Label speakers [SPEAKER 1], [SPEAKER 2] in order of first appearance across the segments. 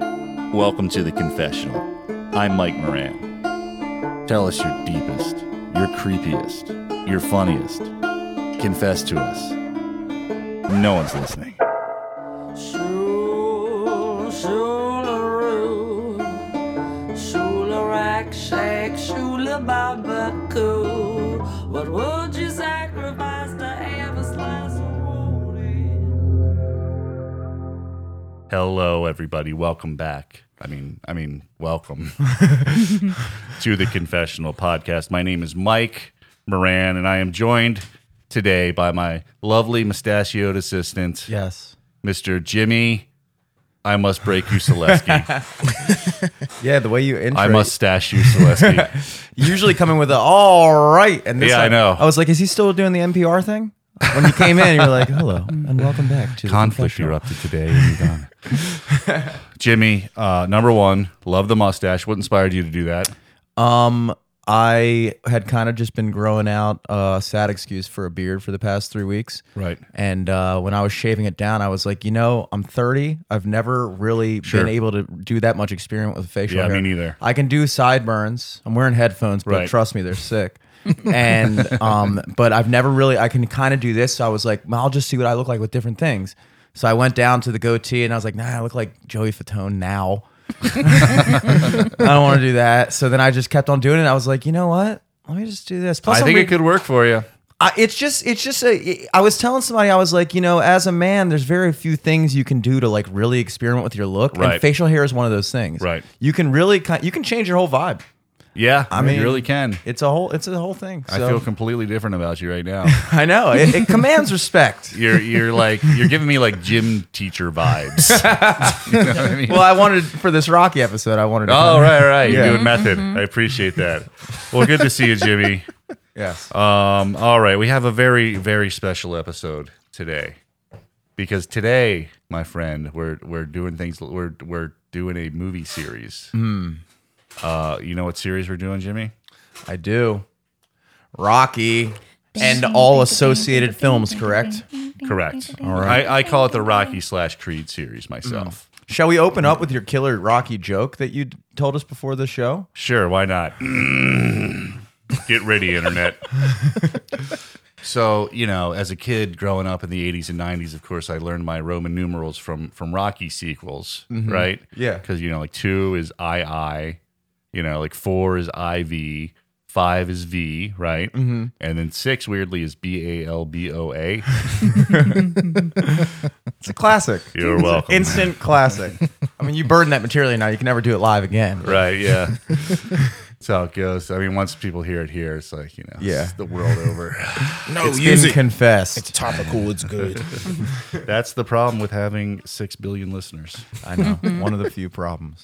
[SPEAKER 1] Welcome to the confessional. I'm Mike Moran. Tell us your deepest, your creepiest, your funniest. Confess to us. No one's listening.
[SPEAKER 2] Shoo, shoolaroo, shoolarack, shake, shoolababacoo. What would you sacrifice to have a slice of woody?
[SPEAKER 1] Hello, everybody. Welcome back. I mean, I mean, welcome to the Confessional Podcast. My name is Mike Moran, and I am joined today by my lovely mustachioed assistant,
[SPEAKER 3] Yes.
[SPEAKER 1] Mr. Jimmy. I must break you, Selesky.
[SPEAKER 3] Yeah, the way you intro.
[SPEAKER 1] I must stash you, Selesky.
[SPEAKER 3] You usually come in with a all right, and this
[SPEAKER 1] Yeah, I
[SPEAKER 3] like-
[SPEAKER 1] know.
[SPEAKER 3] I was like, is he still doing the NPR thing? When you came in, you were like, hello and welcome back to the
[SPEAKER 1] Conflict
[SPEAKER 3] confessional.
[SPEAKER 1] erupted today. and you're gone. Jimmy, uh, number one, love the mustache. What inspired you to do that?
[SPEAKER 3] Um, I had kind of just been growing out a sad excuse for a beard for the past three weeks.
[SPEAKER 1] Right.
[SPEAKER 3] And uh, when I was shaving it down, I was like, you know, I'm 30. I've never really
[SPEAKER 1] Sure.
[SPEAKER 3] been able to do that much experiment with facial
[SPEAKER 1] Yeah,
[SPEAKER 3] hair.
[SPEAKER 1] me neither.
[SPEAKER 3] I can do sideburns. I'm wearing headphones, but
[SPEAKER 1] Right.
[SPEAKER 3] trust me, they're sick. and um, but I've never really. I can kind of do this. So I was like, well, I'll just see what I look like with different things. So I went down to the goatee, and I was like, nah, I look like Joey Fatone now. I don't want to do that. So then I just kept on doing it. I was like, you know what? Let me just do this. Plus,
[SPEAKER 1] I
[SPEAKER 3] I'm
[SPEAKER 1] think
[SPEAKER 3] re-
[SPEAKER 1] it could work for you.
[SPEAKER 3] I, it's just, it's just a. I was telling somebody, I was like, you know, as a man, there's very few things you can do to like really experiment with your look,
[SPEAKER 1] Right.
[SPEAKER 3] and facial hair is one of those things.
[SPEAKER 1] Right.
[SPEAKER 3] You can really, ki- you can change your whole vibe.
[SPEAKER 1] Yeah, I mean,
[SPEAKER 3] mean-
[SPEAKER 1] you really can.
[SPEAKER 3] It's a whole, it's a whole thing.
[SPEAKER 1] I
[SPEAKER 3] So-
[SPEAKER 1] feel completely different about you right now.
[SPEAKER 3] I know it, it commands respect.
[SPEAKER 1] You're you're like you're giving me like gym teacher vibes. you know what I mean?
[SPEAKER 3] Well, I wanted for this Rocky episode, I wanted. To
[SPEAKER 1] oh right, right. You're
[SPEAKER 3] Yeah. Mm-hmm.
[SPEAKER 1] doing method. I appreciate that. Well, good to see you, Jimmy.
[SPEAKER 3] yes.
[SPEAKER 1] Um, all right, we have a very very special episode today because today, my friend, we're we're doing things. We're we're doing a movie series. Uh, you know what series we're doing, Jimmy?
[SPEAKER 3] I do. Rocky and all associated films, correct?
[SPEAKER 1] Correct. All right. I, I call it the Rocky slash Creed series myself.
[SPEAKER 3] Shall we open up with your killer Rocky joke that you d- told us before the show?
[SPEAKER 1] Sure, why not? Get ready, internet. so, you know, as a kid growing up in the 80s and 90s, of course, I learned my Roman numerals from from Rocky sequels, right?
[SPEAKER 3] Mm-hmm. Yeah.
[SPEAKER 1] Because, you know, like two is II, you know, like four is IV, five is V, right? Mm-hmm. And then six, weirdly, is B A L B O A.
[SPEAKER 3] It's a classic.
[SPEAKER 1] You're welcome.
[SPEAKER 3] Instant classic. I mean, you burn that material now. You can never do it live again.
[SPEAKER 1] Right, yeah. That's how it goes. I mean, once people hear it here, it's like, you know,
[SPEAKER 3] Yeah.
[SPEAKER 1] it's the world over.
[SPEAKER 4] No,
[SPEAKER 3] It's
[SPEAKER 4] use
[SPEAKER 3] been
[SPEAKER 4] it.
[SPEAKER 3] confessed.
[SPEAKER 4] Topical, it's good.
[SPEAKER 1] That's the problem with having six billion listeners.
[SPEAKER 3] I know. One of the few problems.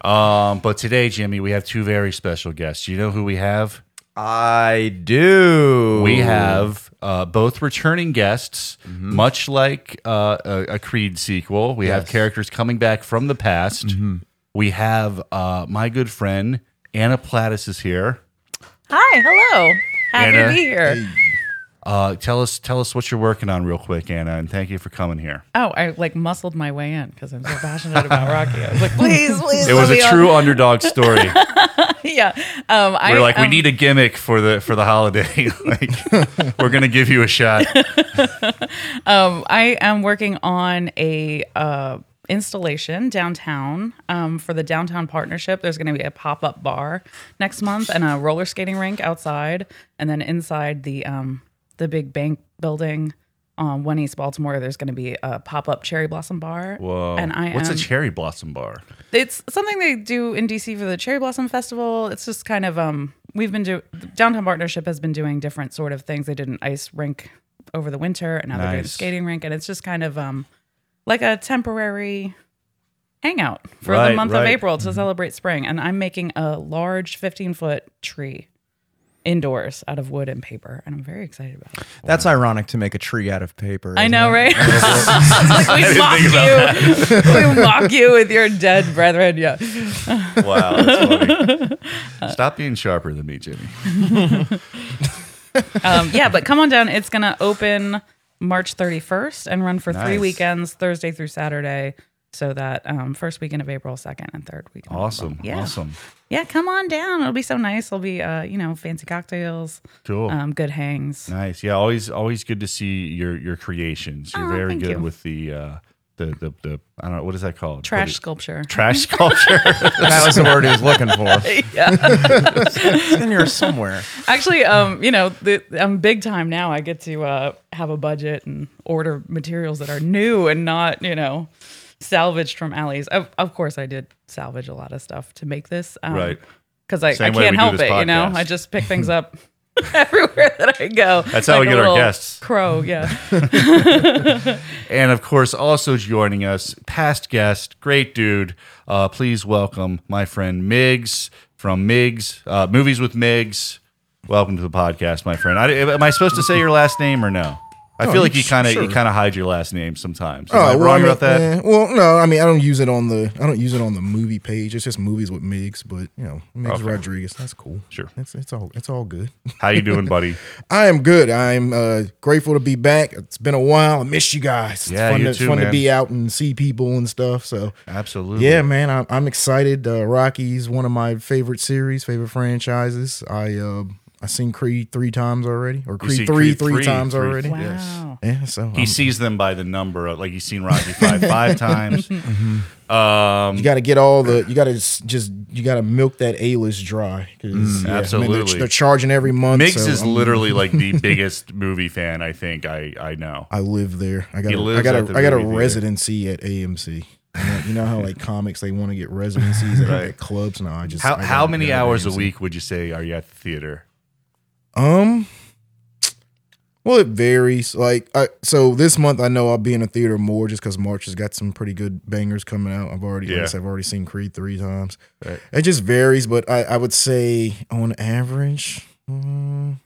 [SPEAKER 1] Um, but today, Jimmy, we have two very special guests. You know who we have?
[SPEAKER 3] I do.
[SPEAKER 1] We have uh, both returning guests, much like uh, a, a Creed sequel. We have
[SPEAKER 3] Yes.
[SPEAKER 1] characters coming back from the past. We have uh, my good friend Anna Plattis is here.
[SPEAKER 5] Hi, hello. Happy
[SPEAKER 1] Anna.
[SPEAKER 5] to be here.
[SPEAKER 1] Uh, tell us, tell us what you're working on, real quick, Anna, and thank you for coming here.
[SPEAKER 5] Oh, I like muscled my way in because I'm so passionate about Rocky. I was like, please, please.
[SPEAKER 1] It was
[SPEAKER 5] let
[SPEAKER 1] a
[SPEAKER 5] me on.
[SPEAKER 1] true underdog story.
[SPEAKER 5] Yeah. Um, I,
[SPEAKER 1] We're like, we
[SPEAKER 5] um,
[SPEAKER 1] need a gimmick for the for the holiday. like, we're gonna give you a shot.
[SPEAKER 5] Um, I am working on a uh, installation downtown um, for the downtown partnership. There's going to be a pop up bar next month and a roller skating rink outside, and then inside the um, the big bank building. On one East Baltimore, there's going to be a pop-up cherry blossom bar.
[SPEAKER 1] Whoa!
[SPEAKER 5] And I
[SPEAKER 1] What's
[SPEAKER 5] am-
[SPEAKER 1] a cherry blossom bar?
[SPEAKER 5] it's something they do in DC for the Cherry Blossom Festival. It's just kind of um we've been doing Downtown Partnership has been doing different sort of things. They did an ice rink over the winter and now they're doing a
[SPEAKER 1] Nice.
[SPEAKER 5] skating rink and it's just kind of um like a temporary hangout for
[SPEAKER 1] Right,
[SPEAKER 5] the month
[SPEAKER 1] right. Mm-hmm.
[SPEAKER 5] of April to celebrate spring. And I'm making a large 15 foot tree indoors out of wood and paper and I'm very excited about it.
[SPEAKER 3] That's ironic to make a tree out of paper.
[SPEAKER 5] I
[SPEAKER 3] isn't
[SPEAKER 5] know,
[SPEAKER 3] it?
[SPEAKER 5] right? It's like we mock you. we mock you with your dead brethren. Yeah.
[SPEAKER 1] Wow! That's funny. Stop being sharper than me, Jimmy.
[SPEAKER 5] um, yeah, but come on down. It's going to open March 31st and run for three
[SPEAKER 1] Nice.
[SPEAKER 5] weekends, Thursday through Saturday. So that um, first weekend of April, second and third weekend. of April.
[SPEAKER 1] Awesome.
[SPEAKER 5] Yeah.
[SPEAKER 1] Awesome.
[SPEAKER 5] Yeah, come on down. It'll be so nice. It'll be uh, you know, fancy cocktails,
[SPEAKER 1] Cool.
[SPEAKER 5] um, good hangs.
[SPEAKER 1] Oh. Nice. Yeah, always always good to see your your creations. You're
[SPEAKER 5] Aw,
[SPEAKER 1] very
[SPEAKER 5] thank
[SPEAKER 1] good
[SPEAKER 5] you.
[SPEAKER 1] with the uh the the, the I don't know what is that called?
[SPEAKER 5] Trash
[SPEAKER 1] What
[SPEAKER 5] sculpture.
[SPEAKER 1] it- trash sculpture.
[SPEAKER 3] that was the word he was looking for.
[SPEAKER 5] yeah.
[SPEAKER 3] It's in here somewhere.
[SPEAKER 5] Actually, um, you know, the, I'm big time now. I get to uh, have a budget and order materials that are new and not, you know, salvaged from alleys. Of, of course, I did salvage a lot of stuff to make this. Um,
[SPEAKER 1] Right.
[SPEAKER 5] Because I, I
[SPEAKER 1] Same way we
[SPEAKER 5] can't
[SPEAKER 1] do
[SPEAKER 5] help
[SPEAKER 1] this
[SPEAKER 5] it, you know?
[SPEAKER 1] podcast.
[SPEAKER 5] I just pick things up everywhere that I go.
[SPEAKER 1] That's how we
[SPEAKER 5] a
[SPEAKER 1] get our
[SPEAKER 5] little
[SPEAKER 1] guests.
[SPEAKER 5] Crow, yeah.
[SPEAKER 1] and of course, also joining us, past guest, great dude. Uh, please welcome my friend Miggs from Miggs uh, Movies with Miggs. Welcome to the podcast, my friend. I, am I supposed to say your last name or no? I
[SPEAKER 4] Oh,
[SPEAKER 1] feel like
[SPEAKER 4] you-
[SPEAKER 1] you kind of you
[SPEAKER 4] sure.
[SPEAKER 1] kind of hide your last name sometimes. Am
[SPEAKER 4] Oh,
[SPEAKER 1] I
[SPEAKER 4] well, I
[SPEAKER 1] wrong
[SPEAKER 4] mean,
[SPEAKER 1] about that?
[SPEAKER 4] eh, well, no, I mean, I don't use it on the, I don't use it on the movie page. It's just movies with Migs, but you know, Migs
[SPEAKER 1] Okay.
[SPEAKER 4] Rodriguez. That's cool.
[SPEAKER 1] Sure.
[SPEAKER 4] it's it's all it's all good.
[SPEAKER 1] How you doing, buddy?
[SPEAKER 4] I am good. I'm uh, grateful to be back. It's been a while. I miss you guys. It's
[SPEAKER 1] Yeah,
[SPEAKER 4] fun,
[SPEAKER 1] you
[SPEAKER 4] to, it's
[SPEAKER 1] too,
[SPEAKER 4] fun
[SPEAKER 1] man.
[SPEAKER 4] to be out and see people and stuff. So
[SPEAKER 1] Absolutely.
[SPEAKER 4] yeah, man, I'm, I'm excited. Uh, Rocky's one of my favorite series, favorite franchises. I uh, I seen Creed three times already, or
[SPEAKER 1] You see
[SPEAKER 4] Creed three
[SPEAKER 1] Creed
[SPEAKER 4] three,
[SPEAKER 1] three,
[SPEAKER 4] times
[SPEAKER 1] three-
[SPEAKER 4] already.
[SPEAKER 5] Wow.
[SPEAKER 1] Yes.
[SPEAKER 4] Yeah, so um,
[SPEAKER 1] He
[SPEAKER 4] I'm-
[SPEAKER 1] sees them by the number, of, like he's seen Rocky Five five times. Um,
[SPEAKER 4] You got to get all the. You got to just. You got to milk that A list dry. 'cause, yeah, I mean,
[SPEAKER 1] absolutely.
[SPEAKER 4] they're, they're charging every month.
[SPEAKER 1] Miggs
[SPEAKER 4] so um,
[SPEAKER 1] is
[SPEAKER 4] I'm-
[SPEAKER 1] literally like the biggest movie fan I think I I know.
[SPEAKER 4] I live there. I got.
[SPEAKER 1] He
[SPEAKER 4] A,
[SPEAKER 1] lives
[SPEAKER 4] I got
[SPEAKER 1] at the
[SPEAKER 4] a. I got a
[SPEAKER 1] movie theater.
[SPEAKER 4] residency at AMC. You know, you know how like comics they want to get residencies at,
[SPEAKER 1] Right.
[SPEAKER 4] at clubs. No, I just.
[SPEAKER 1] How
[SPEAKER 4] I
[SPEAKER 1] how
[SPEAKER 4] got-
[SPEAKER 1] many
[SPEAKER 4] got
[SPEAKER 1] hours a
[SPEAKER 4] AMC.
[SPEAKER 1] week would you say are you at the theater?
[SPEAKER 4] Um. Well, it varies. Like, I, so this month I know I'll be in a theater more just because March has got some pretty good bangers coming out. I've already, like I
[SPEAKER 1] Yeah.
[SPEAKER 4] said, I've already seen Creed three times.
[SPEAKER 1] Right.
[SPEAKER 4] It just varies, but I, I would say on average, mm,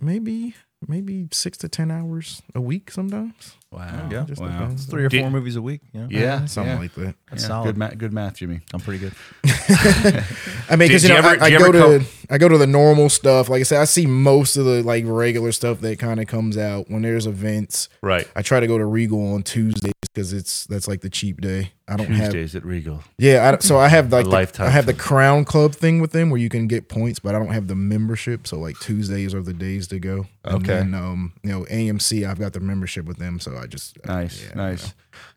[SPEAKER 4] maybe maybe six to ten hours a week sometimes.
[SPEAKER 1] Wow.
[SPEAKER 4] It just depends.
[SPEAKER 3] Three or
[SPEAKER 1] Did-
[SPEAKER 3] four movies a week. Yeah,
[SPEAKER 1] Yeah.
[SPEAKER 4] something
[SPEAKER 1] yeah.
[SPEAKER 4] like that.
[SPEAKER 3] that's
[SPEAKER 1] Yeah.
[SPEAKER 3] solid.
[SPEAKER 1] Good math, good math, Jimmy.
[SPEAKER 3] I'm pretty good.
[SPEAKER 4] I
[SPEAKER 1] Did
[SPEAKER 4] mean, because you
[SPEAKER 1] you
[SPEAKER 4] know,
[SPEAKER 1] ever-
[SPEAKER 4] I, I
[SPEAKER 1] did you
[SPEAKER 4] go
[SPEAKER 1] ever
[SPEAKER 4] to
[SPEAKER 1] come-
[SPEAKER 4] I go to the normal stuff. Like I said, I see most of the like regular stuff that kind of comes out when there's events.
[SPEAKER 1] Right.
[SPEAKER 4] I try to go to Regal on Tuesdays because it's that's like the cheap day. I don't have
[SPEAKER 1] Tuesdays at Regal.
[SPEAKER 4] yeah. I, don't- so I have like the,
[SPEAKER 1] lifetime
[SPEAKER 4] I have the
[SPEAKER 1] thing.
[SPEAKER 4] Crown Club thing with them where you can get points, but I don't have the membership. So like Tuesdays are the days to go. And
[SPEAKER 1] Okay.
[SPEAKER 4] Then, um, you know AMC, I've got the membership with them, so I just I
[SPEAKER 1] Nice. nice.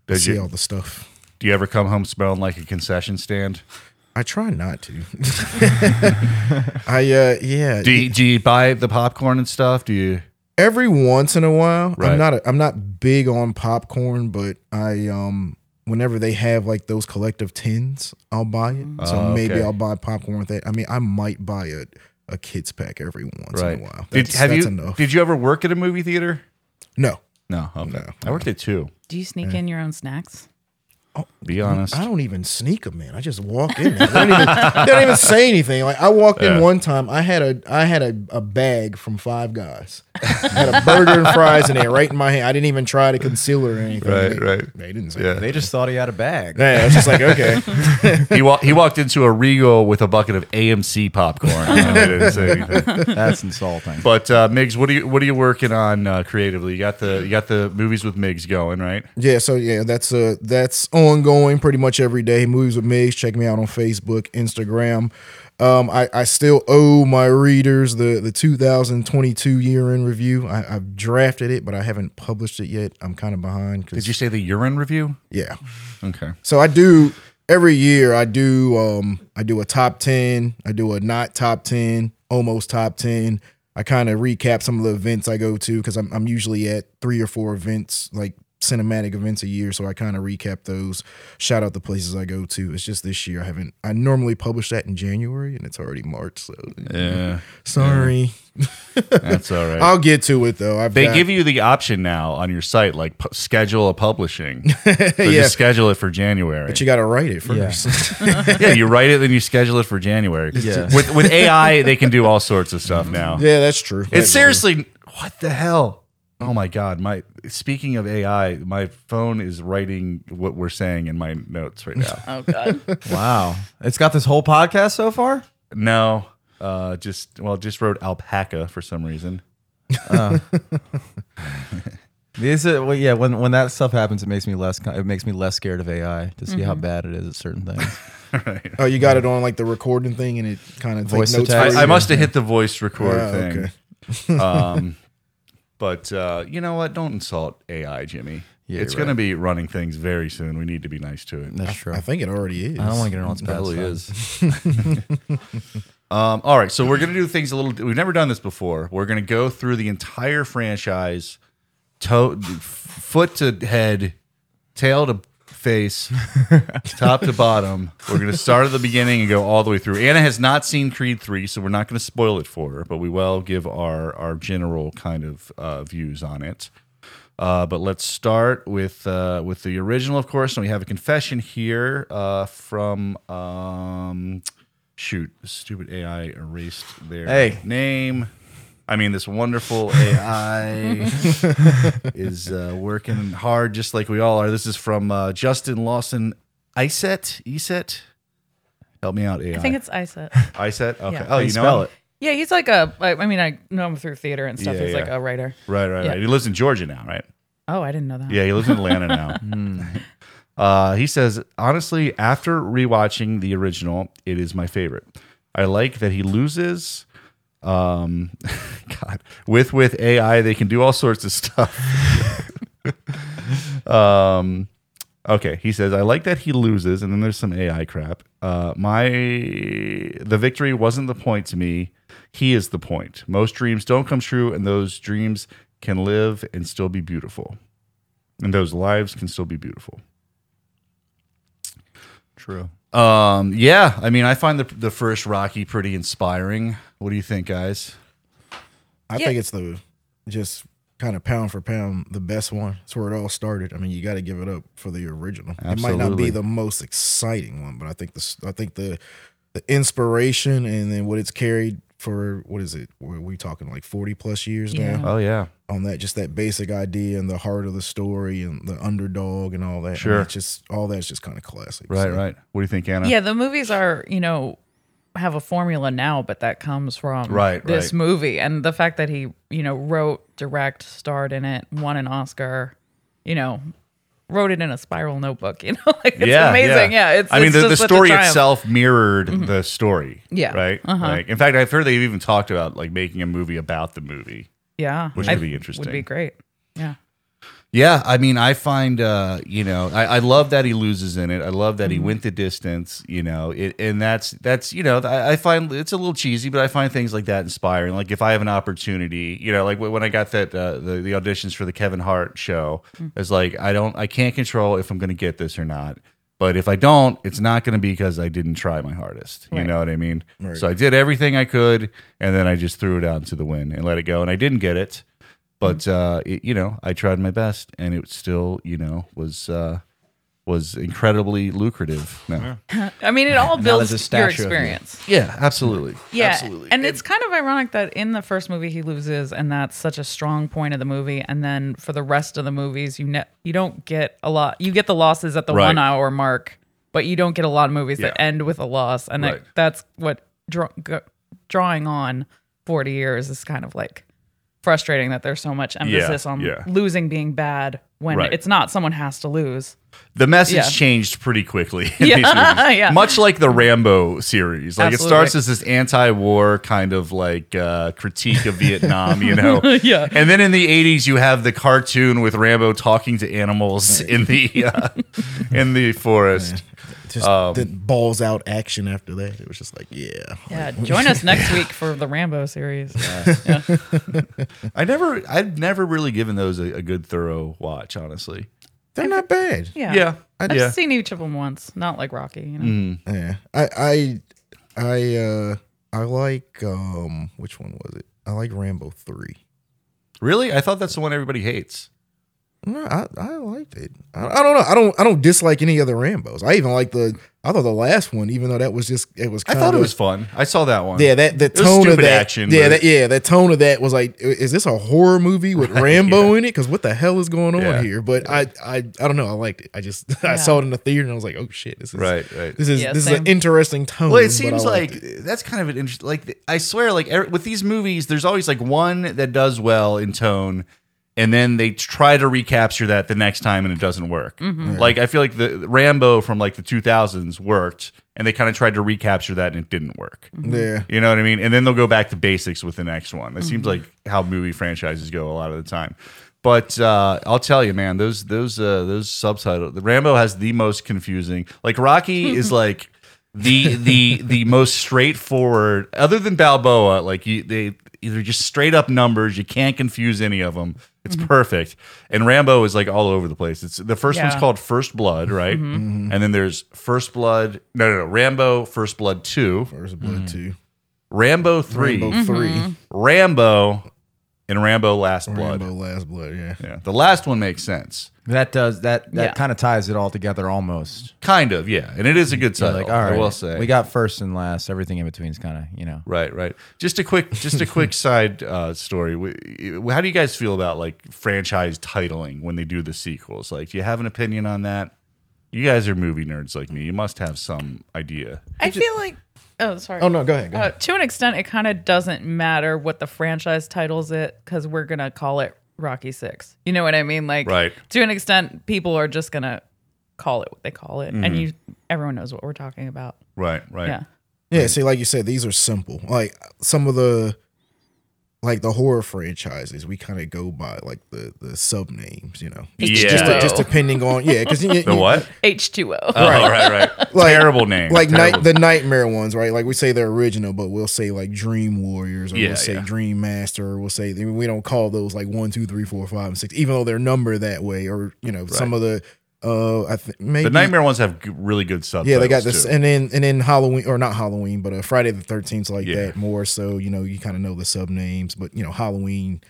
[SPEAKER 1] Does
[SPEAKER 4] see
[SPEAKER 1] you,
[SPEAKER 4] all the stuff.
[SPEAKER 1] do you ever come home smelling like a concession stand?
[SPEAKER 4] I try not to. I uh yeah.
[SPEAKER 1] Do you, do you buy the popcorn and stuff? Do you?
[SPEAKER 4] every once in a while
[SPEAKER 1] Right.
[SPEAKER 4] i'm not a, i'm not big on popcorn but i um whenever they have like those collective tins i'll buy it so
[SPEAKER 1] Oh,
[SPEAKER 4] maybe
[SPEAKER 1] okay.
[SPEAKER 4] i'll buy popcorn with that i mean i might buy a, a kids pack every once
[SPEAKER 1] Right.
[SPEAKER 4] in a while
[SPEAKER 1] Did,
[SPEAKER 4] That's-
[SPEAKER 1] have
[SPEAKER 4] that's
[SPEAKER 1] you?
[SPEAKER 4] enough
[SPEAKER 1] Did you ever work at a movie theater?
[SPEAKER 4] no
[SPEAKER 1] No. Okay.
[SPEAKER 4] No.
[SPEAKER 1] I worked at two.
[SPEAKER 5] Do you sneak in your own snacks?
[SPEAKER 1] Be honest.
[SPEAKER 4] I don't even sneak them in. I just walk in. They don't even, they don't even say anything. Like I walked
[SPEAKER 1] Yeah.
[SPEAKER 4] in one time. I had a I had a, a bag from Five Guys. I had a burger and fries in there, right in my hand. I didn't even try to conceal it or anything.
[SPEAKER 1] Right,
[SPEAKER 4] They-
[SPEAKER 1] right.
[SPEAKER 4] They didn't say.
[SPEAKER 1] Yeah.
[SPEAKER 3] They just thought he had a bag.
[SPEAKER 4] Yeah, I was just like, okay.
[SPEAKER 1] he wa- he walked into a Regal with a bucket of AMC popcorn. They didn't say anything.
[SPEAKER 3] That's insulting.
[SPEAKER 1] But uh, Migs, what are you what are you working on uh, creatively? You got the you got the movies with Migs going, right?
[SPEAKER 4] Yeah, so yeah, that's uh that's ongoing pretty much every day. Movies with Migs, check me out on Facebook, Instagram. Um, I, I still owe my readers the, the 2022 year in review. I, I've drafted it, but I haven't published it yet. I'm kind of behind. 'cause-
[SPEAKER 1] Did you say the urine review?
[SPEAKER 4] Yeah.
[SPEAKER 1] Okay.
[SPEAKER 4] So I do every year. I do um I do a top ten. I do a not top ten, almost top ten. I kind of recap some of the events I go to because I'm I'm usually at three or four events like cinematic events a year. So I kind of recap those. Shout out the places I go to. It's just this year I haven't. I normally publish that in January and it's already March. So
[SPEAKER 1] Yeah,
[SPEAKER 4] sorry.
[SPEAKER 1] that's all right.
[SPEAKER 4] I'll get to it though. I've
[SPEAKER 1] they
[SPEAKER 4] got-
[SPEAKER 1] give you the option now on your site, like pu- schedule a publishing. So
[SPEAKER 4] Yeah.
[SPEAKER 1] You schedule it for January.
[SPEAKER 4] But you got to write it
[SPEAKER 3] Yeah.
[SPEAKER 4] first.
[SPEAKER 1] yeah, you write it, then you schedule it for January.
[SPEAKER 3] Yeah.
[SPEAKER 1] With with AI, they can do all sorts of stuff now.
[SPEAKER 4] yeah, that's true.
[SPEAKER 1] It's
[SPEAKER 4] That's true.
[SPEAKER 1] seriously what the hell? Oh my god, my speaking of AI, my phone is writing what we're saying in my notes right now.
[SPEAKER 5] Oh God.
[SPEAKER 3] Wow, it's got this whole podcast so far.
[SPEAKER 1] no. Uh just well, just wrote alpaca for some reason.
[SPEAKER 3] These are, well, yeah. When when that stuff happens, it makes me less. It makes me less scared of AI to see how
[SPEAKER 1] Mm-hmm.
[SPEAKER 3] bad it is at certain things.
[SPEAKER 4] Oh, you got it on like the recording thing, and it kind of
[SPEAKER 3] Voice
[SPEAKER 4] like, notes
[SPEAKER 3] to text.
[SPEAKER 4] for
[SPEAKER 1] I, I
[SPEAKER 4] you.
[SPEAKER 1] must have hit the voice record
[SPEAKER 4] Yeah,
[SPEAKER 1] thing. um, but uh, you know what? Don't insult AI, Jimmy.
[SPEAKER 3] Yeah,
[SPEAKER 1] it's
[SPEAKER 3] you're
[SPEAKER 1] going to be running things very soon. We need to be nice to it.
[SPEAKER 3] That's true.
[SPEAKER 4] I think it already is.
[SPEAKER 3] I don't want to get on its bad
[SPEAKER 1] Probably
[SPEAKER 3] side.
[SPEAKER 1] is. um, all right, so we're gonna do things a little. We've never done this before. We're gonna go through the entire franchise, toe, f- foot to head, tail to face, top to bottom. We're gonna start at the beginning and go all the way through. Anna has not seen Creed three, so we're not gonna spoil it for her, but we will give our our general kind of uh, views on it. Uh, but let's start with uh, with the original, of course. And we have a confession here uh, from um, shoot, stupid AI erased their
[SPEAKER 3] Hey.
[SPEAKER 1] name. I mean, this wonderful AI is uh, working hard, just like we all are. This is from uh, Justin Lawson Iset. Iset, help me out, AI.
[SPEAKER 5] I think it's Iset.
[SPEAKER 1] Iset. Okay.
[SPEAKER 5] Yeah.
[SPEAKER 1] Oh, you, know
[SPEAKER 3] spell
[SPEAKER 1] him?
[SPEAKER 3] it.
[SPEAKER 5] Yeah, he's like a. I I mean, I know him through theater and stuff.
[SPEAKER 1] Yeah,
[SPEAKER 5] he's
[SPEAKER 1] yeah.
[SPEAKER 5] like a writer.
[SPEAKER 1] Right, right,
[SPEAKER 5] Yeah.
[SPEAKER 1] right. He lives in Georgia now, right?
[SPEAKER 5] Oh, I didn't know that.
[SPEAKER 1] Yeah, he lives in Atlanta now. uh, he says, honestly, after rewatching the original, it is my favorite. I like that he loses. Um, God, with with AI, they can do all sorts of stuff. um, okay, he says, I like that he loses, and then there's some AI crap. Uh, my the victory wasn't the point to me. He is the point. Most dreams don't come true, and those dreams can live and still be beautiful and those lives can still be beautiful.
[SPEAKER 3] True.
[SPEAKER 1] Um, yeah, I mean, I find the the first Rocky pretty inspiring. What do you think, guys?
[SPEAKER 4] I
[SPEAKER 5] Yeah.
[SPEAKER 4] think it's the just kind of pound for pound the best one. It's where it all started. I mean, you got to give it up for the original. It might not
[SPEAKER 1] Absolutely.
[SPEAKER 4] be the most exciting one, but I think this. I think the the inspiration and then what it's carried for what is it? Were we talking like forty plus years
[SPEAKER 5] Yeah.
[SPEAKER 4] now
[SPEAKER 1] Oh yeah,
[SPEAKER 4] on that? Just that basic idea and the heart of the story and the underdog and all that. I mean,
[SPEAKER 1] Sure.
[SPEAKER 4] it's just all that's just kind of classic.
[SPEAKER 1] right,
[SPEAKER 4] So,
[SPEAKER 1] right. What do you think, Anna?
[SPEAKER 5] Yeah, the movies are, you know, have a formula now, but that comes from
[SPEAKER 1] Right,
[SPEAKER 5] this
[SPEAKER 1] right.
[SPEAKER 5] movie. And the fact that he, you know, wrote, direct, starred in it, won an Oscar, you know, wrote it in a spiral notebook, you know, like it's amazing. Yeah. it's
[SPEAKER 1] I mean,
[SPEAKER 5] it's
[SPEAKER 1] the, the
[SPEAKER 5] just such a
[SPEAKER 1] story
[SPEAKER 5] triumph. Mm-hmm.
[SPEAKER 1] itself mirrored the story.
[SPEAKER 5] Yeah.
[SPEAKER 1] right.
[SPEAKER 5] Uh-huh.
[SPEAKER 1] Like, in fact, I've heard they've even talked about like making a movie about the movie.
[SPEAKER 5] Yeah.
[SPEAKER 1] Which
[SPEAKER 5] I-
[SPEAKER 1] would be interesting.
[SPEAKER 5] Would be great. Yeah.
[SPEAKER 1] Yeah, I mean, I find uh, you know, I, I love that he loses in it. I love that he went the distance. You know, it, and that's that's you know, I, I find it's a little cheesy, but I find things like that inspiring. Like if I have an opportunity, you know, like when I got that uh, the the auditions for the Kevin Hart show, it's like I don't, I can't control if I'm going to get this or not. But if I don't, it's not going to be because I didn't try my hardest. You
[SPEAKER 5] Right.
[SPEAKER 1] know what I mean? So I did everything I could, and then I just threw it out into the wind and let it go. And I didn't get it but uh, it, you know, I tried my best, and it still, you know, was uh, was incredibly lucrative. No.
[SPEAKER 5] I mean, it all
[SPEAKER 3] now there's
[SPEAKER 5] builds
[SPEAKER 3] a
[SPEAKER 5] your
[SPEAKER 3] statue of you.
[SPEAKER 5] experience.
[SPEAKER 1] Yeah, absolutely.
[SPEAKER 5] Yeah, and it's kind of ironic that in the first movie he loses, and that's such a strong point of the movie. And then for the rest of the movies, you ne- you don't get a lot. You get the losses at the
[SPEAKER 1] Right.
[SPEAKER 5] one hour mark, but you don't get a lot of movies that
[SPEAKER 1] Yeah.
[SPEAKER 5] end with a loss, and that-
[SPEAKER 1] Right.
[SPEAKER 5] that's what draw, g- drawing on forty years is kind of like frustrating. That there's so much emphasis on
[SPEAKER 1] yeah.
[SPEAKER 5] losing being bad when
[SPEAKER 1] Right.
[SPEAKER 5] it's not. Someone has to lose.
[SPEAKER 1] The message
[SPEAKER 5] Yeah.
[SPEAKER 1] changed pretty quickly. in
[SPEAKER 5] Yeah,
[SPEAKER 1] these movies.
[SPEAKER 5] yeah.
[SPEAKER 1] Much like the Rambo series. Like
[SPEAKER 5] Absolutely.
[SPEAKER 1] it starts as this anti war kind of like uh, critique of Vietnam, you know?
[SPEAKER 5] Yeah.
[SPEAKER 1] And then in the 80s, you have the cartoon with Rambo talking to animals in the uh, in the forest.
[SPEAKER 4] Just the balls out action after that. It was just like, yeah.
[SPEAKER 5] Yeah, join us next week for the Rambo series.
[SPEAKER 1] I never, I've never really given those a, a good thorough watch, honestly.
[SPEAKER 4] They're not bad.
[SPEAKER 5] Yeah,
[SPEAKER 1] Yeah,
[SPEAKER 5] I've
[SPEAKER 1] yeah.
[SPEAKER 5] seen each of them once, not like Rocky. You know.
[SPEAKER 4] Yeah. I I I uh I like um which one was it? I like Rambo 3.
[SPEAKER 1] Really? I thought that's the one everybody hates.
[SPEAKER 4] No, I, I liked it. I, I don't know. I don't I don't dislike any other Rambos. I even like the I thought the last one, even though that was just it was
[SPEAKER 1] I
[SPEAKER 4] kind
[SPEAKER 1] thought it
[SPEAKER 4] of,
[SPEAKER 1] was fun. I saw that one.
[SPEAKER 4] yeah, that the
[SPEAKER 1] was
[SPEAKER 4] tone of
[SPEAKER 1] stupid
[SPEAKER 4] that
[SPEAKER 1] action,
[SPEAKER 4] yeah,
[SPEAKER 1] but-
[SPEAKER 4] that, yeah, that tone of that was like, i- is this a horror movie with Rambo in it? Because what the hell is going on
[SPEAKER 1] Yeah.
[SPEAKER 4] here? But I, I, I don't know. I liked it. I just
[SPEAKER 5] Yeah.
[SPEAKER 4] I saw it in the theater and I was like, oh shit, this is
[SPEAKER 1] Right, right.
[SPEAKER 4] This is
[SPEAKER 5] Yeah,
[SPEAKER 4] this is
[SPEAKER 5] same.
[SPEAKER 4] an interesting tone.
[SPEAKER 1] Well, it
[SPEAKER 4] but
[SPEAKER 1] seems
[SPEAKER 4] I liked
[SPEAKER 1] like
[SPEAKER 4] it.
[SPEAKER 1] that's kind of an interest. Like I swear, like er- with these movies, there's always like one that does well in tone, and then they try to recapture that the next time and it doesn't work.
[SPEAKER 4] Mm-hmm.
[SPEAKER 1] Like I feel like the Rambo from like the 2000s worked and they kind of tried to recapture that and it didn't work.
[SPEAKER 4] Yeah.
[SPEAKER 1] You know what I mean? And then they'll go back to basics with the next one. That seems like how movie franchises go a lot of the time. But uh, I'll tell you, man, those those uh, those subtitles. The Rambo has the most confusing. Like Rocky is like the the the most straightforward. Other than Balboa, like you, they they're just straight up numbers. You can't confuse any of them. It's perfect. And Rambo is like all over the place. It's the first one's
[SPEAKER 5] Yeah.
[SPEAKER 1] called First Blood, right? And then there's First Blood. No, no, no. Rambo First Blood Two.
[SPEAKER 4] Where's the blood two?
[SPEAKER 1] Rambo 3,
[SPEAKER 4] Rambo
[SPEAKER 1] Rambo,
[SPEAKER 4] three.
[SPEAKER 1] Mm-hmm. and Rambo Last Blood.
[SPEAKER 4] Rambo last blood. Yeah.
[SPEAKER 1] Yeah. The last one makes sense.
[SPEAKER 3] That does that. That
[SPEAKER 5] Yeah.
[SPEAKER 3] kind of ties it all together almost.
[SPEAKER 1] Kind of, yeah. And it is a good
[SPEAKER 3] Yeah,
[SPEAKER 1] title,
[SPEAKER 3] like all right,
[SPEAKER 1] I will say.
[SPEAKER 3] we got first and last. Everything in between is kind of you know.
[SPEAKER 1] right, right. Just a quick just a quick side uh, story. We- How do you guys feel about like franchise titling when they do the sequels? Like do you have an opinion on that? You guys are movie nerds like me. You must have some idea.
[SPEAKER 5] I feel like. Oh, sorry.
[SPEAKER 4] Oh no, go ahead. Go
[SPEAKER 5] Uh,
[SPEAKER 4] ahead.
[SPEAKER 5] to an extent, it kind of doesn't matter what the franchise titles it because we're gonna call it Rocky Six. You know what I mean? Like,
[SPEAKER 1] Right.
[SPEAKER 5] To an extent, people are just gonna call it what they call it,
[SPEAKER 1] Mm-hmm.
[SPEAKER 5] and you, everyone knows what we're talking about.
[SPEAKER 1] Right, right.
[SPEAKER 5] Yeah.
[SPEAKER 4] Yeah, see, like you said, these are simple. Like some of the like the horror franchises, we kind of go by like the the sub names, you know. Just,
[SPEAKER 1] Yeah.
[SPEAKER 4] just, just depending on yeah, because you,
[SPEAKER 1] The
[SPEAKER 4] you-
[SPEAKER 1] what?
[SPEAKER 5] H two O.
[SPEAKER 1] Oh, right, right.
[SPEAKER 4] Like-
[SPEAKER 1] terrible name.
[SPEAKER 4] Like
[SPEAKER 1] terrible.
[SPEAKER 4] night, the nightmare ones, right? Like we say they're original, but we'll say like Dream Warriors, or
[SPEAKER 1] Yeah,
[SPEAKER 4] we'll say
[SPEAKER 1] yeah.
[SPEAKER 4] Dream Master, or we'll say we don't call those like one, two, three, four, five, and six, even though they're numbered that way. Or you know, some of the uh, I think maybe
[SPEAKER 1] the nightmare ones have g- really good subtitles.
[SPEAKER 4] Yeah, they got this,
[SPEAKER 1] too.
[SPEAKER 4] and then and then Halloween or not Halloween, but uh, Friday the Thirteenth like
[SPEAKER 1] Yeah.
[SPEAKER 4] that more. So you know you kind of know the sub names, but you know Halloween.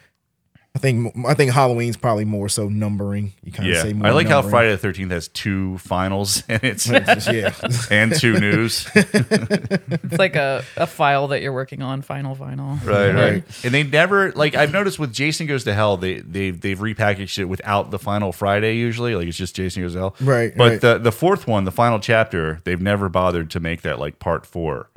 [SPEAKER 4] I think I think Halloween's probably more so numbering. You kind of
[SPEAKER 1] Yeah,
[SPEAKER 4] say more.
[SPEAKER 1] I like how
[SPEAKER 4] numbering.
[SPEAKER 1] Friday the Thirteenth has two finals in it
[SPEAKER 4] yeah,
[SPEAKER 1] and two news.
[SPEAKER 5] It's like a, a file that you're working on, final, final.
[SPEAKER 1] Right,
[SPEAKER 4] Right.
[SPEAKER 1] And they never like I've noticed with Jason Goes to Hell, they they they've repackaged it without the final Friday usually. Like it's just Jason Goes to Hell.
[SPEAKER 4] Right,
[SPEAKER 1] But
[SPEAKER 4] right.
[SPEAKER 1] the the fourth one, the final chapter, they've never bothered to make that like part four.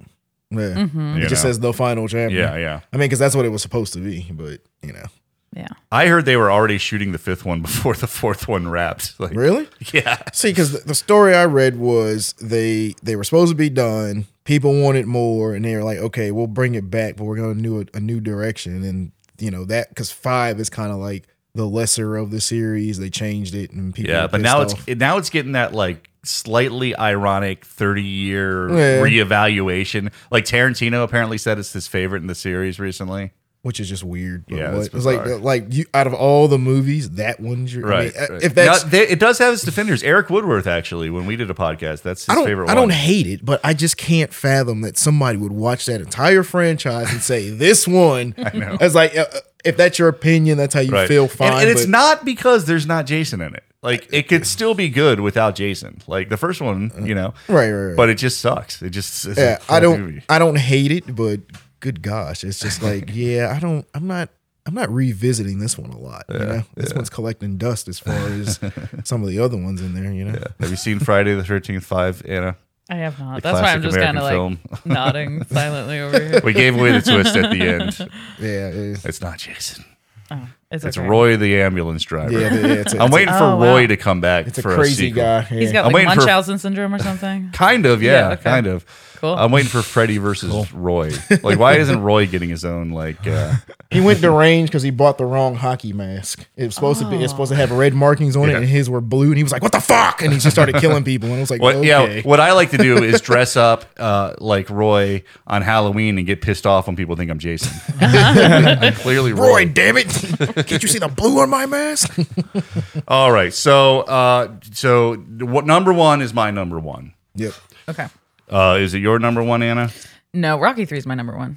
[SPEAKER 4] yeah.
[SPEAKER 1] you
[SPEAKER 4] Mm-hmm. It just
[SPEAKER 1] know?
[SPEAKER 4] says the final chapter.
[SPEAKER 1] Yeah, yeah.
[SPEAKER 4] I mean, because that's what it was supposed to be, but you know,
[SPEAKER 5] Yeah.
[SPEAKER 1] I heard they were already shooting the fifth one before the fourth one wrapped. Like
[SPEAKER 4] really.
[SPEAKER 1] yeah.
[SPEAKER 4] See, because the, the story I read was they they were supposed to be done. People wanted more, and they were like, "Okay, we'll bring it back, but we're going to do a, a new direction." And you know that because five is kind of like the lesser of the series. They changed it, and people
[SPEAKER 1] Yeah,
[SPEAKER 4] were
[SPEAKER 1] but
[SPEAKER 4] pissed
[SPEAKER 1] now
[SPEAKER 4] off.
[SPEAKER 1] it's now it's getting that like slightly ironic 30 year
[SPEAKER 4] Yeah.
[SPEAKER 1] reevaluation. Like Tarantino apparently said it's his favorite in the series recently.
[SPEAKER 4] which is just weird. but
[SPEAKER 1] Yeah,
[SPEAKER 4] what-
[SPEAKER 1] that's
[SPEAKER 4] it's like
[SPEAKER 1] bizarre.
[SPEAKER 4] like you out of all the movies, that one's your I mean,
[SPEAKER 1] Right.
[SPEAKER 4] uh,
[SPEAKER 1] right.
[SPEAKER 4] If that's
[SPEAKER 1] Now, they- it does have its defenders. Eric Woodworth actually, when we did a podcast, that's his
[SPEAKER 4] I
[SPEAKER 1] favorite
[SPEAKER 4] don't, I
[SPEAKER 1] one.
[SPEAKER 4] don't hate it, but I just can't fathom that somebody would watch that entire franchise and say this one. I know. It's like uh, uh, if that's your opinion, that's how you
[SPEAKER 1] Right.
[SPEAKER 4] feel
[SPEAKER 1] And-
[SPEAKER 4] fine.
[SPEAKER 1] And, it's
[SPEAKER 4] but-
[SPEAKER 1] not because there's not Jason in it. Like it could still be good without Jason. Like the first one, you know.
[SPEAKER 4] Uh, Right, right, right.
[SPEAKER 1] But it just sucks. It just it's a
[SPEAKER 4] Yeah, I
[SPEAKER 1] crap
[SPEAKER 4] don't
[SPEAKER 1] movie.
[SPEAKER 4] I don't hate it, but good gosh, it's just like yeah, I don't I'm not I'm not revisiting this one a lot. you know? This one's collecting dust as far as some of the other ones in there. You know,
[SPEAKER 1] Have you seen Friday the 13th 5, Anna?
[SPEAKER 5] I have not.
[SPEAKER 1] The
[SPEAKER 5] That's why I'm
[SPEAKER 1] classic
[SPEAKER 5] just kind of like
[SPEAKER 1] American
[SPEAKER 5] nodding silently over here.
[SPEAKER 1] We gave away the twist at the end.
[SPEAKER 4] yeah, it's,
[SPEAKER 1] It's not Jason.
[SPEAKER 5] Oh, it's,
[SPEAKER 1] It's
[SPEAKER 5] okay.
[SPEAKER 1] Roy the ambulance driver.
[SPEAKER 4] yeah, yeah. It's a,
[SPEAKER 1] I'm
[SPEAKER 4] it's
[SPEAKER 1] waiting
[SPEAKER 5] a-
[SPEAKER 1] for
[SPEAKER 5] Oh, wow.
[SPEAKER 1] Roy to come back
[SPEAKER 4] a, it's a
[SPEAKER 1] for a
[SPEAKER 4] crazy
[SPEAKER 1] sequel.
[SPEAKER 4] guy. Yeah.
[SPEAKER 5] He's
[SPEAKER 1] I'm
[SPEAKER 5] got like
[SPEAKER 1] waiting for-
[SPEAKER 5] Munchausen syndrome or something.
[SPEAKER 1] Kind of, yeah,
[SPEAKER 5] Yeah, okay.
[SPEAKER 1] kind of.
[SPEAKER 5] Cool.
[SPEAKER 1] I'm waiting for Freddy versus Roy. Like, why isn't Roy getting his own like? Uh,
[SPEAKER 4] he went deranged because he bought the wrong hockey mask. It was supposed to be it's supposed to have red markings on
[SPEAKER 1] Yeah.
[SPEAKER 4] it, and his were blue. And he was like, "What the fuck?" And he just started killing people. And I was like,
[SPEAKER 1] what?
[SPEAKER 4] okay.
[SPEAKER 1] Yeah, what I like to do is dress up uh, like Roy on Halloween and get pissed off when people think I'm Jason. I'm clearly Roy.
[SPEAKER 4] Roy, damn it! Can't you see the blue on my mask?
[SPEAKER 1] All right, so uh, so what? Number one is my number one.
[SPEAKER 4] yep.
[SPEAKER 5] Okay.
[SPEAKER 1] Uh, is it your number one, Anna?
[SPEAKER 5] No, Rocky Three is my number one.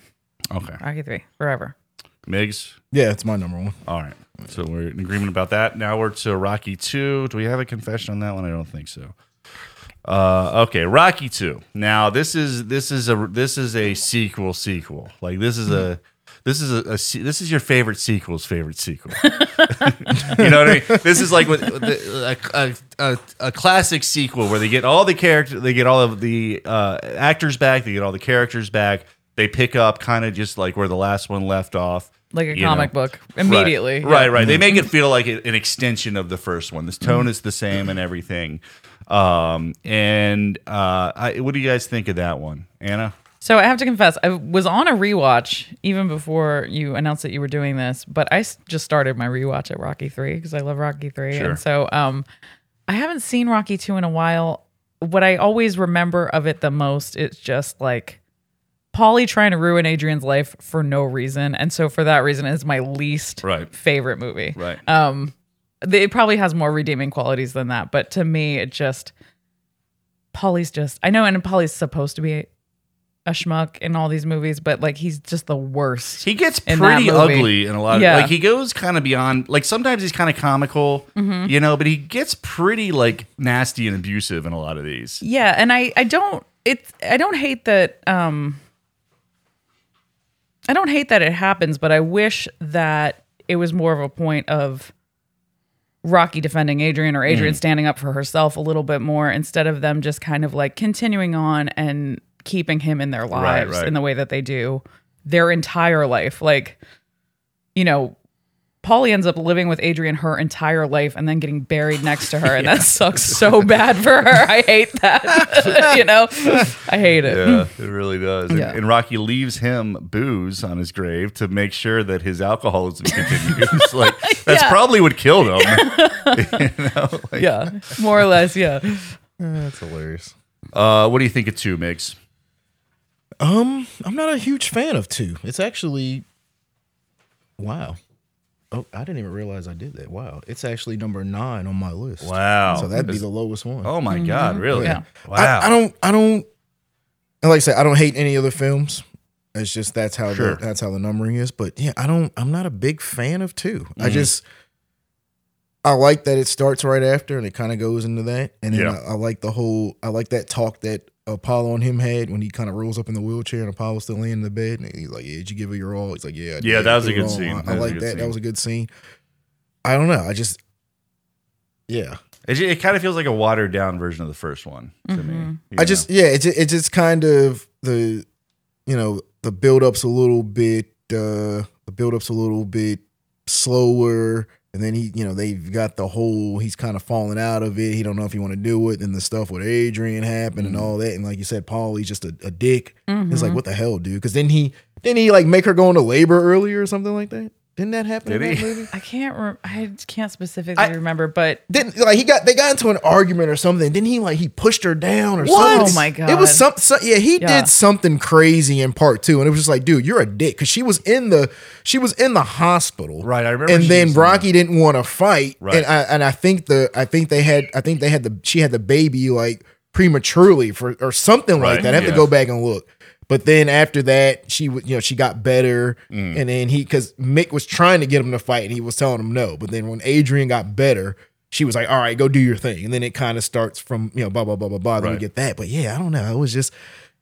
[SPEAKER 1] Okay,
[SPEAKER 5] Rocky Three forever.
[SPEAKER 1] Migs.
[SPEAKER 4] Yeah, it's my number one.
[SPEAKER 1] All right. So we're in agreement about that. Now we're to Rocky 2. Do we have a confession on that one? I don't think so. Uh, okay, Rocky 2. Now this is this is a this is a sequel sequel. Like this is a this is a, a se- this is your favorite sequel's favorite sequel. you know what I mean? This is like with, with the, a, a, a, a classic sequel where they get all the character, they get all of the uh, actors back, they get all the characters back. They pick up kind of just like where the last one left off.
[SPEAKER 5] like a
[SPEAKER 1] You know.
[SPEAKER 5] comic book immediately. Mm-hmm.
[SPEAKER 1] Right, right, right. They make it feel like it- an extension of the first one. This tone is the same and everything. Um, and uh, I, what do you guys think of that one, Anna?
[SPEAKER 5] So I have to confess, I was on a rewatch even before you announced that you were doing this, but I s- just started my rewatch at Rocky 3 because I love Rocky 3.
[SPEAKER 1] Sure.
[SPEAKER 5] And so um I haven't seen Rocky 2 in a while. What I always remember of it the most is just like Polly trying to ruin Adrian's life for no reason. And so for that reason it's my least
[SPEAKER 1] Right.
[SPEAKER 5] favorite movie.
[SPEAKER 1] Right.
[SPEAKER 5] Um it probably has more redeeming qualities than that, but to me it just Polly's just I know and Polly's supposed to be a schmuck in all these movies, but like he's just the worst.
[SPEAKER 1] He gets
[SPEAKER 5] in that
[SPEAKER 1] pretty
[SPEAKER 5] movie.
[SPEAKER 1] ugly in a lot of
[SPEAKER 5] Yeah.
[SPEAKER 1] like he goes kind of beyond like sometimes he's kind of comical,
[SPEAKER 5] Mm-hmm.
[SPEAKER 1] you know, but he gets pretty like nasty and abusive in a lot of these.
[SPEAKER 5] yeah, and I I don't it's I don't hate that um I don't hate that it happens, but I wish that it was more of a point of Rocky defending Adrian or
[SPEAKER 1] Mm.
[SPEAKER 5] Adrian standing up for herself a little bit more instead of them just kind of like continuing on and keeping him in their lives
[SPEAKER 1] right.
[SPEAKER 5] in the way that they do their entire life. Like, you know, Polly ends up living with Adrian her entire life and then getting buried next to her. And that sucks so bad for her. I hate that. you know, I hate it.
[SPEAKER 1] Yeah, it really does. And,
[SPEAKER 5] Mm. Yeah.
[SPEAKER 1] and Rocky leaves him booze on his grave to make sure that his alcoholism continues. like that's
[SPEAKER 5] Yeah.
[SPEAKER 1] probably what killed him.
[SPEAKER 5] Yeah. More or less. Yeah.
[SPEAKER 4] That's hilarious.
[SPEAKER 1] Uh, what do you think of two mix?
[SPEAKER 4] Um, I'm not a huge fan of two. It's actually wow. Oh, I didn't even realize I did that. Wow, it's actually number nine on my list.
[SPEAKER 1] Wow.
[SPEAKER 4] So that'd be the lowest one.
[SPEAKER 1] Oh my god, really?
[SPEAKER 5] Yeah.
[SPEAKER 1] Wow.
[SPEAKER 4] I, I don't. I don't. And like I said, I don't hate any other films. It's just that's how
[SPEAKER 1] Sure.
[SPEAKER 4] the, that's how the numbering is. But yeah, I don't. I'm not a big fan of two. I
[SPEAKER 1] Mm-hmm.
[SPEAKER 4] just. I like that it starts right after and it kind of goes into that, and then
[SPEAKER 1] Yeah.
[SPEAKER 4] I, I like the whole. I like that talk that Apollo and him had when he kind of rolls up in the wheelchair and Apollo's still laying in the bed, and he's like, "Yeah, did you give her your all?" He's like, "Yeah, I
[SPEAKER 1] Yeah,
[SPEAKER 4] did.
[SPEAKER 1] that was a
[SPEAKER 4] Give her
[SPEAKER 1] good
[SPEAKER 4] all."
[SPEAKER 1] scene.
[SPEAKER 4] I-
[SPEAKER 1] That
[SPEAKER 4] I
[SPEAKER 1] was a
[SPEAKER 4] like
[SPEAKER 1] good
[SPEAKER 4] that. That
[SPEAKER 1] scene.
[SPEAKER 4] was a good scene. I don't know. I just. Yeah,
[SPEAKER 1] It, ju- it kind of feels like a watered down version of the first one to me. you
[SPEAKER 4] I just yeah, it just, it just kind of the you know the build up's a little bit uh the build up's a little bit slower and then he you know they've got the whole he's kind of falling out of it he don't know if he want to do it and the stuff with Adrian happened
[SPEAKER 1] Mm-hmm.
[SPEAKER 4] and all that and like you said Paul he's just a, a dick it's
[SPEAKER 5] Mm-hmm.
[SPEAKER 4] like what the hell dude because then he didn't he like make her go into labor earlier or something like that didn't that happen
[SPEAKER 1] Did
[SPEAKER 4] in that
[SPEAKER 1] he?
[SPEAKER 4] movie
[SPEAKER 5] I can't, re- I can't specifically
[SPEAKER 4] I-
[SPEAKER 5] remember, but
[SPEAKER 4] didn't like he got they got into an argument or something. Didn't he like he pushed her down or
[SPEAKER 5] What?
[SPEAKER 4] something?
[SPEAKER 5] Oh my
[SPEAKER 4] It was some,
[SPEAKER 5] God.
[SPEAKER 4] so- yeah he
[SPEAKER 5] Yeah.
[SPEAKER 4] did something crazy in part two, and it was just like dude you're a dick because she was in the she was in the hospital
[SPEAKER 1] Right, I remember
[SPEAKER 4] and
[SPEAKER 1] she
[SPEAKER 4] then
[SPEAKER 1] was in
[SPEAKER 4] Rocky didn't want to fight
[SPEAKER 1] Right.
[SPEAKER 4] and I and I think the I think they had I think they had the she had the baby like prematurely for or something
[SPEAKER 1] Right,
[SPEAKER 4] like that. I have
[SPEAKER 1] yeah.
[SPEAKER 4] to go back and look. But then after that, she was, you know, she got better, and then he, because Mick was trying to get him to fight, and he was telling him no. But then when Adrian got better, she was like, "All right, go do your thing." And then it kind of starts from, you know, blah blah blah blah blah. Then
[SPEAKER 1] Right.
[SPEAKER 4] we get that. But yeah, I don't know. It was just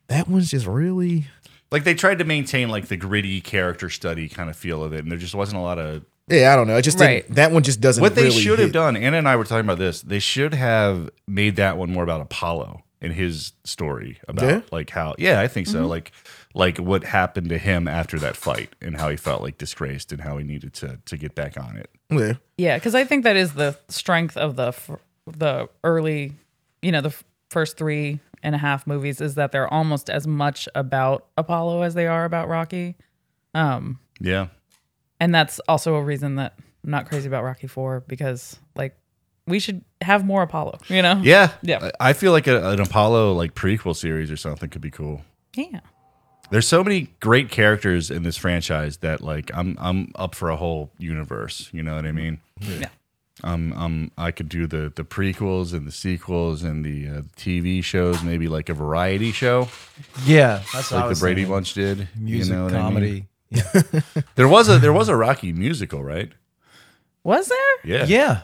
[SPEAKER 4] that one's just really
[SPEAKER 1] like they tried to maintain like the gritty character study kind of feel of it, and there just wasn't a lot of
[SPEAKER 4] yeah. I don't know. It just didn't-
[SPEAKER 5] Right.
[SPEAKER 4] that one just doesn't.
[SPEAKER 1] what they
[SPEAKER 4] really
[SPEAKER 1] should have
[SPEAKER 4] hit.
[SPEAKER 1] done. Anna and I were talking about this. They should have made that one more about Apollo and his story about
[SPEAKER 4] Yeah?
[SPEAKER 1] like how yeah, I think so. Like like what happened to him after that fight and how he felt like disgraced and how he needed to to get back on it.
[SPEAKER 4] Yeah.
[SPEAKER 5] Yeah, because I think that is the strength of the f- the early, you know, the f- first three and a half movies is that they're almost as much about Apollo as they are about Rocky, Um,
[SPEAKER 1] Yeah.
[SPEAKER 5] and that's also a reason that I'm not crazy about Rocky Four because like we should have more Apollo, you know?
[SPEAKER 1] Yeah.
[SPEAKER 5] Yeah.
[SPEAKER 1] I I feel like a, an Apollo like prequel series or something could be cool.
[SPEAKER 5] yeah.
[SPEAKER 1] There's so many great characters in this franchise that like I'm I'm up for a whole universe. You know what I mean?
[SPEAKER 5] Mm-hmm. Yeah.
[SPEAKER 1] Um, um, I could do the the prequels and the sequels and the uh, TV shows, maybe like a variety show,
[SPEAKER 3] Yeah, that's what I
[SPEAKER 1] like the
[SPEAKER 3] was
[SPEAKER 1] Brady
[SPEAKER 3] thinking.
[SPEAKER 1] Bunch did.
[SPEAKER 3] Music,
[SPEAKER 1] what I mean?
[SPEAKER 3] comedy.
[SPEAKER 1] There was a there was a Rocky musical, right?
[SPEAKER 5] Was there?
[SPEAKER 1] Yeah,
[SPEAKER 3] Yeah,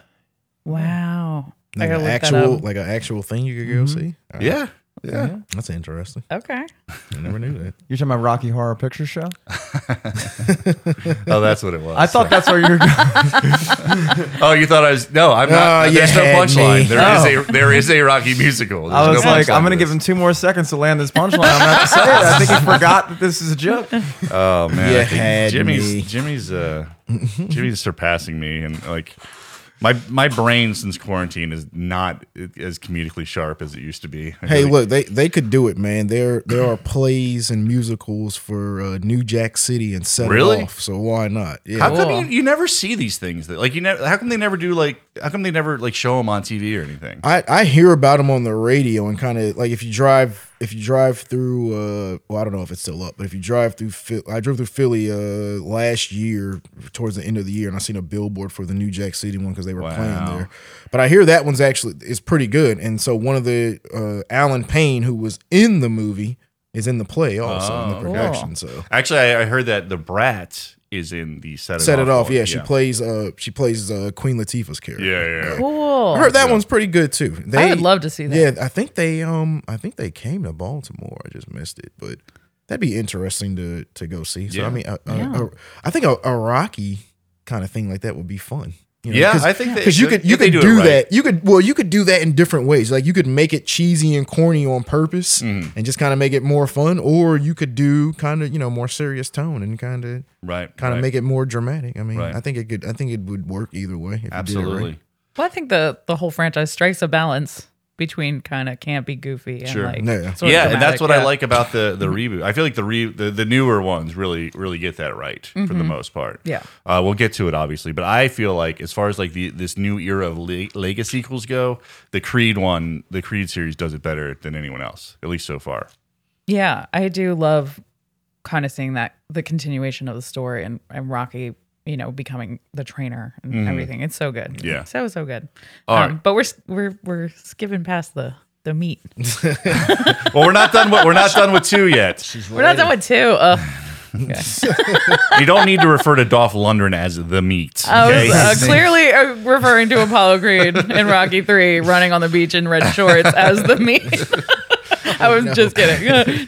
[SPEAKER 5] Wow. I
[SPEAKER 4] Like
[SPEAKER 5] gotta
[SPEAKER 4] an
[SPEAKER 5] look that
[SPEAKER 4] actual
[SPEAKER 5] up. Mm-hmm.
[SPEAKER 4] like an actual thing you could go see.
[SPEAKER 1] yeah.
[SPEAKER 4] Yeah, that's interesting.
[SPEAKER 5] Okay.
[SPEAKER 4] I never knew that.
[SPEAKER 3] You're talking about Rocky Horror Picture Show?
[SPEAKER 1] Oh, that's what it was.
[SPEAKER 3] I thought that's where you're going.
[SPEAKER 1] Oh, you thought I was? No, I'm not.
[SPEAKER 4] Oh,
[SPEAKER 1] there's
[SPEAKER 4] you
[SPEAKER 1] no
[SPEAKER 4] had
[SPEAKER 1] punchline.
[SPEAKER 4] me.
[SPEAKER 1] There is a there is a Rocky musical.
[SPEAKER 3] I
[SPEAKER 1] There's
[SPEAKER 3] was
[SPEAKER 1] no
[SPEAKER 3] like,
[SPEAKER 1] punchline
[SPEAKER 3] I'm going to
[SPEAKER 1] to
[SPEAKER 3] give him two more seconds to land this punchline. I'm about to say it. I think he forgot that this is a joke.
[SPEAKER 1] Oh man,
[SPEAKER 4] You
[SPEAKER 1] I think
[SPEAKER 4] had
[SPEAKER 1] Jimmy's
[SPEAKER 4] me.
[SPEAKER 1] Jimmy's uh, Jimmy's surpassing me, and like my my brain since quarantine is not as comedically sharp as it used to be.
[SPEAKER 4] Hey, look, they they could do it, man. There there are plays and musicals for uh, New Jack City and set It
[SPEAKER 1] Really?
[SPEAKER 4] off. So why not? Yeah.
[SPEAKER 1] How come
[SPEAKER 5] Cool.
[SPEAKER 1] you, you never see these things? That like you never. How come they never do like? How come they never like show them on TV or anything?
[SPEAKER 4] I, I hear about them on the radio and kind of like if you drive if you drive through uh well I don't know if it's still up but if you drive through Phil- I drove through Philly uh last year towards the end of the year and I seen a billboard for the New Jack City one because they were playing there but I hear that one's actually is pretty good and so one of the uh Alan Payne who was in the movie is in the play also in
[SPEAKER 1] Oh,
[SPEAKER 4] the production so
[SPEAKER 1] Actually, I, I heard that the brat is in the set. It
[SPEAKER 4] set it off
[SPEAKER 1] one.
[SPEAKER 4] yeah, she plays uh she plays uh Queen Latifah's character
[SPEAKER 1] Yeah, yeah. yeah.
[SPEAKER 4] I
[SPEAKER 5] Cool.
[SPEAKER 4] heard that one's pretty good too. They,
[SPEAKER 5] would love to see that.
[SPEAKER 4] Yeah, I think they um I think they came to Baltimore. I just missed it, but that'd be interesting to to go see. So
[SPEAKER 1] Yeah.
[SPEAKER 4] I mean, uh, uh,
[SPEAKER 5] Yeah.
[SPEAKER 4] uh, I think a, a Rocky kind of thing like that would be fun. You
[SPEAKER 1] Yeah,
[SPEAKER 4] cause,
[SPEAKER 1] I think they
[SPEAKER 4] because you
[SPEAKER 1] should-
[SPEAKER 4] could you
[SPEAKER 1] if they
[SPEAKER 4] could do,
[SPEAKER 1] it right.
[SPEAKER 4] that. You could well you could do that in different ways. Like you could make it cheesy and corny on purpose,
[SPEAKER 1] Mm-hmm.
[SPEAKER 4] and just kind of make it more fun, or you could do kind of you know more serious tone and kind of
[SPEAKER 1] right?
[SPEAKER 4] kind of
[SPEAKER 1] right.
[SPEAKER 4] make it more dramatic. I mean,
[SPEAKER 1] Right.
[SPEAKER 4] I think it could I think it would work either way. if you did it right.
[SPEAKER 1] absolutely.
[SPEAKER 5] Well, I think the the whole franchise strikes a balance between kind of campy, goofy, and
[SPEAKER 1] Sure.
[SPEAKER 5] like
[SPEAKER 4] Yeah.
[SPEAKER 5] sort of
[SPEAKER 1] yeah, and that's
[SPEAKER 5] dramatic,
[SPEAKER 1] what I
[SPEAKER 5] yeah.
[SPEAKER 1] like about the the reboot. I feel like the re the, the newer ones really really get that right for the most part.
[SPEAKER 5] Mm-hmm. Yeah.
[SPEAKER 1] uh, we'll get to it obviously, but I feel like as far as like the this new era of le- Lega sequels go, the Creed one, the Creed series does it better than anyone else, at least so far.
[SPEAKER 5] Yeah, I do love kind of seeing that the continuation of the story and, and Rocky, you know, becoming the trainer and everything. It's so good.
[SPEAKER 1] Mm-hmm. Yeah.
[SPEAKER 5] so so good. Um,
[SPEAKER 1] All right.
[SPEAKER 5] But we're s- we're we're skipping past the the meat.
[SPEAKER 1] Well, we're not done. With, we're not done with two yet.
[SPEAKER 5] We're not done with two. Uh, Ugh. Okay.
[SPEAKER 1] You don't need to refer to Dolph Lundgren as the meat.
[SPEAKER 5] I was
[SPEAKER 1] okay?
[SPEAKER 5] uh, clearly uh, referring to Apollo Creed in Rocky Three, running on the beach in red shorts as the meat. I was just kidding,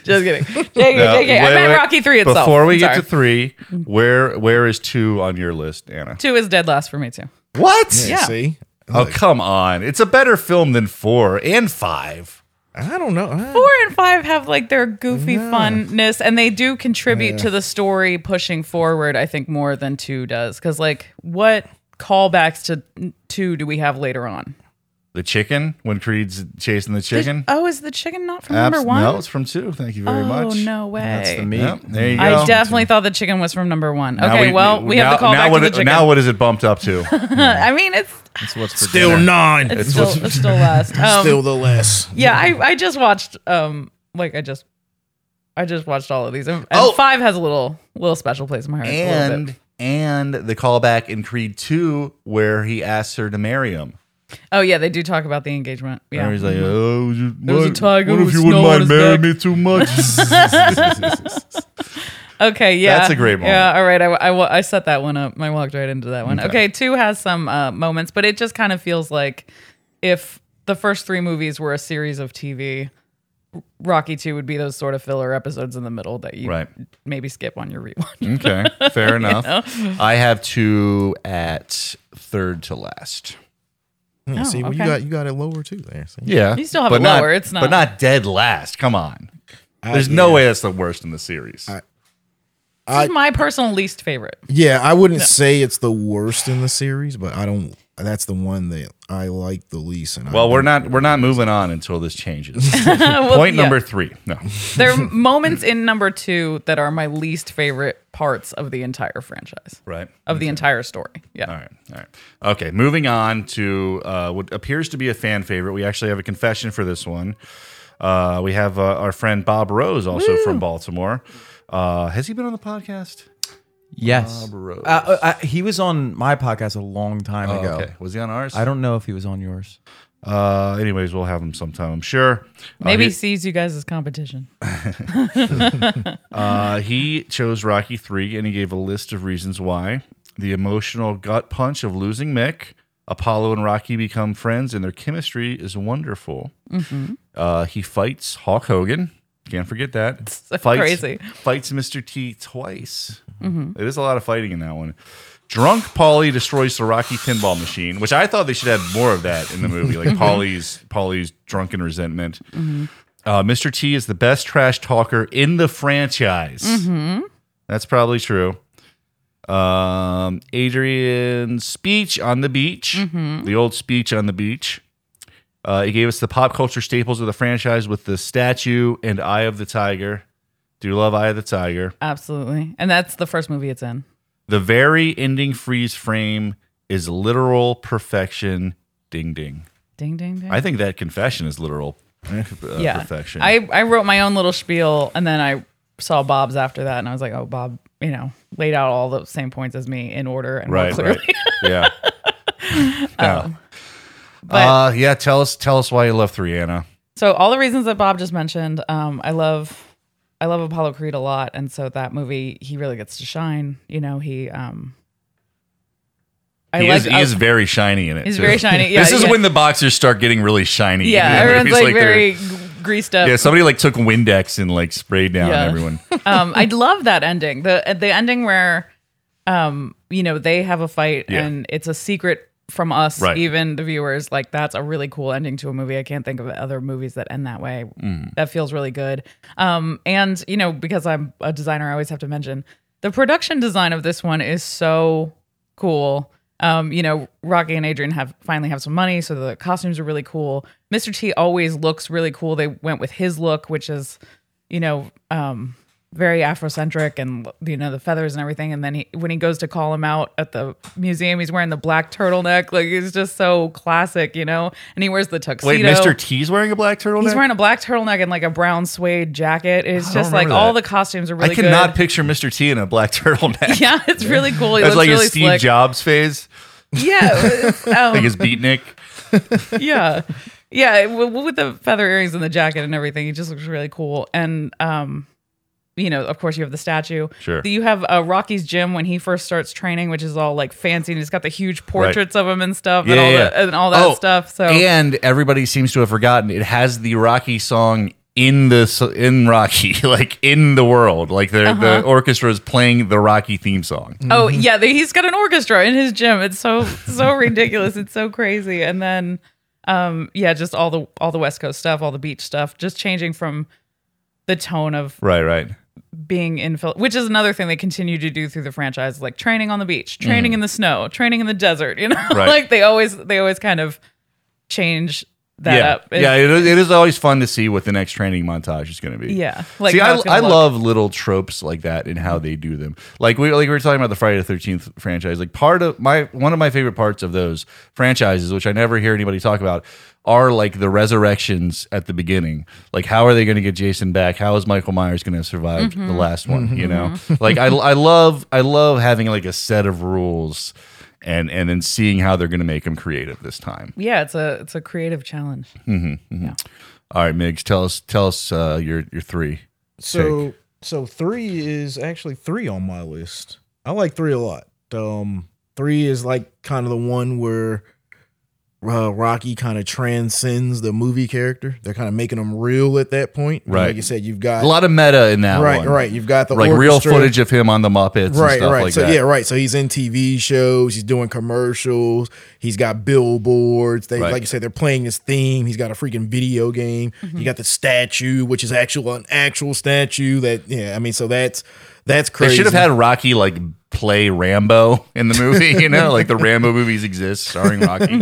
[SPEAKER 5] just kidding. JK,
[SPEAKER 1] Now,
[SPEAKER 5] JK. I
[SPEAKER 1] wait,
[SPEAKER 5] meant
[SPEAKER 1] wait.
[SPEAKER 5] Rocky Three itself.
[SPEAKER 1] Before we
[SPEAKER 5] Sorry.
[SPEAKER 1] get to three, where where is two on your list, Anna?
[SPEAKER 5] two, is dead last for me too.
[SPEAKER 1] What?
[SPEAKER 5] Yeah.
[SPEAKER 4] See,
[SPEAKER 1] Oh come on! It's a better film than four and five.
[SPEAKER 4] I don't know. I-
[SPEAKER 5] four and five have like their goofy funness and they do contribute to the story pushing forward i think more than two does because like what callbacks to two do we have later on
[SPEAKER 1] The chicken when Creed's chasing the chicken.
[SPEAKER 5] oh is the chicken not from
[SPEAKER 1] Abs-
[SPEAKER 5] number one?
[SPEAKER 1] No, it's from two. Thank you very
[SPEAKER 5] Oh,
[SPEAKER 1] much.
[SPEAKER 5] no way
[SPEAKER 3] That's the meat.
[SPEAKER 1] Yep, there you go.
[SPEAKER 5] I definitely thought the chicken was from number one.
[SPEAKER 1] Now
[SPEAKER 5] Okay, well, we have
[SPEAKER 1] now-
[SPEAKER 5] the callback
[SPEAKER 1] now what
[SPEAKER 5] to the
[SPEAKER 1] it-
[SPEAKER 5] chicken.
[SPEAKER 1] Now what is it bumped up to?
[SPEAKER 5] I mean, it's
[SPEAKER 3] That's what's for
[SPEAKER 4] Still nine.
[SPEAKER 5] it's still, it's still last. Um,
[SPEAKER 4] still the less.
[SPEAKER 5] yeah, I, I just watched um like I just I just watched all of these, and, and
[SPEAKER 1] Oh.
[SPEAKER 5] five has a little little special place in my heart. a little bit.
[SPEAKER 1] and and the callback in Creed two where he asks her to marry him.
[SPEAKER 5] Oh yeah, they do talk about the engagement. Yeah.
[SPEAKER 1] And he's like, oh, you-
[SPEAKER 5] There was a
[SPEAKER 1] what-
[SPEAKER 5] tiger
[SPEAKER 1] What if
[SPEAKER 5] with
[SPEAKER 1] you
[SPEAKER 5] snow
[SPEAKER 1] wouldn't
[SPEAKER 5] on
[SPEAKER 1] mind
[SPEAKER 5] his
[SPEAKER 1] marrying me
[SPEAKER 5] back."
[SPEAKER 1] too much?
[SPEAKER 5] Okay, yeah.
[SPEAKER 1] That's a great moment.
[SPEAKER 5] Yeah, all right. I, I, wa- I set that one up. I walked right into that one. Okay, two has some uh, moments, but it just kind of feels like if the first three movies were a series of TV, Rocky 2 would be those sort of filler episodes in the middle that you
[SPEAKER 1] Right.
[SPEAKER 5] maybe skip on your rewatch.
[SPEAKER 1] okay, fair enough. I have two at third to last. Oh,
[SPEAKER 4] Yeah, see, well,
[SPEAKER 5] okay.
[SPEAKER 4] you got you got it lower too there. See?
[SPEAKER 1] Yeah,
[SPEAKER 5] You still have
[SPEAKER 1] but
[SPEAKER 5] it
[SPEAKER 1] not-
[SPEAKER 5] lower, it's not-
[SPEAKER 1] but not dead last. Come on,
[SPEAKER 4] I-
[SPEAKER 1] there's
[SPEAKER 4] yeah.
[SPEAKER 1] no way that's the worst in the series.
[SPEAKER 5] This
[SPEAKER 4] I-
[SPEAKER 5] is my personal least favorite.
[SPEAKER 4] Yeah, I wouldn't say it's the worst in the series, but I don't. That's the one that I like the least. And I
[SPEAKER 1] well, we're
[SPEAKER 4] don't-
[SPEAKER 1] not we're not moving on until this changes.
[SPEAKER 5] Well,
[SPEAKER 1] Point
[SPEAKER 5] yeah.
[SPEAKER 1] number three. No,
[SPEAKER 5] There are moments in number two that are my least favorite parts of the entire franchise,
[SPEAKER 1] right.
[SPEAKER 5] of the entire story. Yeah.
[SPEAKER 1] All right, all right. Okay, moving on to uh, what appears to be a fan favorite. We actually have a confession for this one. Uh, we have uh, our friend Bob Rose, also from Baltimore. Uh, has he been on the podcast?
[SPEAKER 3] Yes.
[SPEAKER 1] Bob
[SPEAKER 3] Uh, uh, I, he was on my podcast a long time ago.
[SPEAKER 1] Okay. Was he on ours?
[SPEAKER 3] I don't know if he was on yours.
[SPEAKER 1] Uh, anyways, we'll have him sometime, I'm sure. Uh,
[SPEAKER 5] Maybe
[SPEAKER 1] he-
[SPEAKER 5] sees you guys as competition.
[SPEAKER 1] Uh, he chose Rocky 3 and he gave a list of reasons why. The emotional gut punch of losing Mick. Apollo and Rocky become friends and their chemistry is wonderful. Uh, he fights Hulk Hogan. Can't forget that. fights,
[SPEAKER 5] crazy.
[SPEAKER 1] Fights Mr. T twice. It is a lot of fighting in that one. Drunk Polly destroys the Rocky pinball machine, which I thought they should have more of that in the movie, like Polly's Polly's drunken resentment. Uh, Mr. T is the best trash talker in the franchise. That's probably true. Um, Adrian's speech on the beach, the old speech on the beach. Uh, he gave us the pop culture staples of the franchise with the statue and Eye of the Tiger. Do you love Eye of the Tiger?
[SPEAKER 5] Absolutely. And that's the first movie it's in.
[SPEAKER 1] The very ending freeze frame is literal perfection. Ding ding.
[SPEAKER 5] Ding, ding, ding.
[SPEAKER 1] I think that confession is literal uh, perfection.
[SPEAKER 5] I, I wrote my own little spiel and then I saw Bob's after that and I was like, oh, Bob, you know, laid out all the same points as me in order and more
[SPEAKER 1] right,
[SPEAKER 5] clearly. Um,
[SPEAKER 1] right. yeah. yeah.
[SPEAKER 5] But
[SPEAKER 1] uh, yeah, tell us tell us why you love three, Anna.
[SPEAKER 5] so all the reasons that Bob just mentioned, um, I love I love Apollo Creed a lot. And so that movie, he really gets to shine. You know, he um I
[SPEAKER 1] He,
[SPEAKER 5] like
[SPEAKER 1] is, he is very shiny in it.
[SPEAKER 5] He's
[SPEAKER 1] too.
[SPEAKER 5] very shiny, yeah,
[SPEAKER 1] this is
[SPEAKER 5] yeah.
[SPEAKER 1] when the boxers start getting really shiny.
[SPEAKER 5] yeah,
[SPEAKER 1] He's
[SPEAKER 5] everyone's like,
[SPEAKER 1] they're-
[SPEAKER 5] very g- greased up.
[SPEAKER 1] Yeah, somebody like took Windex and like sprayed down
[SPEAKER 5] Yeah.
[SPEAKER 1] everyone.
[SPEAKER 5] um, I love that ending. The the ending where, um, you know, they have a fight
[SPEAKER 1] Yeah.
[SPEAKER 5] and it's a secret from us,
[SPEAKER 1] Right.
[SPEAKER 5] even the viewers. Like that's a really cool ending to a movie. I can't think of other movies that end that way.
[SPEAKER 1] Mm.
[SPEAKER 5] That feels really good. Um, and you know, because I'm a designer, I always have to mention the production design of this one is so cool. Um, you know, Rocky and Adrian have finally have some money, so the costumes are really cool. Mr. T always looks really cool. They went with his look, which is, you know, um, very Afrocentric and you know the feathers and everything. And then he, when he goes to call him out at the museum, he's wearing the black turtleneck. Like he's just so classic, you know. And he wears the tuxedo.
[SPEAKER 1] Wait, Mr. T's wearing a black turtleneck.
[SPEAKER 5] He's wearing a black turtleneck and like a brown suede jacket. It's just like
[SPEAKER 1] remember
[SPEAKER 5] all
[SPEAKER 1] that.
[SPEAKER 5] the costumes are
[SPEAKER 1] I
[SPEAKER 5] really good.
[SPEAKER 1] cannot picture Mr. T in a black turtleneck.
[SPEAKER 5] Yeah, it's really cool. He
[SPEAKER 1] That's
[SPEAKER 5] looks
[SPEAKER 1] like
[SPEAKER 5] really
[SPEAKER 1] his Steve
[SPEAKER 5] slick.
[SPEAKER 1] Jobs phase,
[SPEAKER 5] Yeah, it's, um,
[SPEAKER 1] like his beatnik.
[SPEAKER 5] yeah yeah w- w- with the feather earrings and the jacket and everything he just looks really cool and um you know of course you have the statue
[SPEAKER 1] Sure.
[SPEAKER 5] you have uh, rocky's gym when he first starts training which is all like fancy and he's got the huge portraits of him and stuff and, all That, and all that
[SPEAKER 1] Oh,
[SPEAKER 5] stuff so
[SPEAKER 1] and everybody seems to have forgotten it has the Rocky song in the s- in Rocky, like in the world, like the the
[SPEAKER 5] Uh-huh.
[SPEAKER 1] orchestra is playing the Rocky theme song.
[SPEAKER 5] Oh yeah, the, he's got an orchestra in his gym. It's so so ridiculous. It's so crazy. And then, um, yeah, just all the all the West Coast stuff, all the beach stuff, just changing from the tone of
[SPEAKER 1] Right, right.
[SPEAKER 5] being in Phil, which is another thing they continue to do through the franchise, like training on the beach, training in the snow, training in the desert. You know,
[SPEAKER 1] Mm. Right.
[SPEAKER 5] like they always they always kind of change that
[SPEAKER 1] yeah,
[SPEAKER 5] up. It's-
[SPEAKER 1] yeah. It is, it is always fun to see what the next training montage is going to be.
[SPEAKER 5] yeah. Like
[SPEAKER 1] See,
[SPEAKER 5] how
[SPEAKER 1] I,
[SPEAKER 5] it's gonna
[SPEAKER 1] I
[SPEAKER 5] look.
[SPEAKER 1] love little tropes like that and how they do them. Like we like we were talking about the Friday the Thirteenth franchise. Like part of my one of my favorite parts of those franchises, which I never hear anybody talk about, are like the resurrections at the beginning. Like how are they going to get Jason back? How is Michael Myers going to survive
[SPEAKER 5] Mm-hmm.
[SPEAKER 1] the last one? You know, like I I love I love having like a set of rules, and and then seeing how they're going to make them creative this time.
[SPEAKER 5] Yeah, it's a it's a creative challenge.
[SPEAKER 1] All right, Migs, tell us tell us uh, your your three.
[SPEAKER 4] So so three is actually three on my list. I like three a lot. Um, three is like kind of the one where uh, Rocky kind of transcends the movie character. They're kind of making him real at that point. You know,
[SPEAKER 1] Right.
[SPEAKER 4] like you said, you've got
[SPEAKER 1] A lot of meta in that
[SPEAKER 4] right,
[SPEAKER 1] one.
[SPEAKER 4] right. You've got the
[SPEAKER 1] like real
[SPEAKER 4] orchestra.
[SPEAKER 1] footage of him on the Muppets and
[SPEAKER 4] Right,
[SPEAKER 1] stuff
[SPEAKER 4] right.
[SPEAKER 1] like
[SPEAKER 4] so
[SPEAKER 1] that.
[SPEAKER 4] yeah, right. So he's in TV shows. He's doing commercials. He's got billboards. They,
[SPEAKER 1] Right.
[SPEAKER 4] like you said, they're playing his theme. He's got a freaking video game. You got the statue, which is actual an actual statue. That yeah, I mean, so that's that's
[SPEAKER 1] They
[SPEAKER 4] crazy.
[SPEAKER 1] should have had Rocky like play Rambo in the movie, you know, like the Rambo movies exist starring Rocky.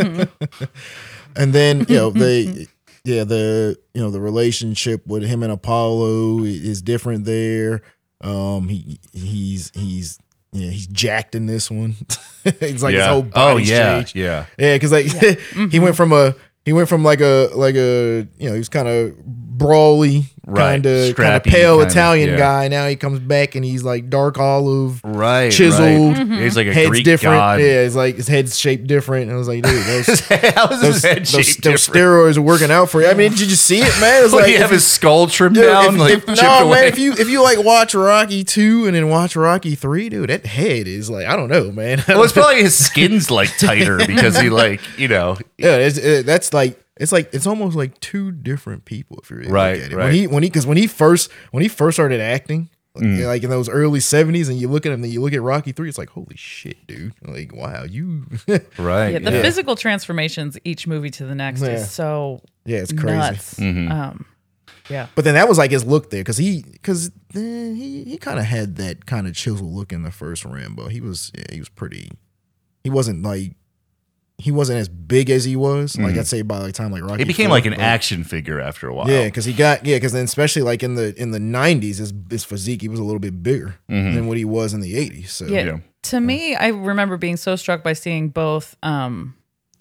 [SPEAKER 4] and then you know they yeah the you know the relationship with him and apollo i- is different there um he he's he's yeah he's jacked in this one it's like his
[SPEAKER 1] yeah.
[SPEAKER 4] whole
[SPEAKER 1] oh
[SPEAKER 4] body's
[SPEAKER 1] yeah,
[SPEAKER 4] changed.
[SPEAKER 1] yeah.
[SPEAKER 4] yeah because like he went from a he went from like a like a you know he was kind of brawly
[SPEAKER 1] Right.
[SPEAKER 4] kind of kind of
[SPEAKER 1] Scrappy,
[SPEAKER 4] pale
[SPEAKER 1] kinda,
[SPEAKER 4] italian
[SPEAKER 1] yeah.
[SPEAKER 4] guy now he comes back and he's like dark olive
[SPEAKER 1] Right.
[SPEAKER 4] Chiseled,
[SPEAKER 1] right. He's like a
[SPEAKER 4] head's
[SPEAKER 1] Greek
[SPEAKER 4] different
[SPEAKER 1] god.
[SPEAKER 4] yeah it's like his head's shaped different and i was like dude those
[SPEAKER 1] How is his
[SPEAKER 4] those,
[SPEAKER 1] head
[SPEAKER 4] those-
[SPEAKER 1] shaped
[SPEAKER 4] those
[SPEAKER 1] different?
[SPEAKER 4] steroids are working out for you. I mean, did you just see it, man? It's
[SPEAKER 1] Like,
[SPEAKER 4] like
[SPEAKER 1] he have
[SPEAKER 4] if-
[SPEAKER 1] his skull trimmed
[SPEAKER 4] dude,
[SPEAKER 1] down,
[SPEAKER 4] if-
[SPEAKER 1] like
[SPEAKER 4] if-
[SPEAKER 1] chipped
[SPEAKER 4] no,
[SPEAKER 1] away.
[SPEAKER 4] man. If you if you like watch Rocky two and then watch Rocky three, dude, that head is like I don't know, man.
[SPEAKER 1] well, it's probably his skin's like tighter because he like you know
[SPEAKER 4] yeah, it's, it, that's like It's like it's almost like two different people if you really
[SPEAKER 1] Right,
[SPEAKER 4] look at it.
[SPEAKER 1] right. Mm.
[SPEAKER 4] When he when he because when he first when he first started acting, like, like in those early seventies, and you look at him, then you look at Rocky Three, it's like holy shit, dude! Like wow, you yeah,
[SPEAKER 1] Right.
[SPEAKER 5] Yeah, the physical transformations each movie to the next
[SPEAKER 4] Yeah.
[SPEAKER 5] is so
[SPEAKER 4] it's crazy.
[SPEAKER 5] nuts.
[SPEAKER 1] Mm-hmm.
[SPEAKER 5] Um, yeah.
[SPEAKER 4] But then that was like his look there because he because he he kind of had that kind of chisel look in the first Rambo. He was yeah, he was pretty. He wasn't like he wasn't as big as he was. Like I'd say by the time like Rocky,
[SPEAKER 1] It Mm-hmm. became
[SPEAKER 4] four,
[SPEAKER 1] like an
[SPEAKER 4] but-
[SPEAKER 1] action figure after a while.
[SPEAKER 4] Yeah, because he got yeah, because then especially like in the in the nineties, his his physique he was a little bit bigger
[SPEAKER 1] Mm-hmm.
[SPEAKER 4] than what he was in the eighties. So
[SPEAKER 5] yeah.
[SPEAKER 1] Yeah.
[SPEAKER 5] To me, I remember being so struck by seeing both um,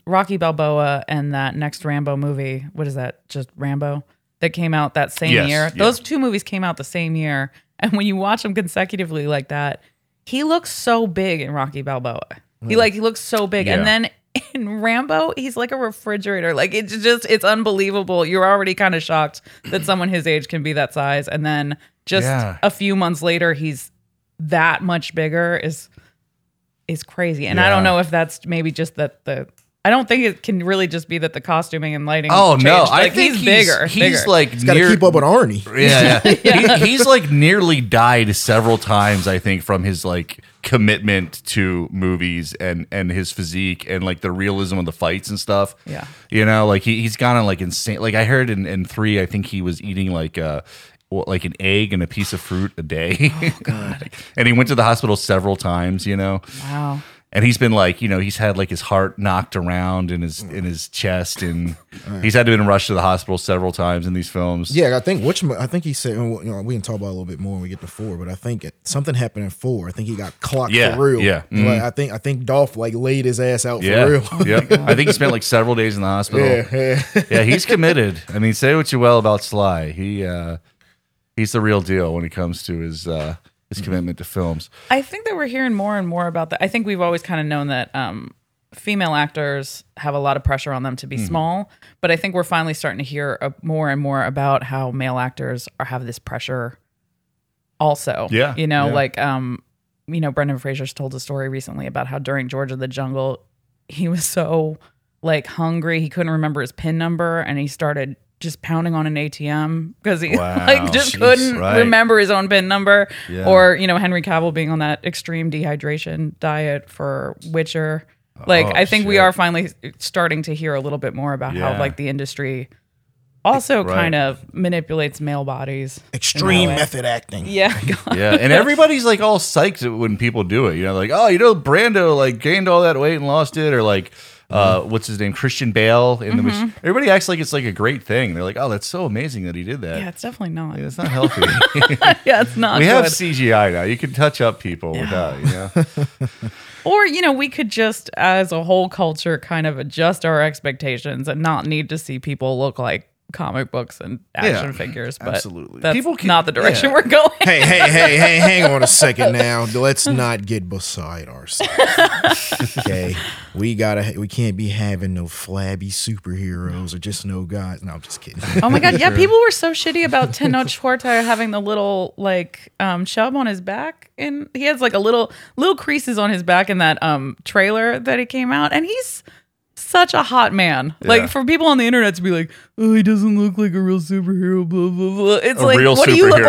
[SPEAKER 5] Rocky Balboa and that next Rambo movie. What is that? Just Rambo that came out that same
[SPEAKER 1] Yes,
[SPEAKER 5] year.
[SPEAKER 1] yeah.
[SPEAKER 5] Those two movies came out the same year, and when you watch them consecutively like that, he looks so big in Rocky Balboa. He like he looks so big,
[SPEAKER 1] Hmm. Yeah.
[SPEAKER 5] and then. In Rambo, he's like a refrigerator. Like it's just, it's unbelievable. You're already kind of shocked that someone his age can be that size, and then just
[SPEAKER 1] Yeah.
[SPEAKER 5] a few months later, he's that much bigger is is crazy. And I don't
[SPEAKER 1] Yeah.
[SPEAKER 5] know if that's maybe just that the I don't think it can really just be that the costuming and lighting.
[SPEAKER 1] Oh no!
[SPEAKER 5] changed.
[SPEAKER 1] I
[SPEAKER 5] Like,
[SPEAKER 1] think
[SPEAKER 5] he's bigger.
[SPEAKER 1] He's
[SPEAKER 5] bigger.
[SPEAKER 1] like
[SPEAKER 4] got to
[SPEAKER 1] near-
[SPEAKER 4] keep up with Arnie.
[SPEAKER 1] Yeah, yeah. He, he's like nearly died several times, I think, from his like commitment to movies and and his physique and like the realism of the fights and stuff.
[SPEAKER 5] Yeah.
[SPEAKER 1] you know, like he he's gone on like insane. Like I heard in, in three, I think he was eating like uh what, like an egg and a piece of fruit a day. Oh god! and he went to the hospital several times. You know.
[SPEAKER 5] wow.
[SPEAKER 1] And he's been like, you know, he's had like his heart knocked around in his in his chest, and he's had to been rushed to the hospital several times in these films.
[SPEAKER 4] Yeah, I think which I think he said you know, we can talk about it a little bit more when we get to four, but I think it, something happened in four. I think he got clocked
[SPEAKER 1] Yeah,
[SPEAKER 4] for real.
[SPEAKER 1] yeah. Mm-hmm.
[SPEAKER 4] like, I think I think Dolph like laid his ass out
[SPEAKER 1] Yeah.
[SPEAKER 4] for real.
[SPEAKER 1] yeah. I think he spent like several days in the hospital.
[SPEAKER 4] yeah,
[SPEAKER 1] Yeah.
[SPEAKER 4] yeah.
[SPEAKER 1] he's committed. I mean, say what you will about Sly. He uh he's the real deal when it comes to his uh
[SPEAKER 5] Mm-hmm.
[SPEAKER 1] his commitment to films.
[SPEAKER 5] I think that we're hearing more and more about that. I think we've always kind of known that um, female actors have a lot of pressure on them to be
[SPEAKER 1] Mm-hmm.
[SPEAKER 5] small, but I think we're finally starting to hear uh, more and more about how male actors are have this pressure. Also,
[SPEAKER 1] Yeah,
[SPEAKER 5] you know,
[SPEAKER 1] yeah.
[SPEAKER 5] like um, you know, Brendan Fraser's told a story recently about how during George of the Jungle, he was so like hungry he couldn't remember his pin number, and he started just pounding on an ATM because he
[SPEAKER 1] Wow,
[SPEAKER 5] like just
[SPEAKER 1] jeez,
[SPEAKER 5] couldn't
[SPEAKER 1] right.
[SPEAKER 5] remember remember his own pin number
[SPEAKER 1] Yeah.
[SPEAKER 5] or you know henry cavill being on that extreme dehydration diet for witcher like
[SPEAKER 1] Oh,
[SPEAKER 5] i think we
[SPEAKER 1] shit.
[SPEAKER 5] are finally starting to hear a little bit more about
[SPEAKER 1] Yeah.
[SPEAKER 5] how like the industry also
[SPEAKER 1] Right.
[SPEAKER 5] kind of manipulates male bodies
[SPEAKER 4] Extreme
[SPEAKER 5] Yeah.
[SPEAKER 4] method acting.
[SPEAKER 5] yeah God.
[SPEAKER 1] Yeah. And everybody's like all psyched when people do it. You know, like, oh, you know, Brando like gained all that weight and lost it, or like uh,
[SPEAKER 5] Mm-hmm.
[SPEAKER 1] what's his name? Christian Bale. In the mach- everybody acts like it's like a great thing. They're like, oh, that's so amazing that he did that.
[SPEAKER 5] yeah it's definitely not
[SPEAKER 1] It's not healthy.
[SPEAKER 5] yeah it's not
[SPEAKER 1] we have
[SPEAKER 5] good.
[SPEAKER 1] CGI now. You can touch up people without, you know.
[SPEAKER 5] or you know we could just as a whole culture kind of adjust our expectations and not need to see people look like comic books and action figures but
[SPEAKER 1] absolutely.
[SPEAKER 5] that's
[SPEAKER 1] People can-
[SPEAKER 5] not the direction
[SPEAKER 1] yeah.
[SPEAKER 5] we're going
[SPEAKER 4] Hey, hey, hey, hey, hang on a second now. Let's not get beside ourselves. Okay. We gotta we can't be having no flabby superheroes or just no guys. No, I'm just kidding.
[SPEAKER 5] Oh my god, yeah, people were so shitty about Tenoch Huerta having the little like um chub on his back and he has like a little little creases on his back in that um trailer that it came out and he's such a hot man.
[SPEAKER 1] Yeah.
[SPEAKER 5] Like for people on the internet to be like, "Oh, he doesn't look like a real superhero." Blah blah blah. It's
[SPEAKER 1] A
[SPEAKER 5] like,
[SPEAKER 1] real
[SPEAKER 5] what do you look
[SPEAKER 1] superhero.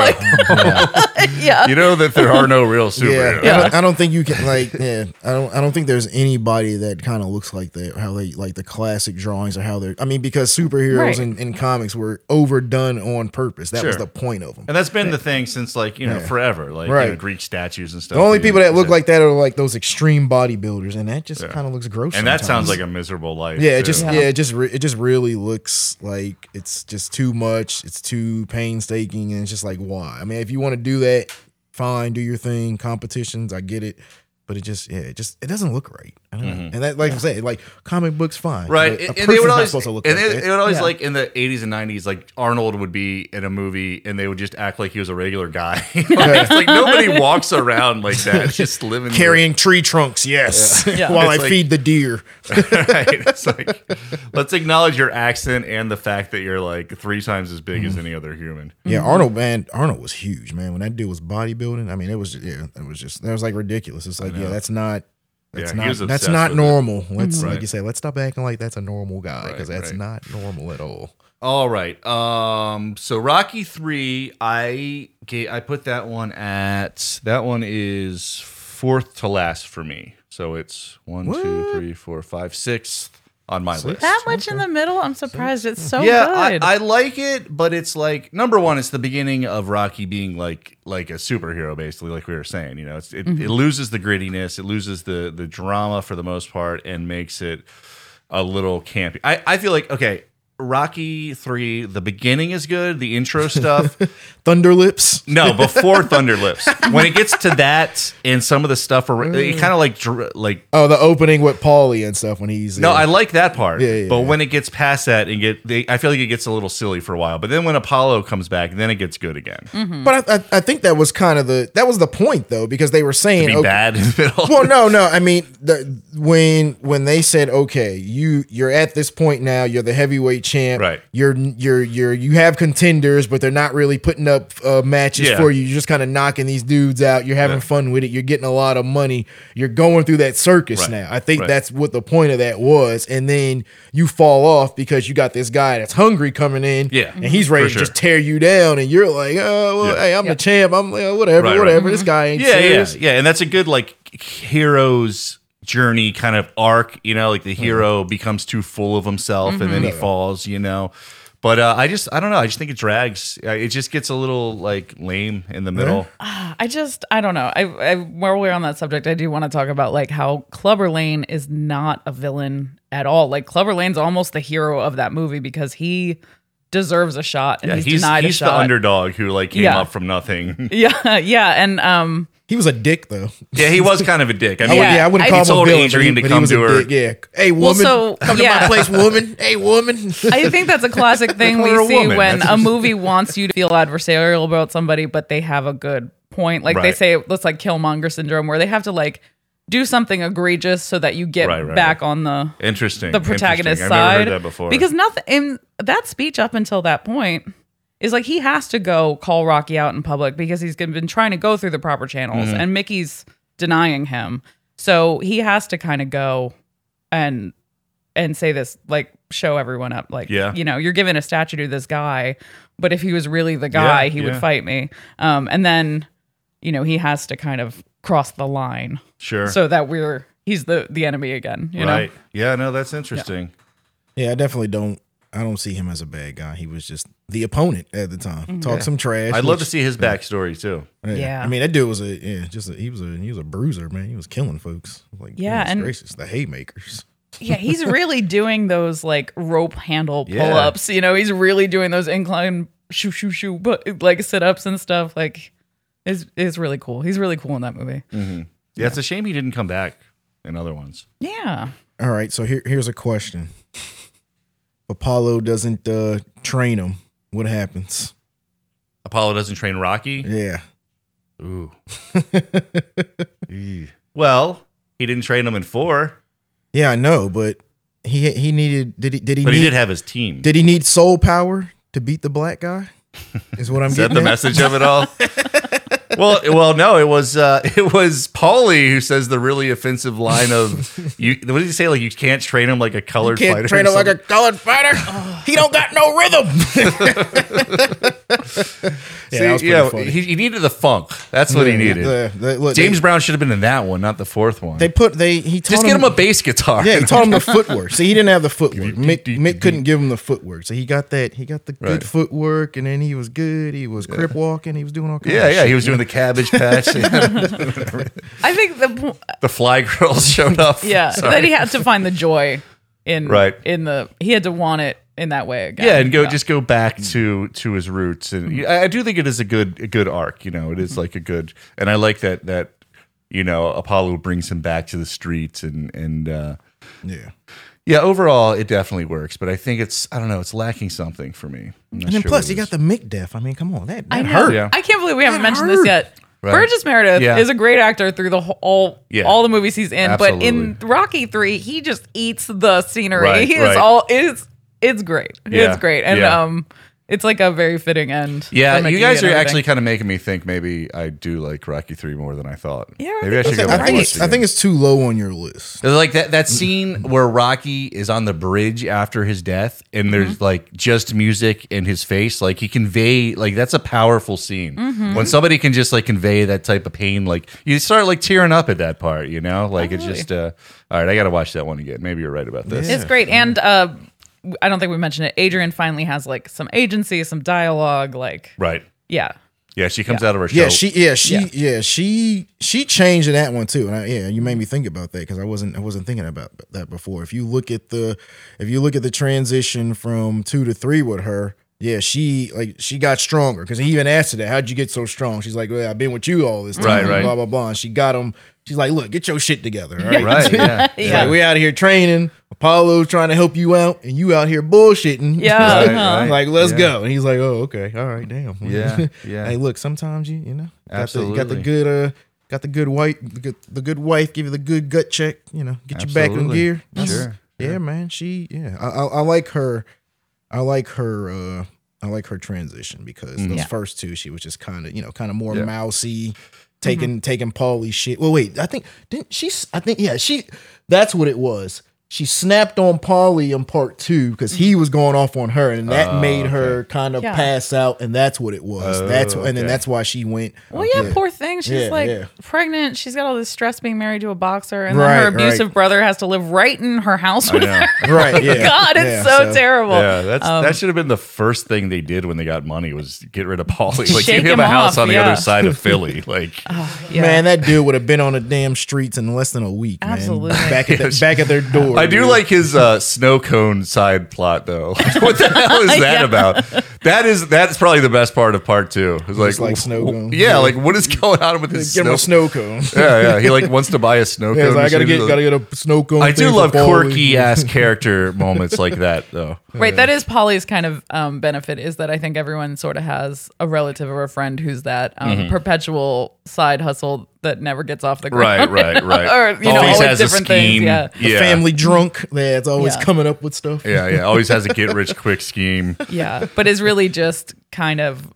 [SPEAKER 5] like? yeah,
[SPEAKER 1] you know that there are no real
[SPEAKER 4] Yeah,
[SPEAKER 1] superheroes.
[SPEAKER 4] I, don't, I don't think you can like. Yeah, I don't. I don't think there's anybody that kind of looks like that. How they like the classic drawings or how they're. I mean, because superheroes
[SPEAKER 5] Right.
[SPEAKER 4] in, in comics were overdone on purpose. That was
[SPEAKER 1] Sure.
[SPEAKER 4] the point of them.
[SPEAKER 1] And that's been the thing since like, you know, forever. Like you know,
[SPEAKER 4] Right.
[SPEAKER 1] Greek statues and stuff.
[SPEAKER 4] The only
[SPEAKER 1] you
[SPEAKER 4] people
[SPEAKER 1] know,
[SPEAKER 4] that look
[SPEAKER 1] it.
[SPEAKER 4] like that are like those extreme bodybuilders, and that just kind of looks gross.
[SPEAKER 1] And that
[SPEAKER 4] sometimes.
[SPEAKER 1] sounds like a miserable life.
[SPEAKER 4] Yeah,
[SPEAKER 1] too.
[SPEAKER 4] it just yeah, it just re- it just really looks like it's just too much. It's too painstaking, and it's just like why? I mean, if you want to do that, fine, do your thing. Competitions, I get it, but it just yeah, it just it doesn't look right. I don't know. And that, like I'm saying, like comic books, fine,
[SPEAKER 1] Mm-hmm. Right,
[SPEAKER 4] but a
[SPEAKER 1] and, and they
[SPEAKER 4] person's
[SPEAKER 1] would
[SPEAKER 4] not
[SPEAKER 1] always,
[SPEAKER 4] supposed to look
[SPEAKER 1] and
[SPEAKER 4] like
[SPEAKER 1] it,
[SPEAKER 4] that.
[SPEAKER 1] it would always
[SPEAKER 5] Yeah.
[SPEAKER 1] like in the '80s and '90s, like Arnold would be in a movie, and they would just act like he was a regular guy. like, it's like nobody walks around like that, just living
[SPEAKER 4] Carrying tree trunks, yes,
[SPEAKER 5] Yeah.
[SPEAKER 4] while
[SPEAKER 1] It's
[SPEAKER 4] I
[SPEAKER 1] like-
[SPEAKER 4] feed the deer.
[SPEAKER 1] right? It's like let's acknowledge your accent and the fact that you're like three times as big as
[SPEAKER 4] Mm-hmm.
[SPEAKER 1] any other human.
[SPEAKER 4] Yeah, Arnold man, Arnold was huge, man. When that dude was bodybuilding, I mean, it was yeah, it was just that was like ridiculous. It's like yeah, that's not. That's
[SPEAKER 1] Yeah, he was
[SPEAKER 4] not that's
[SPEAKER 1] obsessed
[SPEAKER 4] not
[SPEAKER 1] with it. Mm-hmm.
[SPEAKER 4] normal. Let's like
[SPEAKER 1] Right.
[SPEAKER 4] you say, let's stop acting like that's a normal guy because
[SPEAKER 1] Right,
[SPEAKER 4] that's
[SPEAKER 1] right.
[SPEAKER 4] not normal at all.
[SPEAKER 1] All right. Um. So Rocky three, I ga- I put that one at that one is fourth to last for me. So it's one, two, three, four, five, sixth on my list.
[SPEAKER 5] That much in the middle, I'm surprised. It's so
[SPEAKER 1] yeah,
[SPEAKER 5] good.
[SPEAKER 1] I, I like it, but it's like number one, it's the beginning of Rocky being like like a superhero, basically, like we were saying. You know, it's, it,
[SPEAKER 5] Mm-hmm.
[SPEAKER 1] it loses the grittiness, it loses the the drama for the most part, and makes it a little campy. I, I feel like okay, Rocky three, the beginning is good, the intro stuff.
[SPEAKER 4] Thunder lips.
[SPEAKER 1] No, before Thunder Lips. When it gets to that and some of the stuff, ar- it kind of like dr- like
[SPEAKER 4] Oh, the opening with Paulie and stuff when he's
[SPEAKER 1] no,
[SPEAKER 4] uh,
[SPEAKER 1] I like that part.
[SPEAKER 4] Yeah, yeah,
[SPEAKER 1] but
[SPEAKER 4] yeah.
[SPEAKER 1] when it gets past that and get, they, I feel like it gets a little silly for a while. But then when Apollo comes back, then it gets good again.
[SPEAKER 5] Mm-hmm.
[SPEAKER 4] But I, I, I think that was kind of the that was the point though because they were saying
[SPEAKER 1] Be
[SPEAKER 4] okay-
[SPEAKER 1] bad in the middle.
[SPEAKER 4] Well, no, no. I mean, the, when when they said, "Okay, you you're at this point now. You're the heavyweight champ.
[SPEAKER 1] Right.
[SPEAKER 4] You're you're you're you have contenders, but they're not really putting up uh, matches
[SPEAKER 1] Yeah.
[SPEAKER 4] for you. You're just kind of knocking these dudes out. You're having fun with it. You're getting a lot of money. You're going through that circus
[SPEAKER 1] Right.
[SPEAKER 4] now. I think
[SPEAKER 1] Right.
[SPEAKER 4] that's what the point of that was. And then you fall off because you got this guy that's hungry coming in.
[SPEAKER 1] Yeah.
[SPEAKER 4] and he's ready
[SPEAKER 1] For
[SPEAKER 4] to
[SPEAKER 1] sure.
[SPEAKER 4] just tear you down, and you're like, "Oh, well,
[SPEAKER 1] Yeah.
[SPEAKER 4] hey, I'm the champ. I'm uh, whatever,
[SPEAKER 1] Right, right.
[SPEAKER 4] whatever. This guy ain't
[SPEAKER 1] yeah, yeah,
[SPEAKER 4] serious."
[SPEAKER 1] yeah. And that's a good like hero's journey kind of arc. You know, like
[SPEAKER 4] Mm-hmm.
[SPEAKER 1] the hero becomes too full of himself and then he falls. You know. But uh, I just I don't know I just think it drags Uh, it just gets a little like lame in the middle
[SPEAKER 5] I just I don't know. I, I while we're on that subject, I do want to talk about like how Clubber Lane is not a villain at all. Like Clubber Lane's almost the hero of that movie because he deserves a shot and
[SPEAKER 1] yeah,
[SPEAKER 5] he's,
[SPEAKER 1] he's
[SPEAKER 5] denied
[SPEAKER 1] he's
[SPEAKER 5] a
[SPEAKER 1] the
[SPEAKER 5] shot.
[SPEAKER 1] underdog who like came
[SPEAKER 5] Yeah.
[SPEAKER 1] up from nothing
[SPEAKER 5] yeah, yeah, and um,
[SPEAKER 4] He was a dick though.
[SPEAKER 1] yeah he was kind of a dick I mean
[SPEAKER 4] I would, Oh, yeah, I wouldn't
[SPEAKER 5] I-
[SPEAKER 4] call
[SPEAKER 5] He
[SPEAKER 4] him
[SPEAKER 1] told
[SPEAKER 4] a villain,
[SPEAKER 1] Adrian
[SPEAKER 4] but
[SPEAKER 1] to
[SPEAKER 4] he- but he
[SPEAKER 1] come
[SPEAKER 4] was
[SPEAKER 1] to
[SPEAKER 4] a
[SPEAKER 1] her.
[SPEAKER 4] dick, yeah. Hey, woman,
[SPEAKER 5] so,
[SPEAKER 4] come to
[SPEAKER 5] yeah.
[SPEAKER 4] my place, woman. Hey, woman.
[SPEAKER 5] I think that's a classic thing we
[SPEAKER 1] Or a
[SPEAKER 5] see
[SPEAKER 1] woman.
[SPEAKER 5] when
[SPEAKER 1] That's-
[SPEAKER 5] a movie wants you to feel adversarial about somebody, but they have a good point. Like they
[SPEAKER 1] Right.
[SPEAKER 5] say, it's like Killmonger syndrome, where they have to like do something egregious so that you get
[SPEAKER 1] Right, right,
[SPEAKER 5] back on the
[SPEAKER 1] Interesting.
[SPEAKER 5] the protagonist's
[SPEAKER 1] Interesting. I've
[SPEAKER 5] side.
[SPEAKER 1] never heard that before.
[SPEAKER 5] Because nothing in that speech up until that point is like he has to go call Rocky out in public because he's been trying to go through the proper channels
[SPEAKER 1] Mm-hmm.
[SPEAKER 5] and Mickey's denying him. So he has to kind of go and and say this like show everyone up like
[SPEAKER 1] Yeah.
[SPEAKER 5] you know you're giving a statue to this guy but if he was really the guy he would
[SPEAKER 1] yeah.
[SPEAKER 5] fight me um and then you know he has to kind of cross the line
[SPEAKER 1] sure.
[SPEAKER 5] so that we're he's the the enemy again you know
[SPEAKER 1] right. Yeah, no, that's interesting.
[SPEAKER 6] Yeah, I definitely don't. I don't see him as a bad guy. He was just the opponent at the time. Talk some trash.
[SPEAKER 1] I'd love to
[SPEAKER 6] which-
[SPEAKER 1] see his backstory too.
[SPEAKER 5] Mm-hmm. Yeah.
[SPEAKER 6] I mean, that dude was a yeah, just a, he was a he was a bruiser, man. He was killing folks. Like
[SPEAKER 5] Yeah,
[SPEAKER 6] goodness
[SPEAKER 5] and-
[SPEAKER 6] gracious, the haymakers.
[SPEAKER 5] Yeah, he's really doing those like rope handle pull
[SPEAKER 1] Yeah.
[SPEAKER 5] ups. You know, he's really doing those incline shoo shoo shoo but like sit ups and stuff. Like, is is really cool. He's really cool in that movie.
[SPEAKER 1] Yeah, it's a shame he didn't come back in other ones.
[SPEAKER 5] Yeah,
[SPEAKER 6] All right, so here here's a question. Apollo doesn't uh, train him. What happens?
[SPEAKER 1] Apollo doesn't train Rocky.
[SPEAKER 6] Yeah,
[SPEAKER 1] Ooh. Eeh. well, he didn't train him in four,
[SPEAKER 6] yeah, I know, but he he needed did he did he
[SPEAKER 1] but
[SPEAKER 6] need,
[SPEAKER 1] he did have his team.
[SPEAKER 6] did he need soul power to beat the black guy? Is what I'm
[SPEAKER 1] Is that
[SPEAKER 6] getting.
[SPEAKER 1] the
[SPEAKER 6] at?
[SPEAKER 1] message of it all? well, well, no, it was uh, it was Paulie who says the really offensive line of you. What did he say? Like you can't train him like a colored
[SPEAKER 4] Can't
[SPEAKER 1] fighter. or
[SPEAKER 4] train him like
[SPEAKER 1] something?
[SPEAKER 4] a colored fighter. he don't got no rhythm.
[SPEAKER 1] See,
[SPEAKER 6] that was pretty
[SPEAKER 1] yeah,
[SPEAKER 6] funny.
[SPEAKER 1] he, he needed the funk. That's what he needed.
[SPEAKER 6] The- the- look,
[SPEAKER 1] James
[SPEAKER 6] they,
[SPEAKER 1] Brown should have been in that one, not the fourth one.
[SPEAKER 6] they put they he taught
[SPEAKER 1] Just get him a bass guitar.
[SPEAKER 6] Yeah, he taught him the footwork. See, he didn't have the footwork. Mick, Mick couldn't give him the footwork, so he got that. He got the good
[SPEAKER 1] Right.
[SPEAKER 6] footwork, and then he was good. He was crip walking. He was doing all kinds.
[SPEAKER 1] yeah,
[SPEAKER 6] of
[SPEAKER 1] yeah.
[SPEAKER 6] shit.
[SPEAKER 1] He was doing the Cabbage Patch.
[SPEAKER 5] I think the po-
[SPEAKER 1] the Fly Girls showed up.
[SPEAKER 5] yeah
[SPEAKER 1] Sorry.
[SPEAKER 5] that he had to find the joy in
[SPEAKER 1] Right.
[SPEAKER 5] in the he had to want it in that way again.
[SPEAKER 1] yeah, and go just go back to to his roots, and
[SPEAKER 6] Mm-hmm.
[SPEAKER 1] I, I do think it is a good a good arc. You know, it is like a good, and I like that that you know Apollo brings him back to the streets, and and uh,
[SPEAKER 6] yeah.
[SPEAKER 1] yeah, overall it definitely works. But I think it's I don't know, it's lacking something for me. I'm not
[SPEAKER 6] And then
[SPEAKER 1] sure
[SPEAKER 6] plus,
[SPEAKER 1] what
[SPEAKER 6] he
[SPEAKER 1] it
[SPEAKER 6] got
[SPEAKER 1] is.
[SPEAKER 6] the Mick death. I mean, come on, that, that
[SPEAKER 5] I know.
[SPEAKER 6] hurt.
[SPEAKER 1] Yeah.
[SPEAKER 5] I can't believe we haven't
[SPEAKER 6] That
[SPEAKER 5] mentioned
[SPEAKER 6] hurt.
[SPEAKER 5] this yet.
[SPEAKER 1] Right.
[SPEAKER 5] Burgess Meredith
[SPEAKER 1] Yeah.
[SPEAKER 5] is a great actor through the whole
[SPEAKER 1] Yeah.
[SPEAKER 5] all the movies he's in, but in
[SPEAKER 1] Absolutely.
[SPEAKER 5] Rocky 3 he just eats the scenery.
[SPEAKER 1] Right,
[SPEAKER 5] he is
[SPEAKER 1] right.
[SPEAKER 5] all it's it's great.
[SPEAKER 1] Yeah,
[SPEAKER 5] It's great. And
[SPEAKER 1] yeah.
[SPEAKER 5] um It's like a very fitting end. for
[SPEAKER 1] Yeah,
[SPEAKER 5] Mickey
[SPEAKER 1] you guys
[SPEAKER 5] and
[SPEAKER 1] are
[SPEAKER 5] everything.
[SPEAKER 1] actually kind of making me think maybe I do like Rocky Three more than I thought.
[SPEAKER 5] Yeah, I
[SPEAKER 1] maybe I
[SPEAKER 5] think
[SPEAKER 1] should go back
[SPEAKER 5] that's
[SPEAKER 4] I
[SPEAKER 1] and
[SPEAKER 4] think
[SPEAKER 1] watch
[SPEAKER 4] it's,
[SPEAKER 1] it
[SPEAKER 4] I
[SPEAKER 1] again.
[SPEAKER 4] think it's too low on your list.
[SPEAKER 1] Like that that scene where Rocky is on the bridge after his death,
[SPEAKER 5] Mm-hmm.
[SPEAKER 1] and there's like just music in his face. Like he convey like that's a powerful scene
[SPEAKER 5] Mm-hmm.
[SPEAKER 1] when somebody can just like convey that type of pain. Like you start like tearing up at that part, you know. Like it's just uh, all right. I got to watch that one again. Maybe you're right about this.
[SPEAKER 5] It's great. And uh, I don't think we mentioned it. Adrian finally has like some agency, some dialogue. Like,
[SPEAKER 1] Right?
[SPEAKER 5] yeah.
[SPEAKER 1] Yeah, she comes out of her show.
[SPEAKER 4] Yeah, she, yeah, she, yeah, she, she changed in that one too. And I, yeah, you made me think about that because I wasn't, I wasn't thinking about that before. If you look at the, if you look at the transition from two to three with her, yeah, she like she got stronger because he even asked her that, "How'd you get so strong?" She's like, "Well, I've been with you all this time."
[SPEAKER 1] Right, right.
[SPEAKER 4] Blah blah blah. And she got him. She's like, "Look, get your shit together." All right,
[SPEAKER 1] right? Yeah,
[SPEAKER 5] Yeah.
[SPEAKER 4] Like, we out here training. Apollo's trying to help you out, and you out here bullshitting.
[SPEAKER 5] Yeah.
[SPEAKER 1] Right,
[SPEAKER 5] Uh-huh.
[SPEAKER 1] right.
[SPEAKER 4] Like, let's
[SPEAKER 1] Yeah.
[SPEAKER 4] go. And he's like, oh, okay. All right, damn.
[SPEAKER 1] Yeah, yeah.
[SPEAKER 4] hey, look, sometimes you, you know, got the, got the
[SPEAKER 1] Absolutely.
[SPEAKER 4] good, uh, got the good white, the good, the good wife, give you the good gut check, you know, get you back in
[SPEAKER 1] Absolutely.
[SPEAKER 4] gear.
[SPEAKER 1] Sure,
[SPEAKER 4] Yeah, man. She, yeah. I, I, I like her. I like her, uh, I like her transition because those
[SPEAKER 5] Mm-hmm. Yeah. Mm-hmm.
[SPEAKER 4] first two, she was just kind of, you know, kind of more
[SPEAKER 1] Yeah.
[SPEAKER 4] mousy, taking taking Paulie's shit. Well, wait, I think didn't she? s- I think yeah, she. That's what it was. She snapped on Paulie in part two because he was going off on her, and that
[SPEAKER 1] Oh,
[SPEAKER 4] made her kind of
[SPEAKER 5] Yeah.
[SPEAKER 4] pass out. And that's what it was. that's and then
[SPEAKER 1] okay.
[SPEAKER 4] that's why she went.
[SPEAKER 5] Well, yeah, poor thing. She's
[SPEAKER 4] Oh, Yeah,
[SPEAKER 5] like
[SPEAKER 4] yeah.
[SPEAKER 5] pregnant. She's got all this stress being married to a boxer, and
[SPEAKER 4] Right,
[SPEAKER 5] then her
[SPEAKER 4] right.
[SPEAKER 5] abusive brother has to live right in her house with
[SPEAKER 1] know.
[SPEAKER 5] her.
[SPEAKER 4] Right? Yeah.
[SPEAKER 5] God, it's
[SPEAKER 4] Yeah,
[SPEAKER 5] so, terrible.
[SPEAKER 1] Yeah, that's
[SPEAKER 5] um,
[SPEAKER 1] that should have been the first thing they did when they got money was get rid of Paulie. Like
[SPEAKER 5] Shake
[SPEAKER 1] give him
[SPEAKER 5] him
[SPEAKER 1] a house
[SPEAKER 5] off,
[SPEAKER 1] on the
[SPEAKER 5] yeah.
[SPEAKER 1] other side of Philly. Like
[SPEAKER 5] Yeah.
[SPEAKER 4] Man, that dude would have been on the damn streets in less than a week. man.
[SPEAKER 5] Absolutely.
[SPEAKER 4] Back at the, back at their door.
[SPEAKER 1] I do
[SPEAKER 4] dude.
[SPEAKER 1] like his uh, snow cone side plot though. what the hell is that
[SPEAKER 5] Yeah.
[SPEAKER 1] about? That is that's probably the best part of part two. It's like,
[SPEAKER 4] like snow
[SPEAKER 1] w-
[SPEAKER 4] cone.
[SPEAKER 1] Yeah, like what is going on with his
[SPEAKER 4] Get him
[SPEAKER 1] snow?
[SPEAKER 4] a snow cone.
[SPEAKER 1] yeah, yeah. He like wants to buy a snow cone.
[SPEAKER 4] Yeah, it's like, I gotta
[SPEAKER 1] machine. He's
[SPEAKER 4] get
[SPEAKER 1] like-
[SPEAKER 4] gotta get a snow cone.
[SPEAKER 1] I do
[SPEAKER 4] thing for
[SPEAKER 1] love
[SPEAKER 4] Paulie.
[SPEAKER 1] quirky ass character moments like that though.
[SPEAKER 5] Right, that is Polly's kind of um, benefit is that I think everyone sort of has a relative or a friend who's that um,
[SPEAKER 1] Mm-hmm.
[SPEAKER 5] perpetual side hustle that never gets off the
[SPEAKER 1] Right,
[SPEAKER 5] ground.
[SPEAKER 1] right, right.
[SPEAKER 5] Or, you know,
[SPEAKER 1] Always
[SPEAKER 5] all
[SPEAKER 1] has
[SPEAKER 5] these
[SPEAKER 1] a
[SPEAKER 5] different things.
[SPEAKER 1] scheme.
[SPEAKER 5] Yeah.
[SPEAKER 4] The
[SPEAKER 1] Yeah.
[SPEAKER 4] family drunk that's always
[SPEAKER 5] Yeah.
[SPEAKER 4] coming up with stuff.
[SPEAKER 1] Yeah, yeah. Always has a get rich quick scheme.
[SPEAKER 5] Yeah. But is really just kind of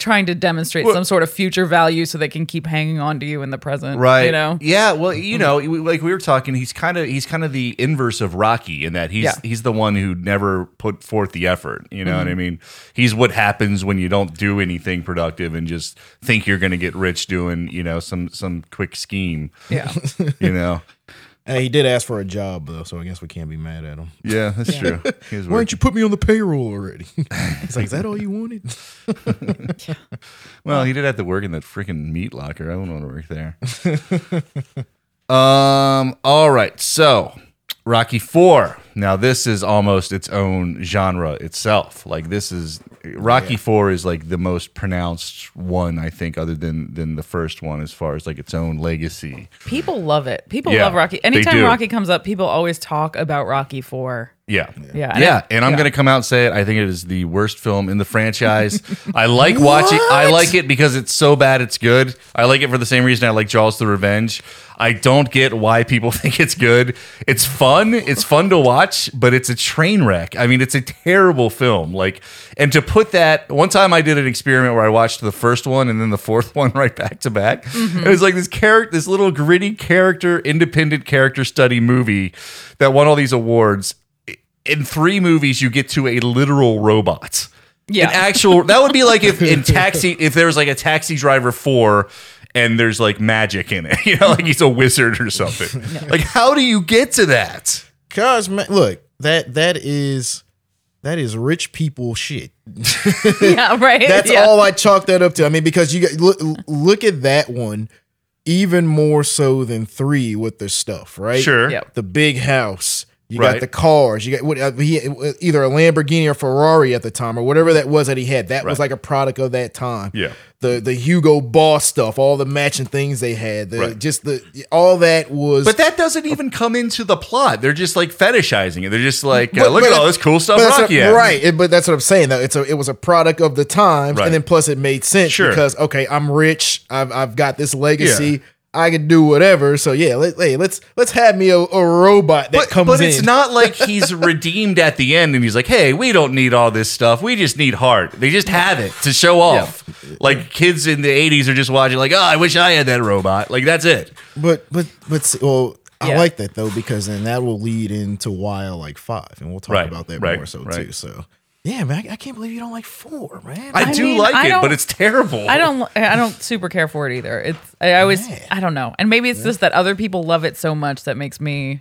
[SPEAKER 5] trying to demonstrate some sort of future value so they can keep hanging on to you in the present.
[SPEAKER 1] right
[SPEAKER 5] You know? Mm-hmm.
[SPEAKER 1] yeah well you know we- like we were talking he's kind of he's kind of the inverse of rocky in that he's
[SPEAKER 5] Yeah.
[SPEAKER 1] he's the one who never put forth the effort you know what
[SPEAKER 5] Mm-hmm.
[SPEAKER 1] i mean he's what happens when you don't do anything productive and just think you're going to get rich doing you know some some quick scheme
[SPEAKER 5] Yeah.
[SPEAKER 1] you know
[SPEAKER 4] Hey, he did ask for a job though, so I guess we can't be mad at him.
[SPEAKER 1] yeah that's true He is
[SPEAKER 4] Why
[SPEAKER 1] weird.
[SPEAKER 4] didn't you put me on the payroll already? He's like, is that all you wanted?
[SPEAKER 1] well he did have to work in that freaking meat locker i don't want to work there um all right so Rocky Four. Now this is almost its own genre itself. Like this is Rocky Four is like the most pronounced one I think, other than than the first one as far as like its own legacy.
[SPEAKER 5] People love it. People
[SPEAKER 1] Yeah,
[SPEAKER 5] love Rocky.
[SPEAKER 1] they
[SPEAKER 5] Anytime
[SPEAKER 1] do.
[SPEAKER 5] Rocky comes up, people always talk about Rocky 4.
[SPEAKER 1] Yeah,
[SPEAKER 5] Yeah,
[SPEAKER 1] yeah.
[SPEAKER 5] and I-
[SPEAKER 1] and I'm gonna come out and say it. I think it is the worst film in the franchise. I like watching. I like it because it's so bad it's good. I like it for the same reason I like Jaws: The Revenge. I don't get why people think it's good. It's fun. It's fun to watch, but it's a train wreck. I mean, it's a terrible film. Like, and to put that one time, I did an experiment where I watched the first one and then the fourth one right back to back.
[SPEAKER 5] Mm-hmm.
[SPEAKER 1] It was like this character, this little gritty character, independent character study movie that won all these awards in three movies you get to a literal robot.
[SPEAKER 5] Yeah.
[SPEAKER 1] An actual that would be like if in taxi if there was like a taxi driver four and there's like magic in it. You know, like he's a wizard or something. Like how do you get to that?
[SPEAKER 4] Cause man, look, that that is that is rich people shit.
[SPEAKER 5] yeah, right.
[SPEAKER 4] That's
[SPEAKER 5] yeah.
[SPEAKER 4] all I chalk that up to. I mean, because you got, look look at that one even more so than three with their stuff, right?
[SPEAKER 1] Sure.
[SPEAKER 5] Yeah.
[SPEAKER 4] the big house. You
[SPEAKER 1] Right.
[SPEAKER 4] got the cars. You got what uh, he either a Lamborghini or Ferrari at the time or whatever that was that he had. That was
[SPEAKER 1] Right.
[SPEAKER 4] like a product of that time.
[SPEAKER 1] Yeah.
[SPEAKER 4] The the Hugo Boss stuff, all the matching things they had. The,
[SPEAKER 1] Right.
[SPEAKER 4] Just the all that was.
[SPEAKER 1] But that doesn't even come into the plot. They're just like fetishizing it. They're just like, uh,
[SPEAKER 4] But-
[SPEAKER 1] look
[SPEAKER 4] but
[SPEAKER 1] at all
[SPEAKER 4] that-
[SPEAKER 1] this cool
[SPEAKER 4] but
[SPEAKER 1] stuff
[SPEAKER 4] that's
[SPEAKER 1] Rocky
[SPEAKER 4] what-
[SPEAKER 1] has.
[SPEAKER 4] right? it- but that's what I'm saying. Though it's a it was a product of the times,
[SPEAKER 1] Right.
[SPEAKER 4] and then plus it made sense
[SPEAKER 1] Sure.
[SPEAKER 4] because okay, I'm rich. I've I've got this legacy.
[SPEAKER 1] Yeah.
[SPEAKER 4] I could do whatever. So yeah, let, hey, let's let's have me a, a robot that
[SPEAKER 1] But,
[SPEAKER 4] comes
[SPEAKER 1] but
[SPEAKER 4] in.
[SPEAKER 1] it's not like he's redeemed at the end and he's like, hey, we don't need all this stuff. We just need heart. They just have it to show off. Like kids in the 80s are just watching, like, oh, I wish I had that robot. Like, that's it.
[SPEAKER 6] But but but see, well, I
[SPEAKER 5] Yeah.
[SPEAKER 6] like that though because then that will lead into why I like five, and we'll talk
[SPEAKER 1] Right,
[SPEAKER 6] about that
[SPEAKER 1] right,
[SPEAKER 6] more so
[SPEAKER 1] right.
[SPEAKER 6] too. So yeah, man, I, I can't believe you don't like four, man.
[SPEAKER 1] I,
[SPEAKER 5] I
[SPEAKER 1] do
[SPEAKER 5] mean,
[SPEAKER 1] like
[SPEAKER 5] I
[SPEAKER 1] it, but
[SPEAKER 5] don't-
[SPEAKER 1] it's terrible.
[SPEAKER 5] I don't. I don't super care for it either. It's. I always. I don't know. And maybe it's just that other people love it so much that makes me,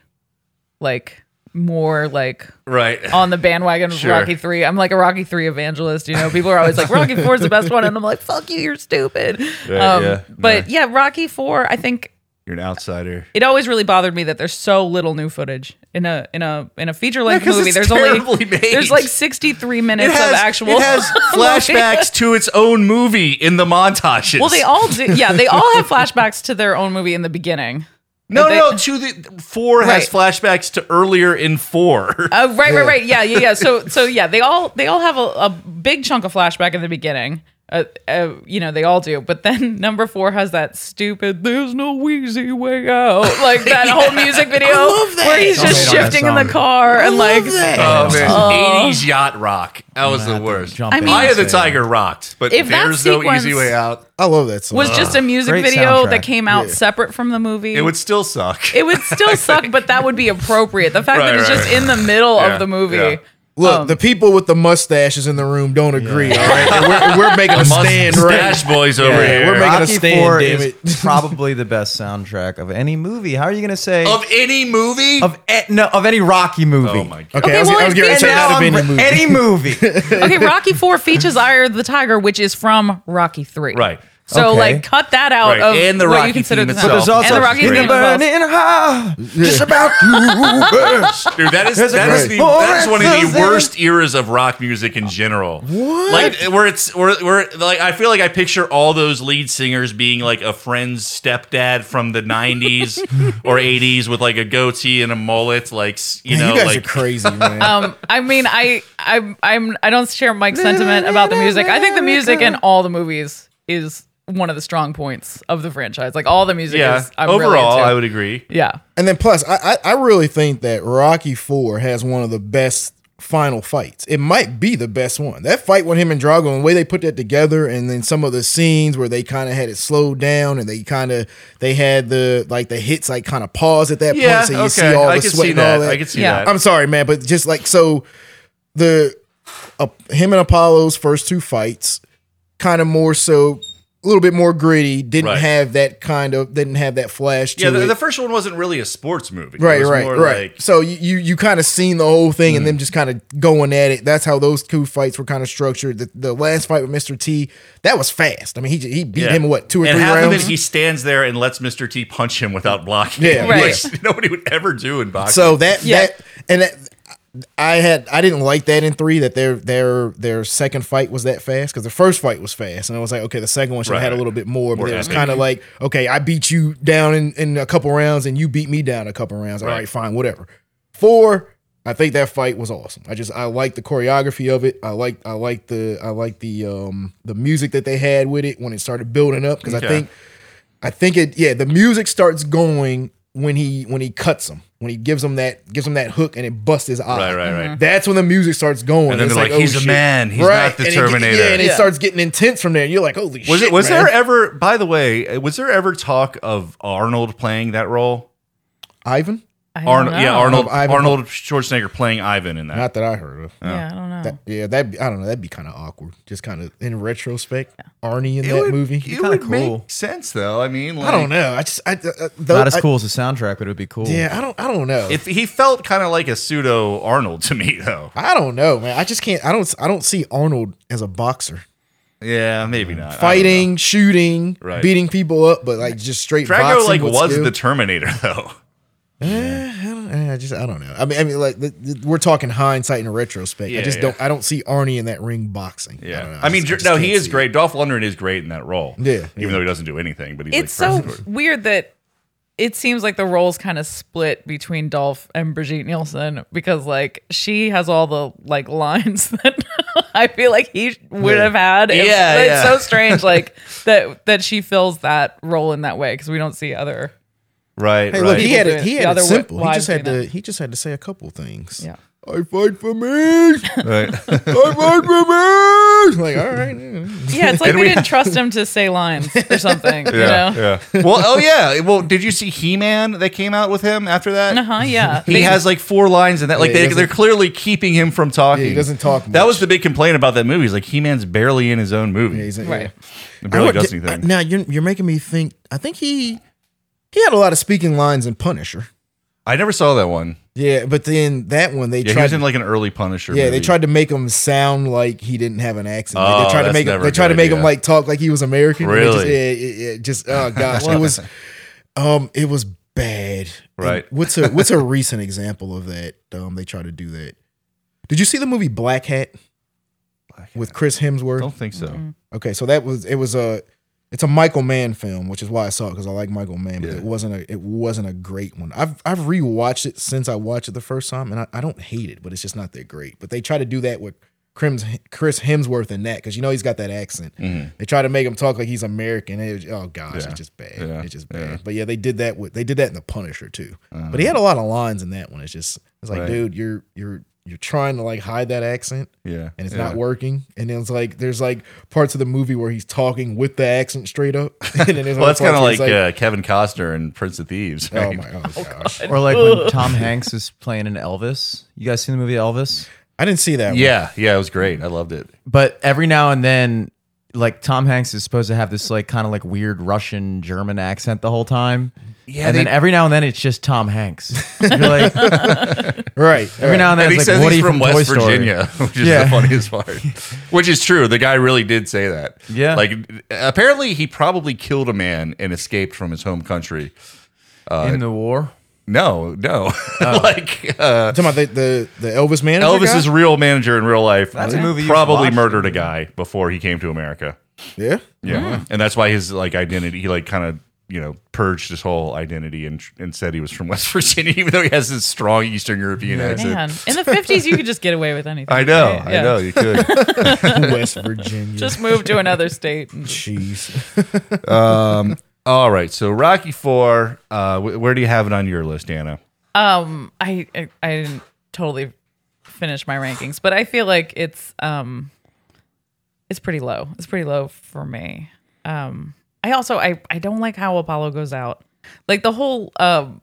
[SPEAKER 5] like, more like
[SPEAKER 1] Right.
[SPEAKER 5] on the bandwagon of
[SPEAKER 1] Sure.
[SPEAKER 5] Rocky Three. I'm like a Rocky Three evangelist. You know, people are always like Rocky Four is the best one, and I'm like, fuck you, you're stupid. Um,
[SPEAKER 1] Yeah, yeah,
[SPEAKER 5] But yeah, Rocky Four. I think
[SPEAKER 1] You're an outsider.
[SPEAKER 5] it always really bothered me that there's so little new footage in a in a in a feature length
[SPEAKER 1] 'cause
[SPEAKER 5] movie.
[SPEAKER 1] it's
[SPEAKER 5] there's
[SPEAKER 1] terribly
[SPEAKER 5] only
[SPEAKER 1] made.
[SPEAKER 5] there's like 63 minutes of actual.
[SPEAKER 1] it has flashbacks to its own movie in the montages.
[SPEAKER 5] well, they all do. Yeah, they all have flashbacks to their own movie in the beginning.
[SPEAKER 1] no,
[SPEAKER 5] they-
[SPEAKER 1] no, to the four has
[SPEAKER 5] Right.
[SPEAKER 1] flashbacks to earlier in four.
[SPEAKER 5] Oh, right, right, right. Yeah, yeah, yeah. So, so yeah, they all they all have a, a big chunk of flashback in the beginning. Uh, uh, you know, they all do. But then number four has that stupid "There's no easy way out" like that whole music video where he's just
[SPEAKER 3] hate on that
[SPEAKER 5] shifting in the
[SPEAKER 3] song.
[SPEAKER 5] car and like.
[SPEAKER 1] Oh, man. 80s yacht rock. That was the worst.
[SPEAKER 3] jump I in. mean-
[SPEAKER 1] Eye of the Tiger rocked, but
[SPEAKER 5] If that
[SPEAKER 1] there's no
[SPEAKER 5] sequence-
[SPEAKER 1] easy way out.
[SPEAKER 4] I love that song.
[SPEAKER 5] Was just a music
[SPEAKER 3] Great
[SPEAKER 5] video
[SPEAKER 3] soundtrack.
[SPEAKER 5] that came out separate from the movie.
[SPEAKER 1] It would still suck.
[SPEAKER 5] It would still suck, but that would be appropriate. The fact
[SPEAKER 1] Right,
[SPEAKER 5] that it's
[SPEAKER 1] right,
[SPEAKER 5] just
[SPEAKER 1] right.
[SPEAKER 5] in the middle
[SPEAKER 1] Yeah,
[SPEAKER 5] of the movie.
[SPEAKER 1] yeah.
[SPEAKER 4] Look,
[SPEAKER 5] um,
[SPEAKER 4] the people with the mustaches in the room don't agree. All right, And we're, and we're making a stand right.
[SPEAKER 1] Stash boys over here.
[SPEAKER 4] we're making- a
[SPEAKER 3] Rocky
[SPEAKER 4] stand,
[SPEAKER 3] Four
[SPEAKER 4] damn
[SPEAKER 3] is probably the best soundtrack of any movie. How are you gonna say
[SPEAKER 1] of any movie?
[SPEAKER 3] of a- no of any Rocky movie?
[SPEAKER 1] oh my god.
[SPEAKER 4] Okay, I was,
[SPEAKER 5] well,
[SPEAKER 4] I was
[SPEAKER 5] it's
[SPEAKER 4] getting
[SPEAKER 5] been
[SPEAKER 4] to
[SPEAKER 5] now
[SPEAKER 4] that
[SPEAKER 3] Um,
[SPEAKER 4] in the movie.
[SPEAKER 3] Any movie.
[SPEAKER 5] okay, Rocky Four features Eye of the Tiger, which is from Rocky Three.
[SPEAKER 1] Right.
[SPEAKER 5] So
[SPEAKER 3] Okay.
[SPEAKER 5] like, cut that out
[SPEAKER 1] Right,
[SPEAKER 5] of
[SPEAKER 1] and the
[SPEAKER 5] what
[SPEAKER 1] Rocky
[SPEAKER 5] you consider
[SPEAKER 1] theme
[SPEAKER 5] the
[SPEAKER 1] itself. But
[SPEAKER 5] soundtrack.
[SPEAKER 3] There's also
[SPEAKER 5] and the Rocky
[SPEAKER 1] Great.
[SPEAKER 5] theme
[SPEAKER 3] in
[SPEAKER 5] as well.
[SPEAKER 3] burning hot, just about to burst.
[SPEAKER 1] Dude, that is
[SPEAKER 3] There's a
[SPEAKER 1] that is,
[SPEAKER 3] great-
[SPEAKER 1] the, that is
[SPEAKER 3] Oh,
[SPEAKER 1] one of the
[SPEAKER 3] that's-
[SPEAKER 1] worst eras of rock music in general. What? Like where it's where, where like I feel like I picture all those lead singers being like a friend's stepdad from the 90s or 80s with like a goatee and a mullet like s- you
[SPEAKER 4] Man,
[SPEAKER 1] know
[SPEAKER 4] you guys
[SPEAKER 1] like
[SPEAKER 4] are crazy, man.
[SPEAKER 5] Um, I mean, I, I, I'm, I don't share Mike's sentiment about the music. I think the music in all the movies is one of the strong points of the franchise. Like all the music
[SPEAKER 1] yeah.
[SPEAKER 5] is. I'm really
[SPEAKER 1] Overall,
[SPEAKER 5] into.
[SPEAKER 1] I would agree.
[SPEAKER 5] Yeah.
[SPEAKER 4] and then plus, I, I I really think that Rocky Four has one of the best final fights. It might be the best one. That fight with him and Drago, and the way they put that together, and then some of the scenes where they kind of had it slowed down, and they kind of they had the like the hits like kind of pause at that
[SPEAKER 1] Yeah,
[SPEAKER 4] point, so you
[SPEAKER 1] okay.
[SPEAKER 4] see all
[SPEAKER 1] I
[SPEAKER 4] the
[SPEAKER 1] can
[SPEAKER 4] sweat
[SPEAKER 1] see
[SPEAKER 4] and all
[SPEAKER 1] that.
[SPEAKER 4] that.
[SPEAKER 1] I can see
[SPEAKER 5] Yeah.
[SPEAKER 1] that.
[SPEAKER 4] I'm sorry, man, but just like so, the uh, him and Apollo's first two fights, kind of more so, a little bit more gritty. Didn't
[SPEAKER 1] Right.
[SPEAKER 4] have that kind of didn't have that flash. To
[SPEAKER 1] Yeah, the,
[SPEAKER 4] it.
[SPEAKER 1] the first one wasn't really a sports movie. It
[SPEAKER 4] right,
[SPEAKER 1] was
[SPEAKER 4] right,
[SPEAKER 1] more
[SPEAKER 4] right.
[SPEAKER 1] like- Mm.
[SPEAKER 4] so you you, you kind of seen the whole thing and them just kind of going at it. That's how those two fights were kind of structured. The, the last fight with Mr. T, that was fast. I mean, he j- he beat
[SPEAKER 1] yeah.
[SPEAKER 4] him what two or
[SPEAKER 1] and
[SPEAKER 4] three
[SPEAKER 1] half of it,
[SPEAKER 4] rounds.
[SPEAKER 1] he stands there and lets Mr. T punch him without blocking.
[SPEAKER 4] Yeah,
[SPEAKER 5] Right.
[SPEAKER 1] which nobody would ever do in boxing.
[SPEAKER 4] So that
[SPEAKER 5] Yeah.
[SPEAKER 4] that and that I had I didn't like that in three that their their their second fight was that fast because the first fight was fast and I was like okay the second one should have had a
[SPEAKER 1] Right.
[SPEAKER 4] little bit more but
[SPEAKER 1] More
[SPEAKER 4] it was
[SPEAKER 1] epic.
[SPEAKER 4] kind of like okay I beat you down in, in a couple rounds and you beat me down a couple rounds all
[SPEAKER 1] Right.
[SPEAKER 4] right fine whatever four I think that fight was awesome I just I like the choreography of it I like I like the I like the um the music that they had with it when it started building up because
[SPEAKER 1] Okay.
[SPEAKER 4] I think I think it yeah, the music starts going when he when he cuts him. When he gives him that gives him that hook and it busts his eye.
[SPEAKER 1] Right, right, right. Mhm.
[SPEAKER 4] That's when the music starts going.
[SPEAKER 1] And then
[SPEAKER 4] It's oh,
[SPEAKER 1] they're like, "He's a man. He's not the
[SPEAKER 4] And it get-
[SPEAKER 1] Terminator."
[SPEAKER 4] yeah, and it
[SPEAKER 5] Yeah.
[SPEAKER 4] starts getting intense from there. You're like, holy
[SPEAKER 1] was
[SPEAKER 4] shit.
[SPEAKER 1] it was
[SPEAKER 4] man.
[SPEAKER 1] there ever? By the way, was there ever talk of Arnold playing that role?
[SPEAKER 4] Ivan?
[SPEAKER 5] I
[SPEAKER 1] Arnold,
[SPEAKER 5] don't
[SPEAKER 1] yeah,
[SPEAKER 5] know.
[SPEAKER 1] Arnold,
[SPEAKER 4] Of Ivan-
[SPEAKER 1] Arnold Schwarzenegger playing Ivan in that.
[SPEAKER 4] Not that I heard of.
[SPEAKER 5] Yeah, I don't know.
[SPEAKER 4] That- yeah, that I don't know. That'd be kind of awkward. Just kind of in retrospect, Arnie in
[SPEAKER 1] It
[SPEAKER 4] that
[SPEAKER 1] would-
[SPEAKER 4] movie.
[SPEAKER 1] It
[SPEAKER 3] kinda
[SPEAKER 1] would
[SPEAKER 3] cool.
[SPEAKER 1] make sense though. I mean, like,
[SPEAKER 4] I don't know. I just I, uh, though,
[SPEAKER 3] Not as
[SPEAKER 4] I-
[SPEAKER 3] cool as the soundtrack, but it would be cool.
[SPEAKER 4] yeah, I don't. I don't know.
[SPEAKER 1] If he felt kind of like a pseudo Arnold to me though.
[SPEAKER 4] I don't know, man. I just can't. I don't. I don't see Arnold as a boxer.
[SPEAKER 1] Yeah, maybe not. Um, I don't know.
[SPEAKER 4] fighting, shooting,
[SPEAKER 1] Right.
[SPEAKER 4] beating people up, but like just straight
[SPEAKER 1] Drago
[SPEAKER 4] boxing
[SPEAKER 1] like
[SPEAKER 4] with
[SPEAKER 1] was
[SPEAKER 4] skill.
[SPEAKER 1] the Terminator though.
[SPEAKER 4] Eh, I just I don't know. I mean, I mean, like the, the- we're talking hindsight and retrospect.
[SPEAKER 1] Yeah,
[SPEAKER 4] I just
[SPEAKER 1] yeah.
[SPEAKER 4] don't. I don't see Arnie in that ring boxing.
[SPEAKER 1] Yeah,
[SPEAKER 4] don't know.
[SPEAKER 1] I, mean,
[SPEAKER 4] just-
[SPEAKER 1] Dr-
[SPEAKER 4] just
[SPEAKER 1] no,
[SPEAKER 4] can't
[SPEAKER 1] he is
[SPEAKER 4] see it.
[SPEAKER 1] great. Dolph Lundgren is great in that role.
[SPEAKER 4] Yeah,
[SPEAKER 1] even
[SPEAKER 4] yeah.
[SPEAKER 1] though he doesn't do anything, but he's
[SPEAKER 5] It's
[SPEAKER 1] like
[SPEAKER 5] so weird that it seems like the roles kind of split between Dolph and Brigitte Nielsen because like she has all the like lines that I feel like he would have had. It's,
[SPEAKER 3] Yeah,
[SPEAKER 5] it's
[SPEAKER 3] yeah.
[SPEAKER 5] so strange, like that that she fills that role in that way because we don't see other.
[SPEAKER 1] Right,
[SPEAKER 6] Hey,
[SPEAKER 1] right.
[SPEAKER 6] look, he had
[SPEAKER 5] People
[SPEAKER 6] it.
[SPEAKER 5] do it
[SPEAKER 6] He had
[SPEAKER 5] the
[SPEAKER 6] it
[SPEAKER 5] other wi-
[SPEAKER 6] simple. He
[SPEAKER 5] wives
[SPEAKER 6] just had
[SPEAKER 5] do
[SPEAKER 6] to.
[SPEAKER 5] that.
[SPEAKER 6] He just had to say a couple things.
[SPEAKER 5] Yeah.
[SPEAKER 6] I fight for me.
[SPEAKER 1] right.
[SPEAKER 6] I fight for me. Like, all right. yeah.
[SPEAKER 5] Yeah, it's like
[SPEAKER 1] And
[SPEAKER 5] we,
[SPEAKER 1] we-
[SPEAKER 5] didn't trust him to say lines or something. you
[SPEAKER 1] Yeah,
[SPEAKER 5] know?
[SPEAKER 1] yeah. Well, oh yeah. Well, did you see He Man that came out with him after that?
[SPEAKER 5] Uh huh. Yeah.
[SPEAKER 1] He
[SPEAKER 5] They-
[SPEAKER 1] has like four lines in that. Like
[SPEAKER 4] Yeah, he
[SPEAKER 1] they,
[SPEAKER 4] doesn't-
[SPEAKER 1] they're clearly keeping him from talking.
[SPEAKER 4] Yeah, he doesn't talk
[SPEAKER 1] That
[SPEAKER 4] much.
[SPEAKER 1] was the big complaint about that movie. Is like He Man's barely in his own movie.
[SPEAKER 4] He's-
[SPEAKER 5] right.
[SPEAKER 1] He barely
[SPEAKER 4] I would-
[SPEAKER 1] does
[SPEAKER 4] I-
[SPEAKER 1] anything.
[SPEAKER 4] Now you're you're making me think. I think he he had a lot of speaking lines in Punisher.
[SPEAKER 1] I never saw that one.
[SPEAKER 4] Yeah, but then that one they
[SPEAKER 1] Yeah, he
[SPEAKER 4] tried.
[SPEAKER 1] was in like an early Punisher.
[SPEAKER 4] yeah,
[SPEAKER 1] movie.
[SPEAKER 4] they tried to make him sound like he didn't have an accent. Like,
[SPEAKER 1] Oh,
[SPEAKER 4] they tried to
[SPEAKER 1] that's
[SPEAKER 4] make him.
[SPEAKER 1] never
[SPEAKER 4] They
[SPEAKER 1] a
[SPEAKER 4] tried to
[SPEAKER 1] good
[SPEAKER 4] make him
[SPEAKER 1] idea.
[SPEAKER 4] like talk like he was American. They just-
[SPEAKER 1] Really?
[SPEAKER 4] yeah, yeah, yeah, just oh gosh, it was um, it was bad. And
[SPEAKER 1] Right.
[SPEAKER 4] what's a what's a recent example of that? Um, they try to do that. Did you see the movie Black Hat? With Chris Hemsworth.
[SPEAKER 1] Don't think so.
[SPEAKER 4] Okay, so that was it was a it's a Michael Mann film, which is why I saw it because I like Michael Mann, but
[SPEAKER 1] Yeah.
[SPEAKER 4] it wasn't a it wasn't a great one. I've I've rewatched it since I watched it the first time, and I, I don't hate it, but it's just not that great. But they try to do that with Crims, Chris Hemsworth in that because you know he's got that accent. They try to make him talk like he's American. and it was- oh gosh,
[SPEAKER 1] Mm-hmm. Yeah.
[SPEAKER 4] it's just bad.
[SPEAKER 1] Yeah.
[SPEAKER 4] It's just bad.
[SPEAKER 1] Yeah. Uh-huh.
[SPEAKER 4] But yeah, they did that with they did that in The Punisher too. But he had a lot of lines in that one. It's just it's like,
[SPEAKER 1] Right.
[SPEAKER 4] dude, you're you're you're trying to like hide that accent
[SPEAKER 1] Yeah,
[SPEAKER 4] and it's
[SPEAKER 1] yeah.
[SPEAKER 4] not working. And then it's like there's like parts of the movie where he's talking with the accent straight up. and then there's
[SPEAKER 1] Well, that's kind
[SPEAKER 4] other
[SPEAKER 1] of
[SPEAKER 4] parts
[SPEAKER 1] like,
[SPEAKER 4] where he's
[SPEAKER 1] uh, Kevin Costner and Prince of Thieves.
[SPEAKER 4] Oh
[SPEAKER 1] right?
[SPEAKER 4] my oh, gosh!
[SPEAKER 3] Or like when Tom Hanks is playing in Elvis. You guys seen the movie Elvis?
[SPEAKER 4] I didn't see that.
[SPEAKER 1] Yeah, yeah, it was great. I loved it.
[SPEAKER 3] But every now and then, like Tom Hanks is supposed to have this like kind of like weird Russian German accent the whole time. Yeah, and then
[SPEAKER 1] they-
[SPEAKER 3] every now and then it's just Tom Hanks. You're like
[SPEAKER 4] one. right.
[SPEAKER 3] every now and then
[SPEAKER 1] And he
[SPEAKER 3] it's
[SPEAKER 1] says
[SPEAKER 3] like Woody
[SPEAKER 1] he's from,
[SPEAKER 3] Toy
[SPEAKER 1] West
[SPEAKER 3] Story.
[SPEAKER 1] Virginia, which is
[SPEAKER 3] Yeah.
[SPEAKER 1] the funniest part. Which is true. The guy really did say that.
[SPEAKER 3] Yeah.
[SPEAKER 1] Like apparently he probably killed a man and escaped from his home country.
[SPEAKER 3] in the war.
[SPEAKER 1] No, no.
[SPEAKER 3] Oh.
[SPEAKER 1] like uh,
[SPEAKER 4] talking about the, the the Elvis man.
[SPEAKER 1] Elvis's real manager in real life
[SPEAKER 3] a movie you
[SPEAKER 1] probably
[SPEAKER 3] should watch.
[SPEAKER 1] murdered a guy before he came to America.
[SPEAKER 4] yeah.
[SPEAKER 1] Yeah. And that's why his like identity he like kind of you know, purged his whole identity and and said he was from West Virginia, even though he has this strong Eastern European accent.
[SPEAKER 5] Man, in the fifties, you could just get away with anything.
[SPEAKER 1] I know,
[SPEAKER 5] right? Yeah.
[SPEAKER 1] I know, you could.
[SPEAKER 4] West Virginia.
[SPEAKER 5] Just move to another state. and-
[SPEAKER 4] Jeez.
[SPEAKER 1] All right, so Rocky Four. Uh, wh- where do you have it on your list, Anna?
[SPEAKER 5] Um, I, I I didn't totally finish my rankings, but I feel like it's um, it's pretty low. It's pretty low for me. Um, I also I I don't like how Apollo goes out. Like the whole um,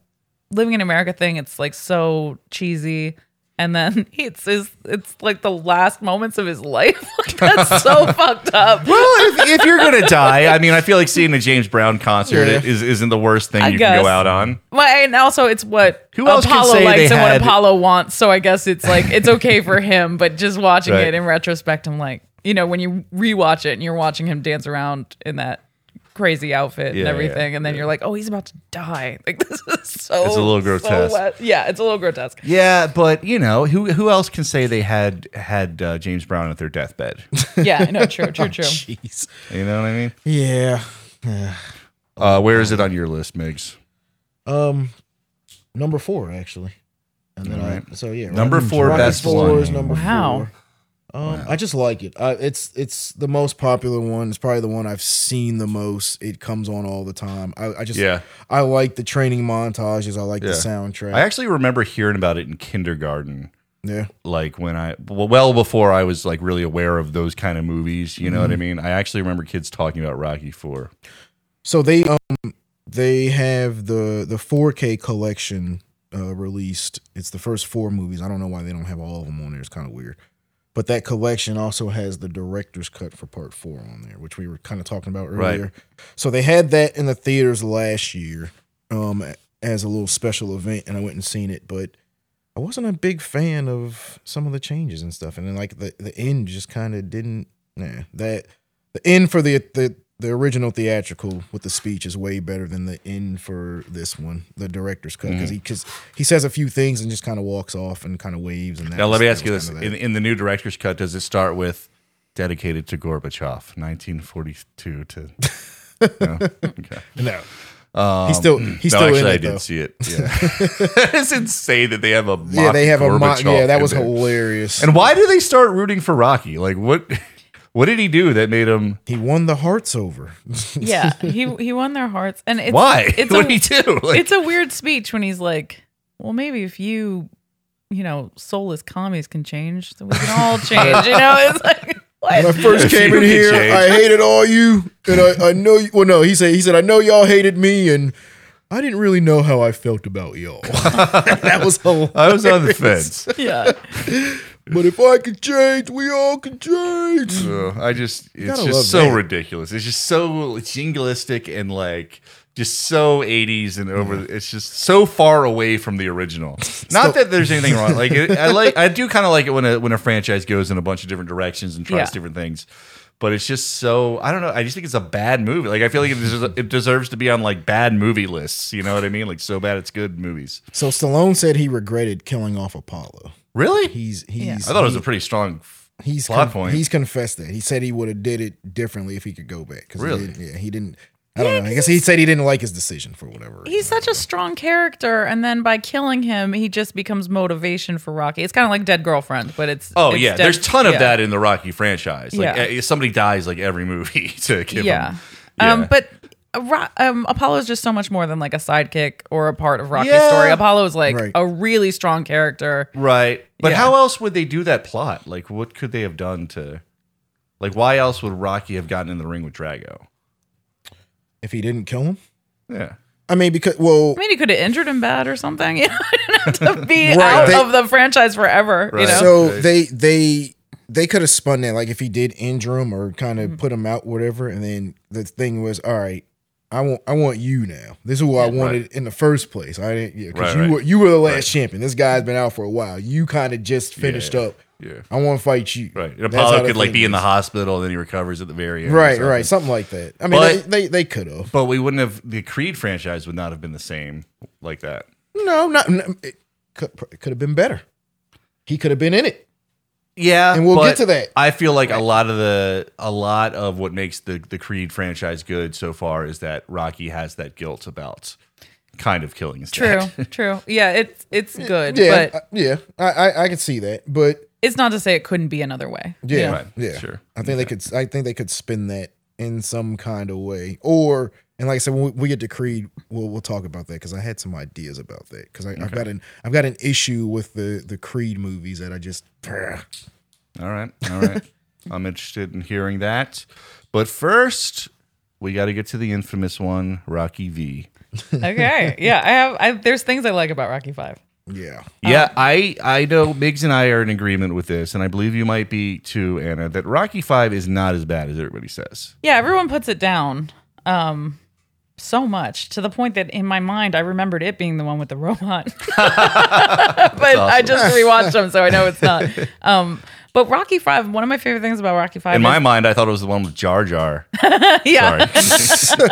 [SPEAKER 5] living in America thing. It's like so cheesy. And then it's his, it's like the last moments of his life. Like, That's so fucked up.
[SPEAKER 1] Well, if, if you're gonna die, I mean, I feel like seeing a James Brown concert is isn't the worst thing
[SPEAKER 5] I
[SPEAKER 1] you can
[SPEAKER 5] guess.
[SPEAKER 1] go out on.
[SPEAKER 5] Well, and also it's what
[SPEAKER 1] Who else can
[SPEAKER 5] Apollo
[SPEAKER 1] say
[SPEAKER 5] likes
[SPEAKER 1] they
[SPEAKER 5] and
[SPEAKER 1] had-
[SPEAKER 5] what Apollo wants. So I guess it's like it's okay for him, but just watching
[SPEAKER 1] Right.
[SPEAKER 5] it in retrospect, I'm like, you know, when you rewatch it and you're watching him dance around in that crazy outfit
[SPEAKER 1] Yeah,
[SPEAKER 5] and
[SPEAKER 1] yeah,
[SPEAKER 5] everything, and then you're like, oh, he's about to die. Like this is so
[SPEAKER 1] It's a little
[SPEAKER 5] so
[SPEAKER 1] grotesque.
[SPEAKER 5] wet. yeah, it's a little grotesque.
[SPEAKER 1] Yeah, but you know, who who else can say they had had uh, James Brown at their deathbed?
[SPEAKER 5] Yeah, no, true,
[SPEAKER 1] Oh,
[SPEAKER 5] true, true.
[SPEAKER 4] Jeez.
[SPEAKER 1] You know what I mean?
[SPEAKER 4] Yeah.
[SPEAKER 1] Uh, where is it on your list, Migs?
[SPEAKER 4] Um, number four actually. And then
[SPEAKER 1] All
[SPEAKER 4] I-
[SPEAKER 1] right.
[SPEAKER 4] so yeah,
[SPEAKER 1] Number
[SPEAKER 4] Rocky-
[SPEAKER 1] four
[SPEAKER 4] Rocky
[SPEAKER 1] best
[SPEAKER 4] four
[SPEAKER 1] one.
[SPEAKER 4] is number
[SPEAKER 5] Wow.
[SPEAKER 4] four. Um, I just like it. I, it's it's the most popular one. It's probably the one I've seen the most. It comes on all the time. I, I just
[SPEAKER 1] Yeah.
[SPEAKER 4] I like the training montages. I like
[SPEAKER 1] Yeah.
[SPEAKER 4] the soundtrack.
[SPEAKER 1] I actually remember hearing about it in kindergarten.
[SPEAKER 4] yeah,
[SPEAKER 1] like when I well, well before I was like really aware of those kind of movies. You know what I mean? I actually remember kids talking about Rocky Four.
[SPEAKER 4] So they um they have the the 4K collection uh released. It's the first four movies. I don't know why they don't have all of them on there. It's kind of weird. But that collection also has the director's cut for part 4 on there, which we were kind of talking about
[SPEAKER 1] Right.
[SPEAKER 4] earlier. So they had that in the theaters last year um as a little special event and I went and seen it, but I wasn't a big fan of some of the changes and stuff. And then like the, the end just kind of didn't nah, that the end for the, the the original theatrical with the speech is way better than the end for this one, the director's cut,
[SPEAKER 1] Mm.
[SPEAKER 4] because he cause he says a few things and just kind of walks off and kind of waves. And that
[SPEAKER 1] Now
[SPEAKER 4] was-
[SPEAKER 1] let me
[SPEAKER 4] that
[SPEAKER 1] ask you
[SPEAKER 4] was
[SPEAKER 1] this:
[SPEAKER 4] kinda
[SPEAKER 1] in,
[SPEAKER 4] that.
[SPEAKER 1] in the new director's cut, does it start with "Dedicated to Gorbachev, 1942"? To no? okay.
[SPEAKER 4] no,
[SPEAKER 1] Um,
[SPEAKER 4] still- he's
[SPEAKER 1] no,
[SPEAKER 4] still in
[SPEAKER 1] actually, I
[SPEAKER 4] it,
[SPEAKER 1] did
[SPEAKER 4] though.
[SPEAKER 1] see it. Yeah. it's insane that they have a mock
[SPEAKER 4] yeah, they have a mock.
[SPEAKER 1] Gorbachev
[SPEAKER 4] Yeah, that
[SPEAKER 1] in
[SPEAKER 4] was
[SPEAKER 1] there.
[SPEAKER 4] hilarious.
[SPEAKER 1] And why do they start rooting for Rocky? Like what? What did he do that made him?
[SPEAKER 4] he won the hearts over.
[SPEAKER 5] yeah, he he won their hearts, and it's,
[SPEAKER 1] why?
[SPEAKER 5] It's
[SPEAKER 1] what
[SPEAKER 5] a,
[SPEAKER 1] did he do? Like,
[SPEAKER 5] it's a weird speech when he's like, "Well, maybe if you, you know, soulless commies can change, then we can all change." You know, it's like what?
[SPEAKER 4] When I first
[SPEAKER 1] If
[SPEAKER 4] came
[SPEAKER 1] you
[SPEAKER 4] in
[SPEAKER 1] could
[SPEAKER 4] here,
[SPEAKER 1] change.
[SPEAKER 4] I hated all you, and I, I know. You, well, no, he said. He said, I know y'all hated me, and I didn't really know how I felt about y'all. that was hilarious.
[SPEAKER 1] I was on the fence.
[SPEAKER 5] yeah,
[SPEAKER 4] But if I could change, we all can change.
[SPEAKER 1] Uh, I just it's
[SPEAKER 4] gotta love
[SPEAKER 1] just so
[SPEAKER 4] that.
[SPEAKER 1] ridiculous. It's just so jingoistic and like just so 80s and over it's just so far away from the original. Not that there's anything wrong. Like it, I like I do kind of like it when a when a franchise goes in a bunch of different directions and tries
[SPEAKER 5] Yeah.
[SPEAKER 1] different things. But it's just so I don't know. I just think it's a bad movie. Like I feel like it deserves, it deserves to be on like bad movie lists. You know what I mean? Like so bad it's good movies.
[SPEAKER 4] So Stallone said he regretted killing off Apollo.
[SPEAKER 1] Really?
[SPEAKER 4] He's he's.
[SPEAKER 1] I thought it was a pretty strong.
[SPEAKER 4] he's
[SPEAKER 1] plot
[SPEAKER 4] con-
[SPEAKER 1] point.
[SPEAKER 4] He's confessed that he said he would have did it differently if he could go back. 'cause he
[SPEAKER 1] Really?
[SPEAKER 4] didn't- yeah, he didn't. I don't know. I guess he said he didn't like his decision for whatever.
[SPEAKER 5] he's
[SPEAKER 4] reason.
[SPEAKER 5] such a strong character, and then by killing him, he just becomes motivation for Rocky. It's kind of like Dead Girlfriend, but it's
[SPEAKER 1] Oh
[SPEAKER 5] it's
[SPEAKER 1] yeah,
[SPEAKER 5] dead-
[SPEAKER 1] there's a ton of
[SPEAKER 5] yeah.
[SPEAKER 1] that in the Rocky franchise. Like
[SPEAKER 5] Yeah.
[SPEAKER 1] eh, somebody dies like every movie to give
[SPEAKER 5] yeah.
[SPEAKER 1] him.
[SPEAKER 5] Um, but Ro- um, Apollo's just so much more than like a sidekick or a part of Rocky's
[SPEAKER 1] Yeah.
[SPEAKER 5] story. Apollo's like
[SPEAKER 4] Right.
[SPEAKER 5] a really strong character.
[SPEAKER 1] right. But
[SPEAKER 5] Yeah.
[SPEAKER 1] how else would they do that plot? Like, what could they have done to? Like, why else would Rocky have gotten in the ring with Drago?
[SPEAKER 4] if he didn't kill him,
[SPEAKER 1] Yeah,
[SPEAKER 4] I mean, because well,
[SPEAKER 5] I mean, he could have injured him bad or something. You know, not to be
[SPEAKER 4] Right.
[SPEAKER 5] out
[SPEAKER 4] They-
[SPEAKER 5] of the franchise forever. You
[SPEAKER 1] Right.
[SPEAKER 5] know,
[SPEAKER 4] so
[SPEAKER 1] Right.
[SPEAKER 4] they they they could have spun that like if he did injure him or kind
[SPEAKER 5] Mm-hmm.
[SPEAKER 4] of put him out, whatever. And then the thing was, all right, I want I want you now. This is who I wanted in the first place. I didn't yeah, because
[SPEAKER 1] Right,
[SPEAKER 4] you
[SPEAKER 1] right.
[SPEAKER 4] were you were the last champion. This guy's been out for a while. You kind of just finished
[SPEAKER 1] Yeah,
[SPEAKER 4] up.
[SPEAKER 1] yeah.
[SPEAKER 4] I want to fight you.
[SPEAKER 1] right. And
[SPEAKER 4] That's how
[SPEAKER 1] Apollo
[SPEAKER 4] the
[SPEAKER 1] could like
[SPEAKER 4] thing
[SPEAKER 1] be in the
[SPEAKER 4] is.
[SPEAKER 1] hospital, and then he recovers at the very end. or
[SPEAKER 4] Right,
[SPEAKER 1] something.
[SPEAKER 4] right, something like that. I mean,
[SPEAKER 1] But-
[SPEAKER 4] they they, they could have.
[SPEAKER 1] But we wouldn't have. The Creed franchise would not have been the same like that.
[SPEAKER 4] No, not no, it could it could have been better. He could have been in it.
[SPEAKER 1] Yeah,
[SPEAKER 4] And we'll get
[SPEAKER 1] but
[SPEAKER 4] to that.
[SPEAKER 1] I feel like a lot of the a lot of what makes the the Creed franchise good so far is that Rocky has that guilt about kind of killing his
[SPEAKER 5] true,
[SPEAKER 1] dad.
[SPEAKER 5] true. Yeah, it's it's good,
[SPEAKER 4] Yeah,
[SPEAKER 5] but
[SPEAKER 4] uh, yeah, I, I I could see that, but
[SPEAKER 5] it's not to say it couldn't be another way.
[SPEAKER 4] Yeah,
[SPEAKER 1] Right,
[SPEAKER 4] yeah.
[SPEAKER 1] sure.
[SPEAKER 4] I think they could. I think they could spin that in some kind of way, or and like I said, when we, we get to Creed, we'll we'll talk about that because I had some ideas about that because I've got an I've got an issue with the the Creed movies that I just
[SPEAKER 1] All right. All right. I'm interested in hearing that. But first, we got to get to the infamous one, Rocky V.
[SPEAKER 5] Oh. Okay, yeah, I have. I, there's things I like about Rocky Five.
[SPEAKER 4] yeah.
[SPEAKER 1] Yeah, I I know Miggs and I are in agreement with this, and I believe you might be too, Anna. That Rocky Five is not as bad as everybody says.
[SPEAKER 5] Yeah, everyone puts it down. Um. So much to the point that in my mind I remembered it being the one with the robot, but I just rewatched them, so I know it's not. Um, but Rocky Five, one of my favorite things about Rocky Five,
[SPEAKER 1] In
[SPEAKER 5] is-
[SPEAKER 1] my mind, I thought it was the one with Jar Jar.
[SPEAKER 5] yeah,
[SPEAKER 1] Sorry.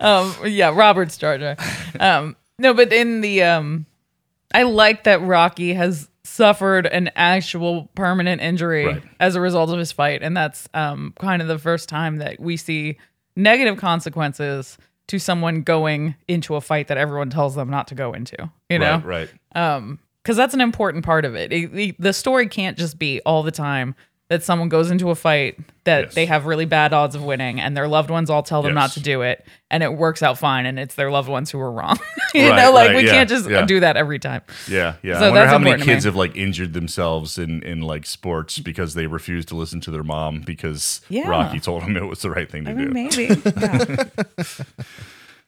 [SPEAKER 5] um, yeah, Robert's Jar Jar. Um, no, but in the, um, I like that Rocky has suffered an actual permanent injury
[SPEAKER 1] Right.
[SPEAKER 5] as a result of his fight, and that's um, kind of the first time that we see negative consequences to someone going into a fight that everyone tells them not to go into. You know,
[SPEAKER 1] Right, right.
[SPEAKER 5] because that's an important part of it. It- the- the story can't just be all the time that someone goes into a fight that
[SPEAKER 1] Yes.
[SPEAKER 5] they have really bad odds of winning and their loved ones all tell them not
[SPEAKER 1] Yes.
[SPEAKER 5] to do it and it works out fine and it's their loved ones who are wrong. you
[SPEAKER 1] Right,
[SPEAKER 5] know, like
[SPEAKER 1] right,
[SPEAKER 5] we
[SPEAKER 1] yeah,
[SPEAKER 5] can't just
[SPEAKER 1] yeah.
[SPEAKER 5] do that every time.
[SPEAKER 1] Yeah, yeah.
[SPEAKER 5] So
[SPEAKER 1] I wonder
[SPEAKER 5] that's
[SPEAKER 1] how many
[SPEAKER 5] important to me.
[SPEAKER 1] kids have like injured themselves in in like sports because they refused to listen to their mom because
[SPEAKER 5] Yeah.
[SPEAKER 1] Rocky told them it was the right thing to
[SPEAKER 5] I
[SPEAKER 1] do.
[SPEAKER 5] mean, maybe. Yeah.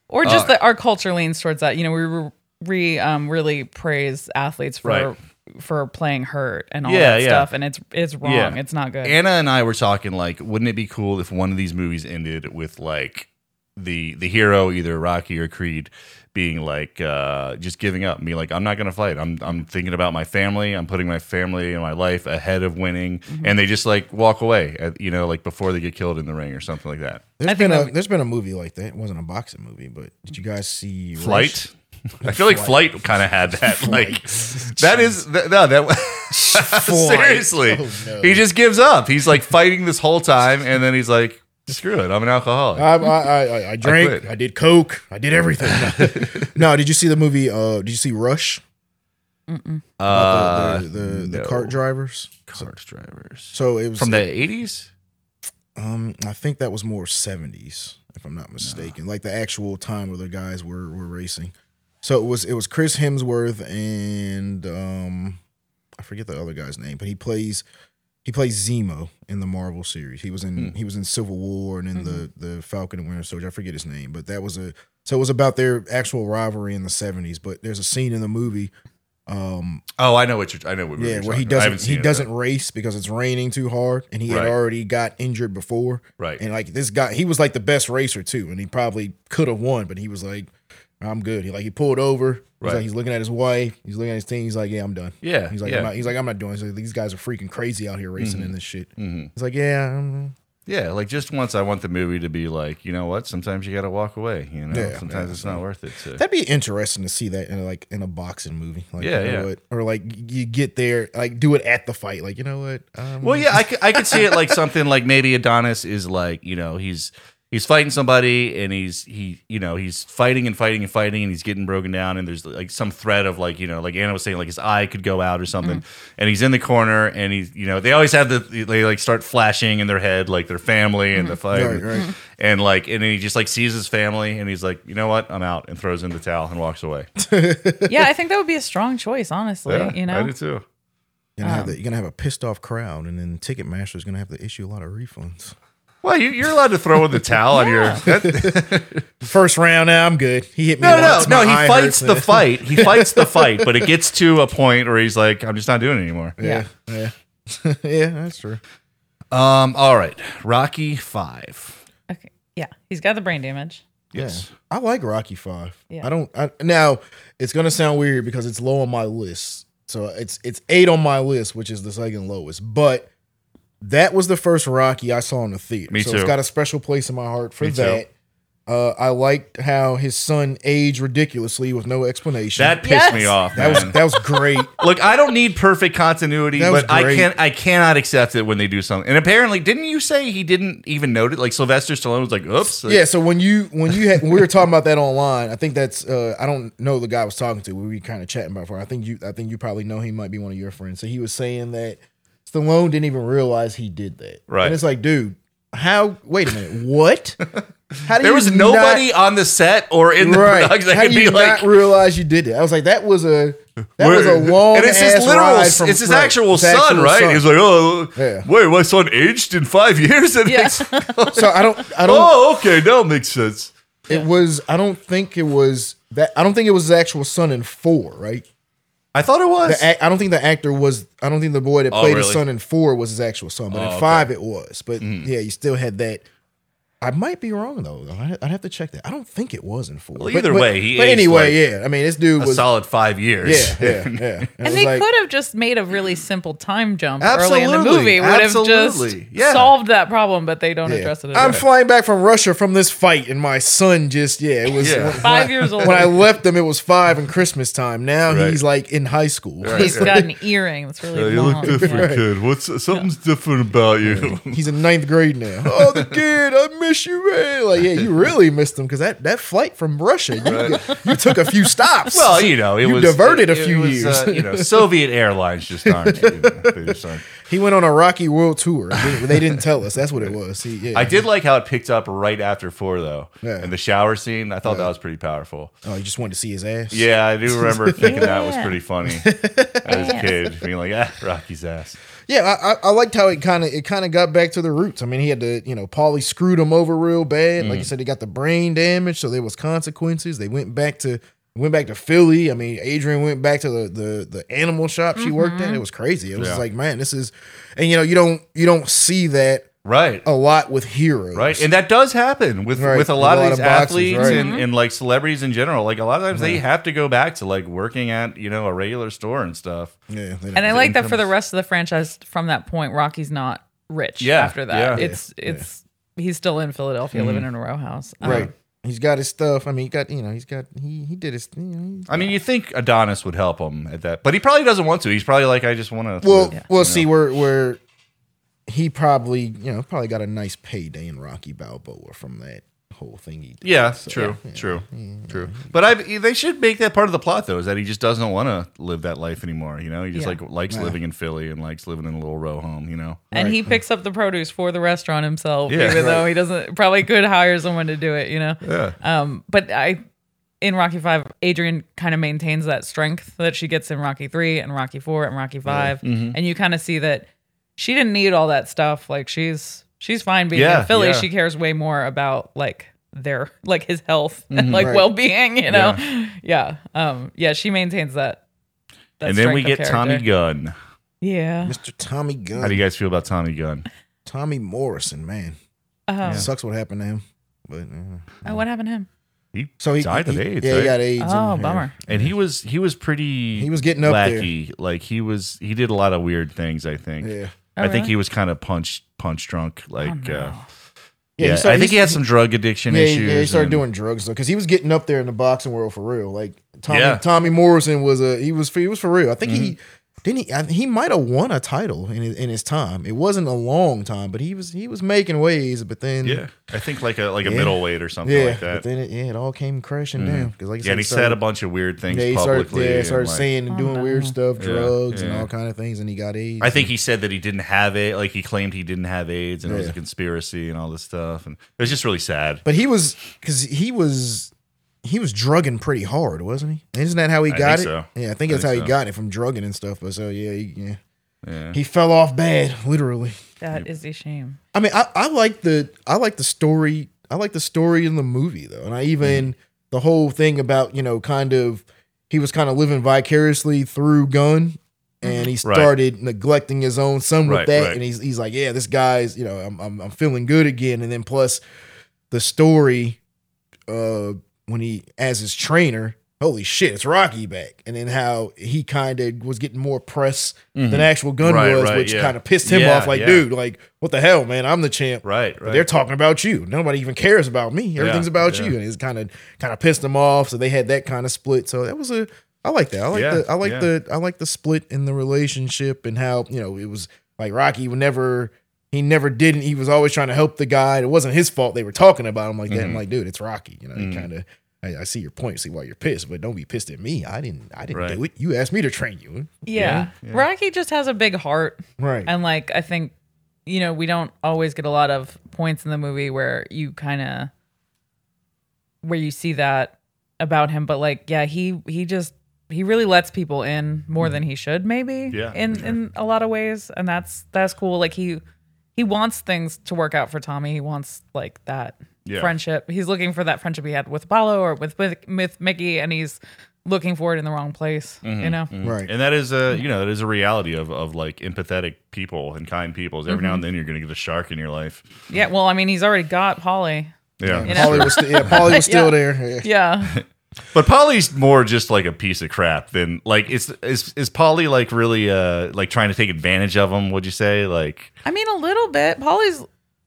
[SPEAKER 5] or just
[SPEAKER 1] Uh,
[SPEAKER 5] that our culture leans towards that. You know, we re, re um, really praise athletes for
[SPEAKER 1] Right.
[SPEAKER 5] for playing hurt and all
[SPEAKER 1] Yeah,
[SPEAKER 5] that
[SPEAKER 1] yeah.
[SPEAKER 5] stuff, and it's it's wrong.
[SPEAKER 1] Yeah.
[SPEAKER 5] It's not good.
[SPEAKER 1] Anna and I were talking like, wouldn't it be cool if one of these movies ended with like the the hero, either Rocky or Creed, being like uh, just giving up and being like, I'm not gonna fight. I'm I'm thinking about my family. I'm putting my family and my life ahead of winning,
[SPEAKER 5] Mm-hmm.
[SPEAKER 1] and they just like walk away, uh, you know, like before they get killed in the ring or something like that.
[SPEAKER 4] There's
[SPEAKER 5] I think
[SPEAKER 4] been a
[SPEAKER 5] that we-
[SPEAKER 4] there's been a movie like that. It wasn't a boxing movie, but did you guys see Rush?
[SPEAKER 1] Flight. I feel like flight, kind of had that. Like that is th- no that. Seriously,
[SPEAKER 4] Oh, no.
[SPEAKER 1] he just gives up. He's like fighting this whole time, and then he's like, Screw it. I'm an alcoholic.
[SPEAKER 4] I, I, I, I- I drank.
[SPEAKER 1] quit.
[SPEAKER 4] I, did coke. I did everything. no, did you see the movie? Uh, did you see Rush?
[SPEAKER 1] Uh,
[SPEAKER 4] the the, the, the
[SPEAKER 1] no.
[SPEAKER 4] cart drivers.
[SPEAKER 1] Cart drivers.
[SPEAKER 4] So it was
[SPEAKER 1] From the 80s?
[SPEAKER 4] Um, I think that was more seventies, if I'm not mistaken. Like the actual time where the guys were were racing. So it was it was Chris Hemsworth and um, I forget the other guy's name, but he plays he plays Zemo in the Marvel series. He was
[SPEAKER 1] Hmm.
[SPEAKER 4] in he was in Civil War and in
[SPEAKER 1] Mm-hmm.
[SPEAKER 4] the the Falcon and Winter Soldier. I forget his name, but that was a so it was about their actual rivalry in the seventies. But there's a scene in the movie. Um,
[SPEAKER 1] Oh, I know what you're. I know what. movie
[SPEAKER 4] yeah,
[SPEAKER 1] you're
[SPEAKER 4] where he
[SPEAKER 1] talking about. I haven't
[SPEAKER 4] doesn't
[SPEAKER 1] seen
[SPEAKER 4] he
[SPEAKER 1] it,
[SPEAKER 4] doesn't
[SPEAKER 1] though.
[SPEAKER 4] race because it's raining too hard, and he
[SPEAKER 1] Right.
[SPEAKER 4] had already got injured before.
[SPEAKER 1] Right.
[SPEAKER 4] And like this guy, he was like the best racer too, and he probably could have won, but he was like, "I'm good." He like he pulled over. He's
[SPEAKER 1] Right.
[SPEAKER 4] like he's looking at his wife. He's looking at his team. He's like, "Yeah, I'm done."
[SPEAKER 1] Yeah,
[SPEAKER 4] He's like,
[SPEAKER 1] yeah.
[SPEAKER 4] I'm not, he's like, "I'm not doing." This. He's like, These guys are freaking crazy out here racing in this shit.
[SPEAKER 1] Mhm.
[SPEAKER 4] He's like, "Yeah, I'm,
[SPEAKER 1] Yeah, like just once, I want the movie to be like, you know what? Sometimes you got to walk away. You know,
[SPEAKER 4] Yeah,
[SPEAKER 1] sometimes
[SPEAKER 4] yeah.
[SPEAKER 1] it's not worth it. To,
[SPEAKER 4] that'd be interesting to see that in like in a boxing movie." Like,
[SPEAKER 1] Yeah,
[SPEAKER 4] you know
[SPEAKER 1] yeah.
[SPEAKER 4] what? Or like you get there, like do it at the fight. Like you know what? Um,
[SPEAKER 1] Well, yeah, I could, I could see it like something like maybe Adonis is like, you know, he's he's fighting somebody and he's he, you know, he's fighting and fighting and fighting and he's getting broken down and there's like some threat of like, you know, like Anna was saying like his eye could go out or something. And he's in the corner and he's, you know, they always have the they like start flashing in their head like their family and the fight.
[SPEAKER 4] Right, right.
[SPEAKER 1] And like and then he just like sees his family and he's like, "You know what? I'm out." and throws in the towel and walks away.
[SPEAKER 5] yeah, I think that would be a strong choice, honestly.
[SPEAKER 1] Yeah,
[SPEAKER 5] you
[SPEAKER 1] I
[SPEAKER 5] know,
[SPEAKER 1] do too.
[SPEAKER 4] You're
[SPEAKER 1] Um.
[SPEAKER 4] gonna, have the, you're gonna have a pissed off crowd, and then Ticketmaster is gonna have to issue a lot of refunds.
[SPEAKER 1] Well, you, you're allowed to throw in the towel on your
[SPEAKER 4] First round, now I'm good. He hit me.
[SPEAKER 1] No, no,
[SPEAKER 4] once,
[SPEAKER 1] no.
[SPEAKER 4] my
[SPEAKER 1] He
[SPEAKER 4] eye
[SPEAKER 1] fights
[SPEAKER 4] hurts.
[SPEAKER 1] the fight. He fights the fight, but it gets to a point where he's like, "I'm just not doing it anymore."
[SPEAKER 5] yeah.
[SPEAKER 1] Oh,
[SPEAKER 4] Yeah, yeah, that's true.
[SPEAKER 1] Um. All right. Rocky Five.
[SPEAKER 5] Okay. Yeah, he's got the brain damage.
[SPEAKER 1] Yes.
[SPEAKER 4] I like Rocky Five.
[SPEAKER 5] Yeah.
[SPEAKER 4] I don't. I, now it's gonna sound weird because it's low on my list. So it's it's eight on my list, which is the second lowest. But that was the first Rocky I saw in the theater.
[SPEAKER 1] Me
[SPEAKER 4] so
[SPEAKER 1] too.
[SPEAKER 4] it's got a special place in my heart for
[SPEAKER 1] Me too.
[SPEAKER 4] that. Uh, I liked how his son aged ridiculously with no explanation.
[SPEAKER 1] That pissed
[SPEAKER 5] Yes.
[SPEAKER 1] me off.
[SPEAKER 4] that was
[SPEAKER 1] man.
[SPEAKER 4] that was great.
[SPEAKER 1] Look, I don't need perfect continuity,
[SPEAKER 4] That was
[SPEAKER 1] but I
[SPEAKER 4] great.
[SPEAKER 1] can't. I cannot accept it when they do something. And apparently, didn't you say he didn't even notice? Like Sylvester Stallone was like, "Oops." Like,
[SPEAKER 4] yeah. So when you when you had, when we were talking about that online, I think that's uh, I don't know the guy I was talking to. We were kind of chatting about it. I think you I think you probably know he might be one of your friends. So he was saying that Stallone didn't even realize he did that.
[SPEAKER 1] Right.
[SPEAKER 4] And it's like, dude, how? Wait a minute, what? How do
[SPEAKER 1] There
[SPEAKER 4] you
[SPEAKER 1] was
[SPEAKER 4] not-
[SPEAKER 1] nobody on the set or in the
[SPEAKER 4] right?
[SPEAKER 1] production that
[SPEAKER 4] How
[SPEAKER 1] could
[SPEAKER 4] do you
[SPEAKER 1] be like,
[SPEAKER 4] not realize you did that? I was like, that was a that was a long
[SPEAKER 1] and it's his
[SPEAKER 4] ass
[SPEAKER 1] literal,
[SPEAKER 4] ride from
[SPEAKER 1] it's his
[SPEAKER 4] right,
[SPEAKER 1] actual son, right? He was like, "Oh,
[SPEAKER 4] Yeah.
[SPEAKER 1] wait, my son aged in five years." And
[SPEAKER 5] Yeah.
[SPEAKER 1] it's-
[SPEAKER 4] so I don't I don't
[SPEAKER 1] Oh, okay, that makes sense.
[SPEAKER 4] it was I don't think it was that I don't think it was his actual son in four, right?
[SPEAKER 1] I thought it was.
[SPEAKER 4] The act, I don't think the actor was. I don't think the boy that
[SPEAKER 1] Oh,
[SPEAKER 4] played his
[SPEAKER 1] really?
[SPEAKER 4] son in four was his actual son, but
[SPEAKER 1] Oh, okay. Mm-hmm.
[SPEAKER 4] in five it was. But yeah, you still had that. I might be wrong though. I- I'd have to check that. I don't think it was in four.
[SPEAKER 1] Well,
[SPEAKER 4] But-
[SPEAKER 1] either
[SPEAKER 4] but-
[SPEAKER 1] way, he
[SPEAKER 4] But
[SPEAKER 1] aged,
[SPEAKER 4] anyway, yeah. I mean, this dude
[SPEAKER 1] a
[SPEAKER 4] was.
[SPEAKER 1] solid five years.
[SPEAKER 4] Yeah, yeah, yeah.
[SPEAKER 5] And they could have just made a really simple time jump early in the
[SPEAKER 1] Absolutely,
[SPEAKER 5] movie. Would have just
[SPEAKER 1] absolutely, yeah.
[SPEAKER 5] solved that problem, but they don't address it. At
[SPEAKER 4] I'm
[SPEAKER 5] all.
[SPEAKER 4] flying back from Russia from this fight, and my son just yeah, it was
[SPEAKER 1] Yeah.
[SPEAKER 4] when
[SPEAKER 5] Five
[SPEAKER 4] I-
[SPEAKER 5] years old.
[SPEAKER 4] When I left him, it was five and Christmas time. Now
[SPEAKER 1] Right.
[SPEAKER 4] he's like in high school.
[SPEAKER 5] He's got an earring that's really long. yeah.
[SPEAKER 1] kid. What's something's different about you?
[SPEAKER 4] He's in ninth grade now. Oh, the kid, I miss you, man. Like, yeah, you really missed him because that, that flight from Russia, you, you took a few stops.
[SPEAKER 1] well, you know, it
[SPEAKER 4] You
[SPEAKER 1] was
[SPEAKER 4] diverted a
[SPEAKER 1] it- it
[SPEAKER 4] few
[SPEAKER 1] was, uh,
[SPEAKER 4] years.
[SPEAKER 1] you know, Soviet Airlines just aren't. you know, they just aren't.
[SPEAKER 4] he went on a Rocky World tour. They, didn't- they didn't tell us. That's what it was. He, yeah.
[SPEAKER 1] I did like how it picked up right after four, though,
[SPEAKER 4] Yeah.
[SPEAKER 1] and the shower scene. I thought that was pretty powerful.
[SPEAKER 4] Oh, you just wanted to see his ass.
[SPEAKER 1] Yeah, I do remember thinking that was
[SPEAKER 5] Yeah.
[SPEAKER 1] pretty funny as a kid, being like, "Ah, Rocky's ass."
[SPEAKER 4] yeah. I, I, I liked how it kind of it kind of got back to the roots. I mean, he had to, you know, Paulie screwed him over real bad.
[SPEAKER 1] Mm.
[SPEAKER 4] Like you said, he got the brain damage, so there was consequences. They went back to went back to Philly. I mean, Adrian went back to the the, the animal shop she worked
[SPEAKER 5] Mm-hmm.
[SPEAKER 4] at. It was crazy. It was
[SPEAKER 1] Yeah.
[SPEAKER 4] like, man, this is, and you know, you don't you don't see that
[SPEAKER 1] Right.
[SPEAKER 4] a lot with heroes.
[SPEAKER 1] Right, and that does happen with
[SPEAKER 4] Right,
[SPEAKER 1] with a lot of these
[SPEAKER 4] boxers,
[SPEAKER 1] athletes
[SPEAKER 4] right.
[SPEAKER 1] and, and like celebrities in general. Like a lot of times, they have to go back to like working at you know a regular store and stuff.
[SPEAKER 4] yeah. they-
[SPEAKER 5] And I like that for the rest of the franchise. From that point, Rocky's not rich.
[SPEAKER 1] Yeah,
[SPEAKER 5] After that,
[SPEAKER 1] yeah. Mm-hmm.
[SPEAKER 5] it's it's he's still in Philadelphia, living in a row house. Um,
[SPEAKER 4] right. He's got his stuff. I mean, he got you know, he's got he he did his. You know, he's-
[SPEAKER 1] I mean, you think Adonis would help him at that, but he probably doesn't want to. He's probably like, I just want to.
[SPEAKER 4] well, well, see, we're we're he probably, you know, probably got a nice payday in Rocky Balboa from that whole thing he did.
[SPEAKER 1] Yeah, true, true, true. But I they should make that part of the plot though, is that he just doesn't want to live that life anymore. You know, he just
[SPEAKER 5] Yeah.
[SPEAKER 1] like likes living in Philly and likes living in a little row home. You know,
[SPEAKER 5] and he picks up the produce for the restaurant himself,
[SPEAKER 1] Yeah.
[SPEAKER 5] even though he doesn't probably could hire someone to do it, you know.
[SPEAKER 1] Yeah.
[SPEAKER 5] Um, but I in Rocky Five, Adrian kind of maintains that strength that she gets in Rocky Three and Rocky Four and Rocky 5
[SPEAKER 1] Mm-hmm.
[SPEAKER 5] and you kind of see that she didn't need all that stuff. Like she's she's fine being
[SPEAKER 1] Yeah,
[SPEAKER 5] in Philly.
[SPEAKER 1] yeah.
[SPEAKER 5] She cares way more about like their like his health
[SPEAKER 1] Mm-hmm.
[SPEAKER 5] and like well being. You know, yeah. um, yeah. She maintains that. that
[SPEAKER 1] and then we
[SPEAKER 5] strength
[SPEAKER 1] get
[SPEAKER 5] of
[SPEAKER 1] Tommy
[SPEAKER 5] character.
[SPEAKER 1] Gunn.
[SPEAKER 5] Yeah.
[SPEAKER 4] Mr. Tommy
[SPEAKER 1] How do
[SPEAKER 4] Gunn,
[SPEAKER 1] you guys feel about Tommy Gunn?
[SPEAKER 4] Tommy Morrison, man,
[SPEAKER 5] Um,
[SPEAKER 4] sucks what happened to him. But uh,
[SPEAKER 5] oh, what happened to him?
[SPEAKER 1] He
[SPEAKER 4] so he
[SPEAKER 1] died of
[SPEAKER 4] he-
[SPEAKER 1] AIDS.
[SPEAKER 4] Yeah,
[SPEAKER 1] right?
[SPEAKER 4] he got AIDS.
[SPEAKER 5] Oh,
[SPEAKER 4] and-
[SPEAKER 5] bummer.
[SPEAKER 1] and he was he was pretty.
[SPEAKER 4] He was getting up there.
[SPEAKER 1] wacky. Like he was he did a lot of weird things. I think.
[SPEAKER 4] Yeah.
[SPEAKER 5] Oh,
[SPEAKER 1] I think
[SPEAKER 5] really? Oh,
[SPEAKER 1] he was kind of punch punch drunk. Like uh,
[SPEAKER 4] Yeah,
[SPEAKER 1] yeah,
[SPEAKER 4] he started-
[SPEAKER 1] I think
[SPEAKER 4] he-
[SPEAKER 1] he had some drug addiction
[SPEAKER 4] Yeah,
[SPEAKER 1] issues.
[SPEAKER 4] yeah, he started
[SPEAKER 1] and-
[SPEAKER 4] doing drugs though, because he was getting up there in the boxing world for real. Like Tommy,
[SPEAKER 1] Yeah.
[SPEAKER 4] Tommy Morrison was a he was he was for real. I think he
[SPEAKER 1] Mm-hmm.
[SPEAKER 4] didn't he, I, he might have won a title in his, in his time. It wasn't a long time, but he was he was making ways. But then
[SPEAKER 1] Yeah, I think like a like a
[SPEAKER 4] Yeah.
[SPEAKER 1] middleweight or something
[SPEAKER 4] yeah,
[SPEAKER 1] like
[SPEAKER 4] but
[SPEAKER 1] that. Mm-hmm.
[SPEAKER 4] then it, yeah, it all came crashing down because like I
[SPEAKER 1] yeah, and he
[SPEAKER 4] started-
[SPEAKER 1] said a bunch of weird things
[SPEAKER 4] yeah, he started,
[SPEAKER 1] publicly.
[SPEAKER 4] yeah, he
[SPEAKER 1] and,
[SPEAKER 4] started
[SPEAKER 1] like-
[SPEAKER 4] saying and doing weird stuff,
[SPEAKER 1] Yeah,
[SPEAKER 4] drugs and
[SPEAKER 1] yeah.
[SPEAKER 4] all kind of things, and he got AIDS.
[SPEAKER 1] I think he said that he didn't have it. Like he claimed he didn't have AIDS, and it was a conspiracy and all this stuff. And it was just really sad.
[SPEAKER 4] but he was because he was he was drugging pretty hard, wasn't he? Isn't that how he
[SPEAKER 1] I
[SPEAKER 4] got
[SPEAKER 1] think
[SPEAKER 4] it?
[SPEAKER 1] so.
[SPEAKER 4] Yeah, I think
[SPEAKER 1] I think
[SPEAKER 4] that's how
[SPEAKER 1] so.
[SPEAKER 4] he got it from drugging and stuff. But so yeah, he, yeah.
[SPEAKER 1] Yeah.
[SPEAKER 4] He fell off bad, literally.
[SPEAKER 5] That is a shame.
[SPEAKER 4] I mean, I, I like the I like the story. I like the story in the movie though, and I even
[SPEAKER 1] Mm-hmm.
[SPEAKER 4] the whole thing about you know kind of he was kind of living vicariously through Gun, and he
[SPEAKER 1] Mm-hmm. Right.
[SPEAKER 4] started neglecting his own son with
[SPEAKER 1] Right,
[SPEAKER 4] that,
[SPEAKER 1] right.
[SPEAKER 4] and he's he's like, yeah, this guy's you know I'm I'm, I'm feeling good again, and then plus the story uh when he as his trainer holy shit it's rocky back and then how he kind of was getting more press than actual gun
[SPEAKER 1] Mm. Right,
[SPEAKER 4] was
[SPEAKER 1] right,
[SPEAKER 4] which
[SPEAKER 1] yeah.
[SPEAKER 4] kind of pissed him
[SPEAKER 1] Yeah,
[SPEAKER 4] off like
[SPEAKER 1] yeah.
[SPEAKER 4] dude like what the hell man i'm the champ
[SPEAKER 1] Right,
[SPEAKER 4] but
[SPEAKER 1] right.
[SPEAKER 4] they're talking about you nobody even cares about me everything's about
[SPEAKER 1] yeah.
[SPEAKER 4] you and it's kind of kind of pissed him off so they had that kind of split so that was a i like that i like
[SPEAKER 1] Yeah,
[SPEAKER 4] the i like
[SPEAKER 1] yeah.
[SPEAKER 4] the i like the split in the relationship and how you know it was like rocky would never he never didn't. He was always trying to help the guy. It wasn't his fault they were talking about him like that.
[SPEAKER 1] Mm-hmm.
[SPEAKER 4] I'm like, dude, it's Rocky. You know,
[SPEAKER 1] Mm.
[SPEAKER 4] you kind of. I, I see your point. See why you're pissed, but don't be pissed at me. I didn't. I didn't
[SPEAKER 1] Right.
[SPEAKER 4] do it. You asked me to train you.
[SPEAKER 5] Yeah. Rocky just has a big heart.
[SPEAKER 4] Right.
[SPEAKER 5] And like I think, you know, we don't always get a lot of points in the movie where you kinda where you see that about him. But like, yeah, he he just he really lets people in more than he should, maybe.
[SPEAKER 1] Mm. Yeah,
[SPEAKER 5] In in a lot of ways. And that's that's cool. Like he he wants things to work out for Tommy. He wants like that
[SPEAKER 1] Yeah.
[SPEAKER 5] friendship. He's looking for that friendship he had with Apollo or with with, with Mickey and he's looking for it in the wrong place.
[SPEAKER 1] Mm-hmm,
[SPEAKER 5] You know?
[SPEAKER 4] Right.
[SPEAKER 1] And that is a you know that is a reality of of like empathetic people and kind people. Is
[SPEAKER 5] Mm-hmm.
[SPEAKER 1] Every now and then you're going to get a shark in your life.
[SPEAKER 5] Yeah, well, I mean, he's already got Polly.
[SPEAKER 1] Yeah,
[SPEAKER 5] You know?
[SPEAKER 4] Polly was. St- yeah, Polly was still
[SPEAKER 5] Yeah.
[SPEAKER 4] there. Yeah.
[SPEAKER 5] Yeah.
[SPEAKER 1] But Polly's more just like a piece of crap than like is is is Polly like really uh like trying to take advantage of him? Would you say like
[SPEAKER 5] I mean, a little bit. Polly's,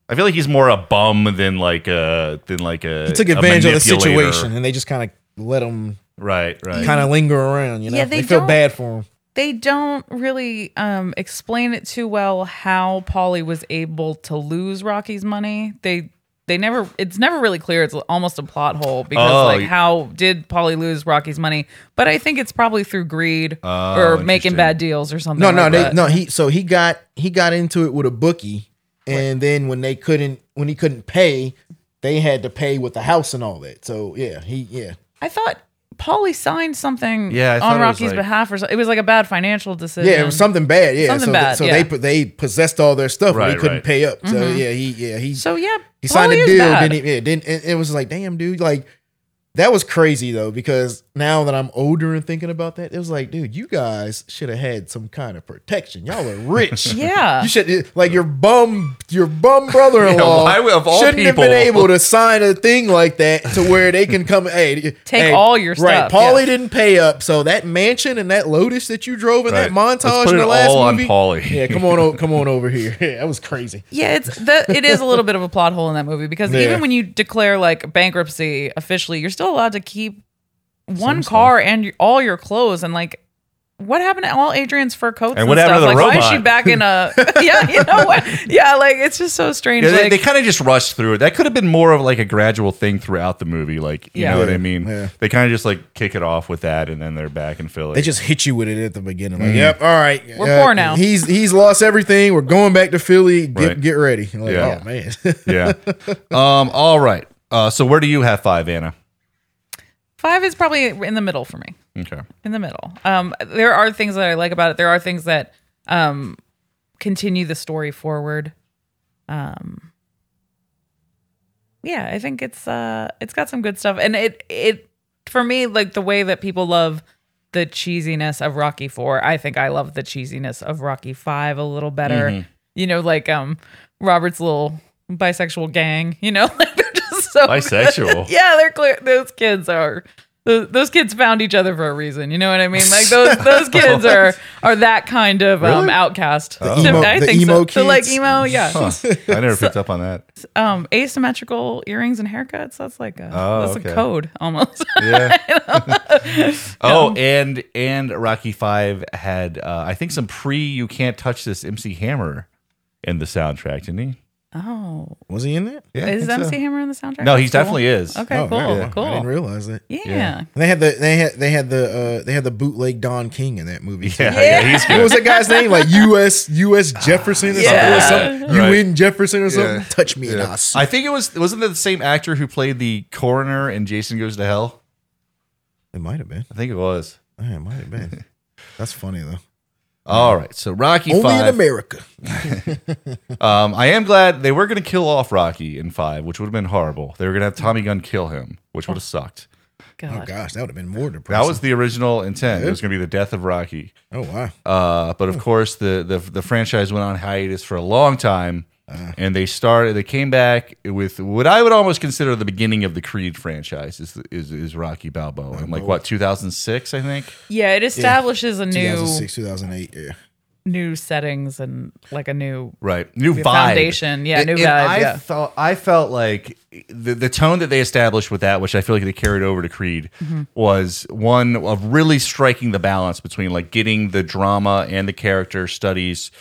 [SPEAKER 1] I feel like he's more a bum than like a than like a
[SPEAKER 4] He took
[SPEAKER 1] a
[SPEAKER 4] advantage of the
[SPEAKER 1] manipulator.
[SPEAKER 4] situation, and they just kind of let him
[SPEAKER 1] Right, right.
[SPEAKER 4] kind of linger around. You know,
[SPEAKER 5] Yeah, they
[SPEAKER 4] feel
[SPEAKER 5] don't-
[SPEAKER 4] bad for him.
[SPEAKER 5] they don't really um, explain it too well how Polly was able to lose Rocky's money. They, they never, it's never really clear. It's almost a plot hole because,
[SPEAKER 1] Oh,
[SPEAKER 5] like,
[SPEAKER 1] y-
[SPEAKER 5] how did Polly lose Rocky's money? But I think it's probably through greed
[SPEAKER 1] Oh,
[SPEAKER 5] or making
[SPEAKER 1] interesting.
[SPEAKER 5] bad deals or something.
[SPEAKER 4] No, no,
[SPEAKER 5] like
[SPEAKER 4] they,
[SPEAKER 5] that.
[SPEAKER 4] no. He so he got he got into it with a bookie, and then when they couldn't when he couldn't pay, they had to pay with the house and all that. So yeah, he yeah.
[SPEAKER 5] I thought Polly signed something
[SPEAKER 1] Yeah, I thought
[SPEAKER 5] on
[SPEAKER 1] it was
[SPEAKER 5] Rocky's
[SPEAKER 1] like-
[SPEAKER 5] behalf or something. It was like a bad financial decision.
[SPEAKER 4] Yeah, it was something bad. Yeah,
[SPEAKER 5] Something
[SPEAKER 4] so,
[SPEAKER 5] bad,
[SPEAKER 4] so
[SPEAKER 5] yeah. Mm-hmm.
[SPEAKER 4] they put they possessed all their stuff, and
[SPEAKER 1] Right,
[SPEAKER 4] they couldn't
[SPEAKER 1] right.
[SPEAKER 4] pay up. So yeah, he yeah he
[SPEAKER 5] So, yeah.
[SPEAKER 4] he signed
[SPEAKER 1] Oh,
[SPEAKER 5] Polly
[SPEAKER 4] a
[SPEAKER 5] is
[SPEAKER 4] deal.
[SPEAKER 5] bad.
[SPEAKER 4] Then he yeah, then it, it was like damn dude, like that was crazy though because now that I'm older and thinking about that, it was like dude, you guys should have had some kind of protection. Y'all are rich.
[SPEAKER 5] yeah.
[SPEAKER 4] You should like your bum, your bum brother-in-law
[SPEAKER 1] Yeah, why would- of all
[SPEAKER 4] shouldn't have been
[SPEAKER 1] people.
[SPEAKER 4] able to sign a thing like that to where they can come. Hey,
[SPEAKER 5] Take
[SPEAKER 4] hey,
[SPEAKER 5] all your
[SPEAKER 4] Right,
[SPEAKER 5] stuff,
[SPEAKER 4] Paulie
[SPEAKER 5] yeah.
[SPEAKER 4] didn't pay up, so that mansion and that Lotus that you drove in that
[SPEAKER 1] Right. Let's
[SPEAKER 4] montage
[SPEAKER 1] put
[SPEAKER 4] in the
[SPEAKER 1] it
[SPEAKER 4] last
[SPEAKER 1] all on
[SPEAKER 4] movie.
[SPEAKER 1] Pauly.
[SPEAKER 4] Yeah, come on, o- come on over here. Yeah, that was crazy.
[SPEAKER 5] Yeah, it's the it is a little bit of a plot hole in that movie because
[SPEAKER 4] Yeah.
[SPEAKER 5] even when you declare like bankruptcy officially, you're still allowed to keep one car and your, all your clothes and like what happened to all Adrian's fur coats and,
[SPEAKER 1] what
[SPEAKER 5] stuff?
[SPEAKER 1] happened to the
[SPEAKER 5] like, why is she
[SPEAKER 1] robot?
[SPEAKER 5] back in a? yeah, you know what? Yeah, like it's just so strange.
[SPEAKER 1] Yeah, they,
[SPEAKER 5] like,
[SPEAKER 1] they kind of just rushed through it. That could have been more of like a gradual thing throughout the movie. Like, you
[SPEAKER 5] Yeah.
[SPEAKER 1] know what
[SPEAKER 4] Yeah,
[SPEAKER 1] I mean?
[SPEAKER 4] yeah.
[SPEAKER 1] They kind of just like kick it off with that, and then they're back in Philly.
[SPEAKER 4] They just hit you with it at the beginning.
[SPEAKER 1] Mm.
[SPEAKER 4] Like, yep, all right,
[SPEAKER 5] We're poor now.
[SPEAKER 4] He's he's lost everything. We're going back to Philly. Get
[SPEAKER 1] Right.
[SPEAKER 4] get ready. Like,
[SPEAKER 1] Yeah.
[SPEAKER 4] Oh man,
[SPEAKER 1] yeah. Um. All right. Uh. So where do you have five, Anna?
[SPEAKER 5] five is probably in the middle for me.
[SPEAKER 1] Okay.
[SPEAKER 5] in the middle. Um, there are things that I like about it. There are things that um, continue the story forward. Um, yeah, I think it's uh, it's got some good stuff, and it it for me like the way that people love the cheesiness of Rocky Four. I think I love the cheesiness of Rocky Five a little better. You know, like um, Robert's little bisexual gang. You know, like they're just so
[SPEAKER 1] Bisexual.
[SPEAKER 5] yeah, they're clear. Those kids are. Those, those kids found each other for a reason. You know what I mean? Like those those kids are are that kind of um, outcast.
[SPEAKER 4] emo-
[SPEAKER 5] I
[SPEAKER 4] the
[SPEAKER 5] think
[SPEAKER 4] emo
[SPEAKER 5] so. They're like
[SPEAKER 4] kids?
[SPEAKER 5] emo, yeah.
[SPEAKER 1] Huh. I never picked up on that.
[SPEAKER 5] Um, asymmetrical earrings and haircuts. That's like a
[SPEAKER 1] Oh,
[SPEAKER 5] that's
[SPEAKER 1] okay.
[SPEAKER 5] a code almost.
[SPEAKER 1] Yeah. oh, and and Rocky Five had uh, I think some pre "You Can't Touch This" MC Hammer in the soundtrack, didn't he?
[SPEAKER 5] oh,
[SPEAKER 4] was he in that?
[SPEAKER 1] Yeah. I
[SPEAKER 5] is
[SPEAKER 1] think
[SPEAKER 5] MC
[SPEAKER 1] so.
[SPEAKER 5] Hammer in the soundtrack?
[SPEAKER 1] No, he
[SPEAKER 5] That's cool.
[SPEAKER 1] definitely is.
[SPEAKER 5] Okay,
[SPEAKER 4] Oh,
[SPEAKER 5] cool,
[SPEAKER 4] yeah.
[SPEAKER 5] cool.
[SPEAKER 4] I didn't realize that.
[SPEAKER 5] yeah.
[SPEAKER 4] And they had the they had they had the uh, they had the bootleg Don King in that movie. too.
[SPEAKER 1] Yeah, yeah, he's
[SPEAKER 4] What
[SPEAKER 1] good.
[SPEAKER 4] was that guy's name? Like U.S. U.S. Jefferson or
[SPEAKER 5] Yeah.
[SPEAKER 4] something. Or something.
[SPEAKER 1] Right.
[SPEAKER 4] U.N. Jefferson or something.
[SPEAKER 1] Yeah.
[SPEAKER 4] Touch me, and I'll sue
[SPEAKER 1] I think it was wasn't that the same actor who played the coroner in Jason Goes to Hell?
[SPEAKER 4] It might have been.
[SPEAKER 1] I think it was.
[SPEAKER 4] Yeah, It might have been. That's funny though.
[SPEAKER 1] All right, so Rocky
[SPEAKER 4] Only in
[SPEAKER 1] Five.
[SPEAKER 4] America.
[SPEAKER 1] um, I am glad they were going to kill off Rocky in Five, which would have been horrible. They were going to have Tommy Gunn kill him, which would have sucked.
[SPEAKER 5] God.
[SPEAKER 4] Oh gosh, that would have been more depressing.
[SPEAKER 1] That was the original intent. It was going to be the death of Rocky.
[SPEAKER 4] Oh wow.
[SPEAKER 1] Uh, but of course, the, the the franchise went on hiatus for a long time, and they started. They came back with what I would almost consider the beginning of the Creed franchise is is, is Rocky Balboa, in like what 2006, I think.
[SPEAKER 5] Yeah, it establishes a new
[SPEAKER 4] 2006, 2008. Yeah.
[SPEAKER 5] new settings and like a new
[SPEAKER 1] Right, new vibe.
[SPEAKER 5] foundation. Yeah,
[SPEAKER 1] And-
[SPEAKER 5] new
[SPEAKER 1] and
[SPEAKER 5] vibe.
[SPEAKER 1] I
[SPEAKER 5] yeah.
[SPEAKER 1] felt I felt like the the tone that they established with that, which I feel like they carried over to Creed,
[SPEAKER 5] Mm-hmm.
[SPEAKER 1] was one of really striking the balance between like getting the drama and the character studies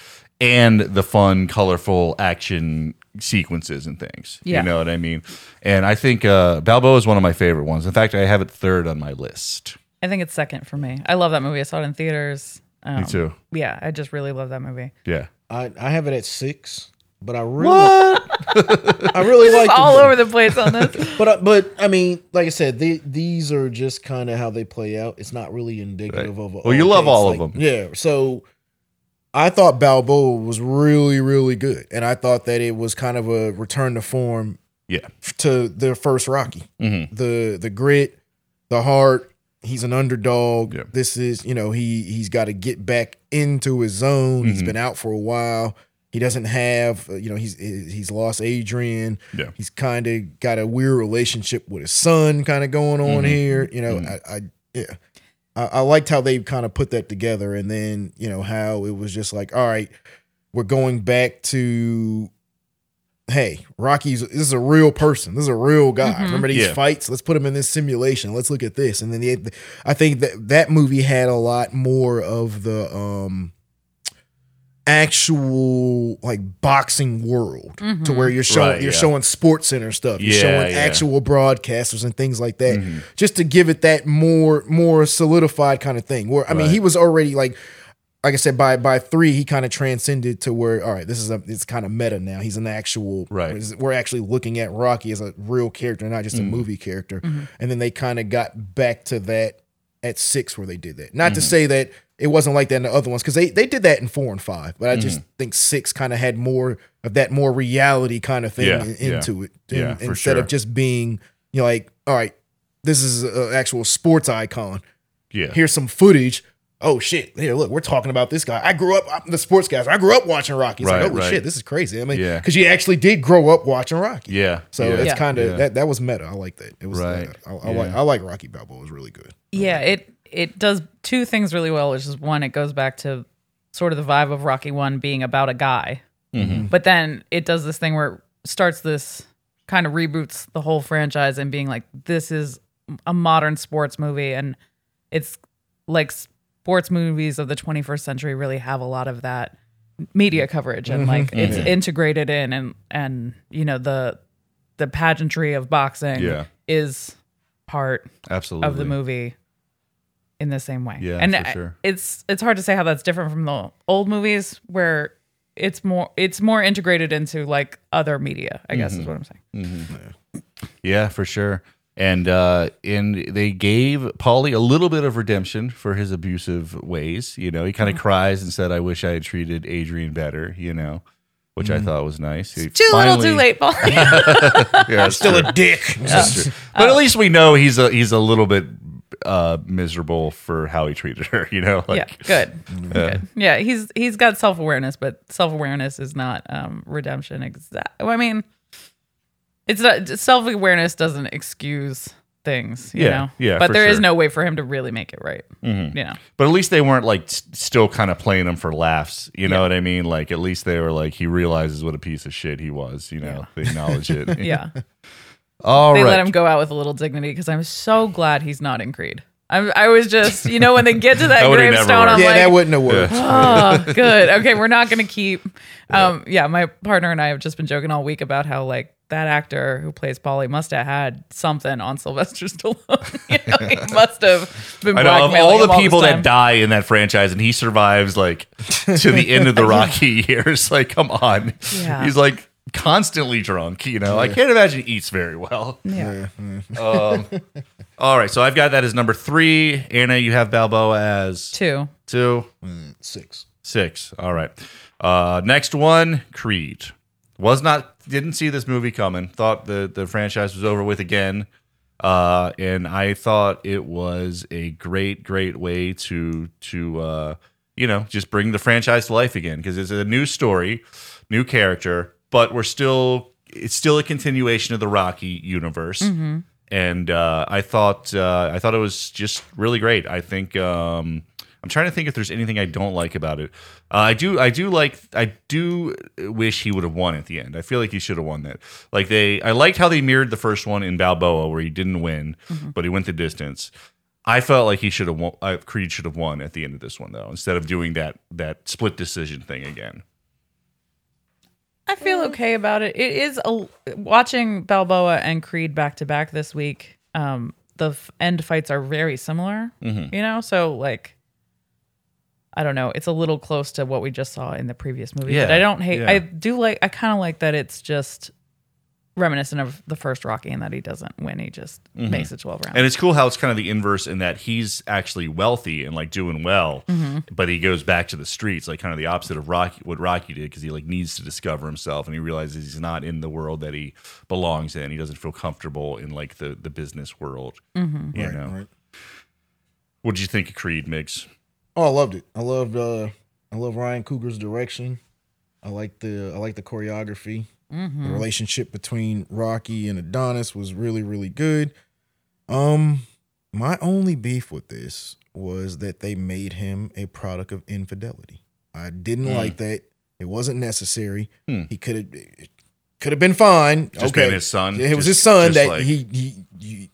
[SPEAKER 1] and the fun, colorful action sequences and things.
[SPEAKER 5] Yeah.
[SPEAKER 1] You know what I mean? And I think uh, Balboa is one of my favorite ones. In fact, I have it third on my list.
[SPEAKER 5] I think it's second for me. I love that movie. I saw it in theaters. Um,
[SPEAKER 1] Me too.
[SPEAKER 5] Yeah, I just really love that movie.
[SPEAKER 1] Yeah.
[SPEAKER 6] I, I have it at six, but I really I really like the
[SPEAKER 5] All
[SPEAKER 6] movie.
[SPEAKER 5] over the place on this.
[SPEAKER 6] But I- but I mean, like I said, the, these are just kind of how they play out. It's not really indicative
[SPEAKER 1] Right.
[SPEAKER 6] of. a-
[SPEAKER 1] Well, you love
[SPEAKER 6] it's
[SPEAKER 1] all of them.
[SPEAKER 6] Yeah. So
[SPEAKER 4] I thought Balboa was really, really good, and I thought that it was kind of a return to form
[SPEAKER 1] Yeah.
[SPEAKER 4] to the first Rocky.
[SPEAKER 1] hmm
[SPEAKER 4] The the grit, the heart. He's an underdog.
[SPEAKER 1] Yeah.
[SPEAKER 4] This is you know he he's got to get back into his zone.
[SPEAKER 1] Mm-hmm.
[SPEAKER 4] He's been out for a while. He doesn't have uh, you know he's he's lost Adrian.
[SPEAKER 1] Yeah.
[SPEAKER 4] He's kind of got a weird relationship with his son kind of going on
[SPEAKER 1] Mm-hmm.
[SPEAKER 4] here. You know I, I yeah. I, I liked how they kind of put that together, and then you know how it was just like, all right, we're going back to, hey, Rocky's this is a real person, this is a real guy. Remember these
[SPEAKER 1] Yeah.
[SPEAKER 4] fights? Let's put him in this simulation. Let's look at this, and then the, I think that that movie had a lot more of the um actual like boxing world
[SPEAKER 5] Mm-hmm.
[SPEAKER 4] to where you're showing
[SPEAKER 1] Right,
[SPEAKER 4] you're
[SPEAKER 1] yeah.
[SPEAKER 4] showing sports center stuff you're
[SPEAKER 1] Yeah,
[SPEAKER 4] showing
[SPEAKER 1] yeah.
[SPEAKER 4] actual broadcasters and things like that
[SPEAKER 1] Mm-hmm.
[SPEAKER 4] just to give it that more more solidified kind of thing where i mean
[SPEAKER 1] Right.
[SPEAKER 4] he was already like like i said by by three he kind of transcended to where all right this is a it's kind of meta now he's an actual
[SPEAKER 1] Right. Mm-hmm.
[SPEAKER 4] is- we're actually looking at rocky as a real character not just a movie character and then they kind of got back to that at six where they did that not to
[SPEAKER 1] Mm-hmm.
[SPEAKER 4] say that it wasn't like that in the other ones because they, they did that in four and five but i just
[SPEAKER 1] Mm-hmm.
[SPEAKER 4] think six kind of had more of that more reality kind of thing
[SPEAKER 1] Yeah,
[SPEAKER 4] in-
[SPEAKER 1] yeah.
[SPEAKER 4] into it
[SPEAKER 1] Yeah,
[SPEAKER 4] in-
[SPEAKER 1] for
[SPEAKER 4] instead
[SPEAKER 1] sure.
[SPEAKER 4] of just being you know like all right this is an actual sports icon
[SPEAKER 1] Yeah.
[SPEAKER 4] here's some footage. Oh shit! Here, look, we're talking about this guy. I grew up. I'm the sports guys. I grew up watching Rocky. It's
[SPEAKER 1] Right,
[SPEAKER 4] like, holy
[SPEAKER 1] right.
[SPEAKER 4] shit, this is crazy. I mean,
[SPEAKER 1] Yeah.
[SPEAKER 4] because you actually did grow up watching Rocky.
[SPEAKER 1] Yeah.
[SPEAKER 4] So
[SPEAKER 1] yeah.
[SPEAKER 4] it's
[SPEAKER 5] Yeah.
[SPEAKER 4] kind of
[SPEAKER 1] Yeah.
[SPEAKER 4] that. That was meta. I like that. It was.
[SPEAKER 1] Right.
[SPEAKER 4] uh, I, I like. I like Rocky Balboa. It was really good.
[SPEAKER 5] Yeah, it it does two things really well, which is one, it goes back to sort of the vibe of Rocky One being about a guy. But then it does this thing where it starts this kind of reboots the whole franchise and being like, this is a modern sports movie and it's like s- sports movies of the 21st century really have a lot of that media coverage and like it's integrated in and and you know the the pageantry of boxing
[SPEAKER 1] Yeah.
[SPEAKER 5] is part
[SPEAKER 1] Absolutely.
[SPEAKER 5] of the movie in the same way.
[SPEAKER 1] Yeah,
[SPEAKER 5] and
[SPEAKER 1] for
[SPEAKER 5] I-
[SPEAKER 1] sure.
[SPEAKER 5] it's it's hard to say how that's different from the old movies where it's more it's more integrated into like other media. I guess
[SPEAKER 1] Mm-hmm.
[SPEAKER 5] is what I'm saying.
[SPEAKER 1] Yeah, for sure. And uh, and they gave Paulie a little bit of redemption for his abusive ways. You know, he
[SPEAKER 5] Mm-hmm.
[SPEAKER 1] kind of cries and said, "I wish I had treated Adrian better." You know, which I thought was nice. He
[SPEAKER 5] Mm. Too little,
[SPEAKER 1] finally-
[SPEAKER 5] too late, Paul.
[SPEAKER 1] Yeah, it's true.
[SPEAKER 6] dick.
[SPEAKER 1] That's true. But
[SPEAKER 5] Oh.
[SPEAKER 1] at least we know he's a he's a little bit uh, miserable for how he treated her. You know, uh,
[SPEAKER 5] yeah, good. good. Yeah, he's he's got self awareness, but self awareness is not um, redemption. Exact. Well, I mean, it's not self awareness doesn't excuse things. You
[SPEAKER 1] Yeah,
[SPEAKER 5] know?
[SPEAKER 1] yeah,
[SPEAKER 5] But
[SPEAKER 1] for
[SPEAKER 5] there is
[SPEAKER 1] sure. Mm-hmm.
[SPEAKER 5] no way for him to really make it right. You know.
[SPEAKER 1] But at least they weren't like s- still kind of playing him for laughs. You know what I mean? Like at least they were like he realizes what a piece of shit he was. You know, they acknowledge it.
[SPEAKER 5] Yeah.
[SPEAKER 1] All right.
[SPEAKER 5] they let him go out with a little dignity because I'm so glad he's not in Creed. I'm, I was just, you know, when they get to that
[SPEAKER 1] That would've never
[SPEAKER 5] gravestone,
[SPEAKER 1] worked.
[SPEAKER 5] I'm
[SPEAKER 4] yeah,
[SPEAKER 5] like,
[SPEAKER 4] that wouldn't have worked.
[SPEAKER 5] oh, good. Okay, we're not going to keep. Um, yeah, my partner and I have just been joking all week about how, like, that actor who plays Polly must have had something on Sylvester Stallone. you know, he must have been
[SPEAKER 1] I know of
[SPEAKER 5] blackmailing
[SPEAKER 1] all
[SPEAKER 5] him
[SPEAKER 1] the people
[SPEAKER 5] this
[SPEAKER 1] that
[SPEAKER 5] time.
[SPEAKER 1] die in that franchise, and he survives like to the end of the Rocky years. Like, come on,
[SPEAKER 5] Yeah.
[SPEAKER 1] he's like constantly drunk. You know, I can't imagine he eats very well. Um,
[SPEAKER 5] Yeah.
[SPEAKER 1] All right, so I've got that as number three. Anna, you have Balboa as
[SPEAKER 5] Two.
[SPEAKER 1] two,
[SPEAKER 6] Six.
[SPEAKER 1] six. All right, uh, next one, Creed. Was not didn't see this movie coming. Thought the the franchise was over with again. uh, and I thought it was a great, great way to to uh, you know just bring the franchise to life again because it's a new story, new character, but we're still it's still a continuation of the Rocky universe. And uh, I thought uh, I thought it was just really great. I think um, I'm trying to think if there's anything I don't like about it. Uh, I do I do like I do wish he would have won at the end. I feel like he should have won that. Like they I liked how they mirrored the first one in Balboa where he didn't win, but he went the distance. I felt like he should have won. Uh, Creed should have won at the end of this one though, instead of doing that that split decision thing again.
[SPEAKER 5] I feel okay about it. It is a, watching Balboa and Creed back to back this week. Um, the f- end fights are very similar,
[SPEAKER 1] Mm-hmm.
[SPEAKER 5] you know. So like, I don't know. It's a little close to what we just saw in the previous movie. but
[SPEAKER 1] Yeah,
[SPEAKER 5] I don't hate.
[SPEAKER 1] yeah.
[SPEAKER 5] I do like. I kind of like that. It's just reminiscent of the first Rocky, and that he doesn't win. He just makes it twelve rounds.
[SPEAKER 1] Mm-hmm. And it's cool how it's kind of the inverse in that he's actually wealthy and like doing well,
[SPEAKER 5] Mm-hmm.
[SPEAKER 1] but he goes back to the streets, like kind of the opposite of Rocky, what Rocky did, because he like needs to discover himself and he realizes he's not in the world that he belongs in. He doesn't feel comfortable in like the the business world. You know, what did you think of Creed, Migs?
[SPEAKER 6] Oh, I loved it. I loved uh I love Ryan Cougar's direction. I like the I like the choreography.
[SPEAKER 5] Mm-hmm.
[SPEAKER 4] The
[SPEAKER 1] Hmm.
[SPEAKER 4] relationship between Rocky and Adonis was really, really good. Um, my only beef with this was that they made him a product of infidelity. I didn't like that. It wasn't necessary.
[SPEAKER 1] Hmm.
[SPEAKER 4] He could have could have been fine.
[SPEAKER 1] Just
[SPEAKER 4] okay,
[SPEAKER 1] being his son.
[SPEAKER 4] it
[SPEAKER 1] Just-
[SPEAKER 4] was his son
[SPEAKER 1] just
[SPEAKER 4] that
[SPEAKER 1] like-
[SPEAKER 4] he, he he he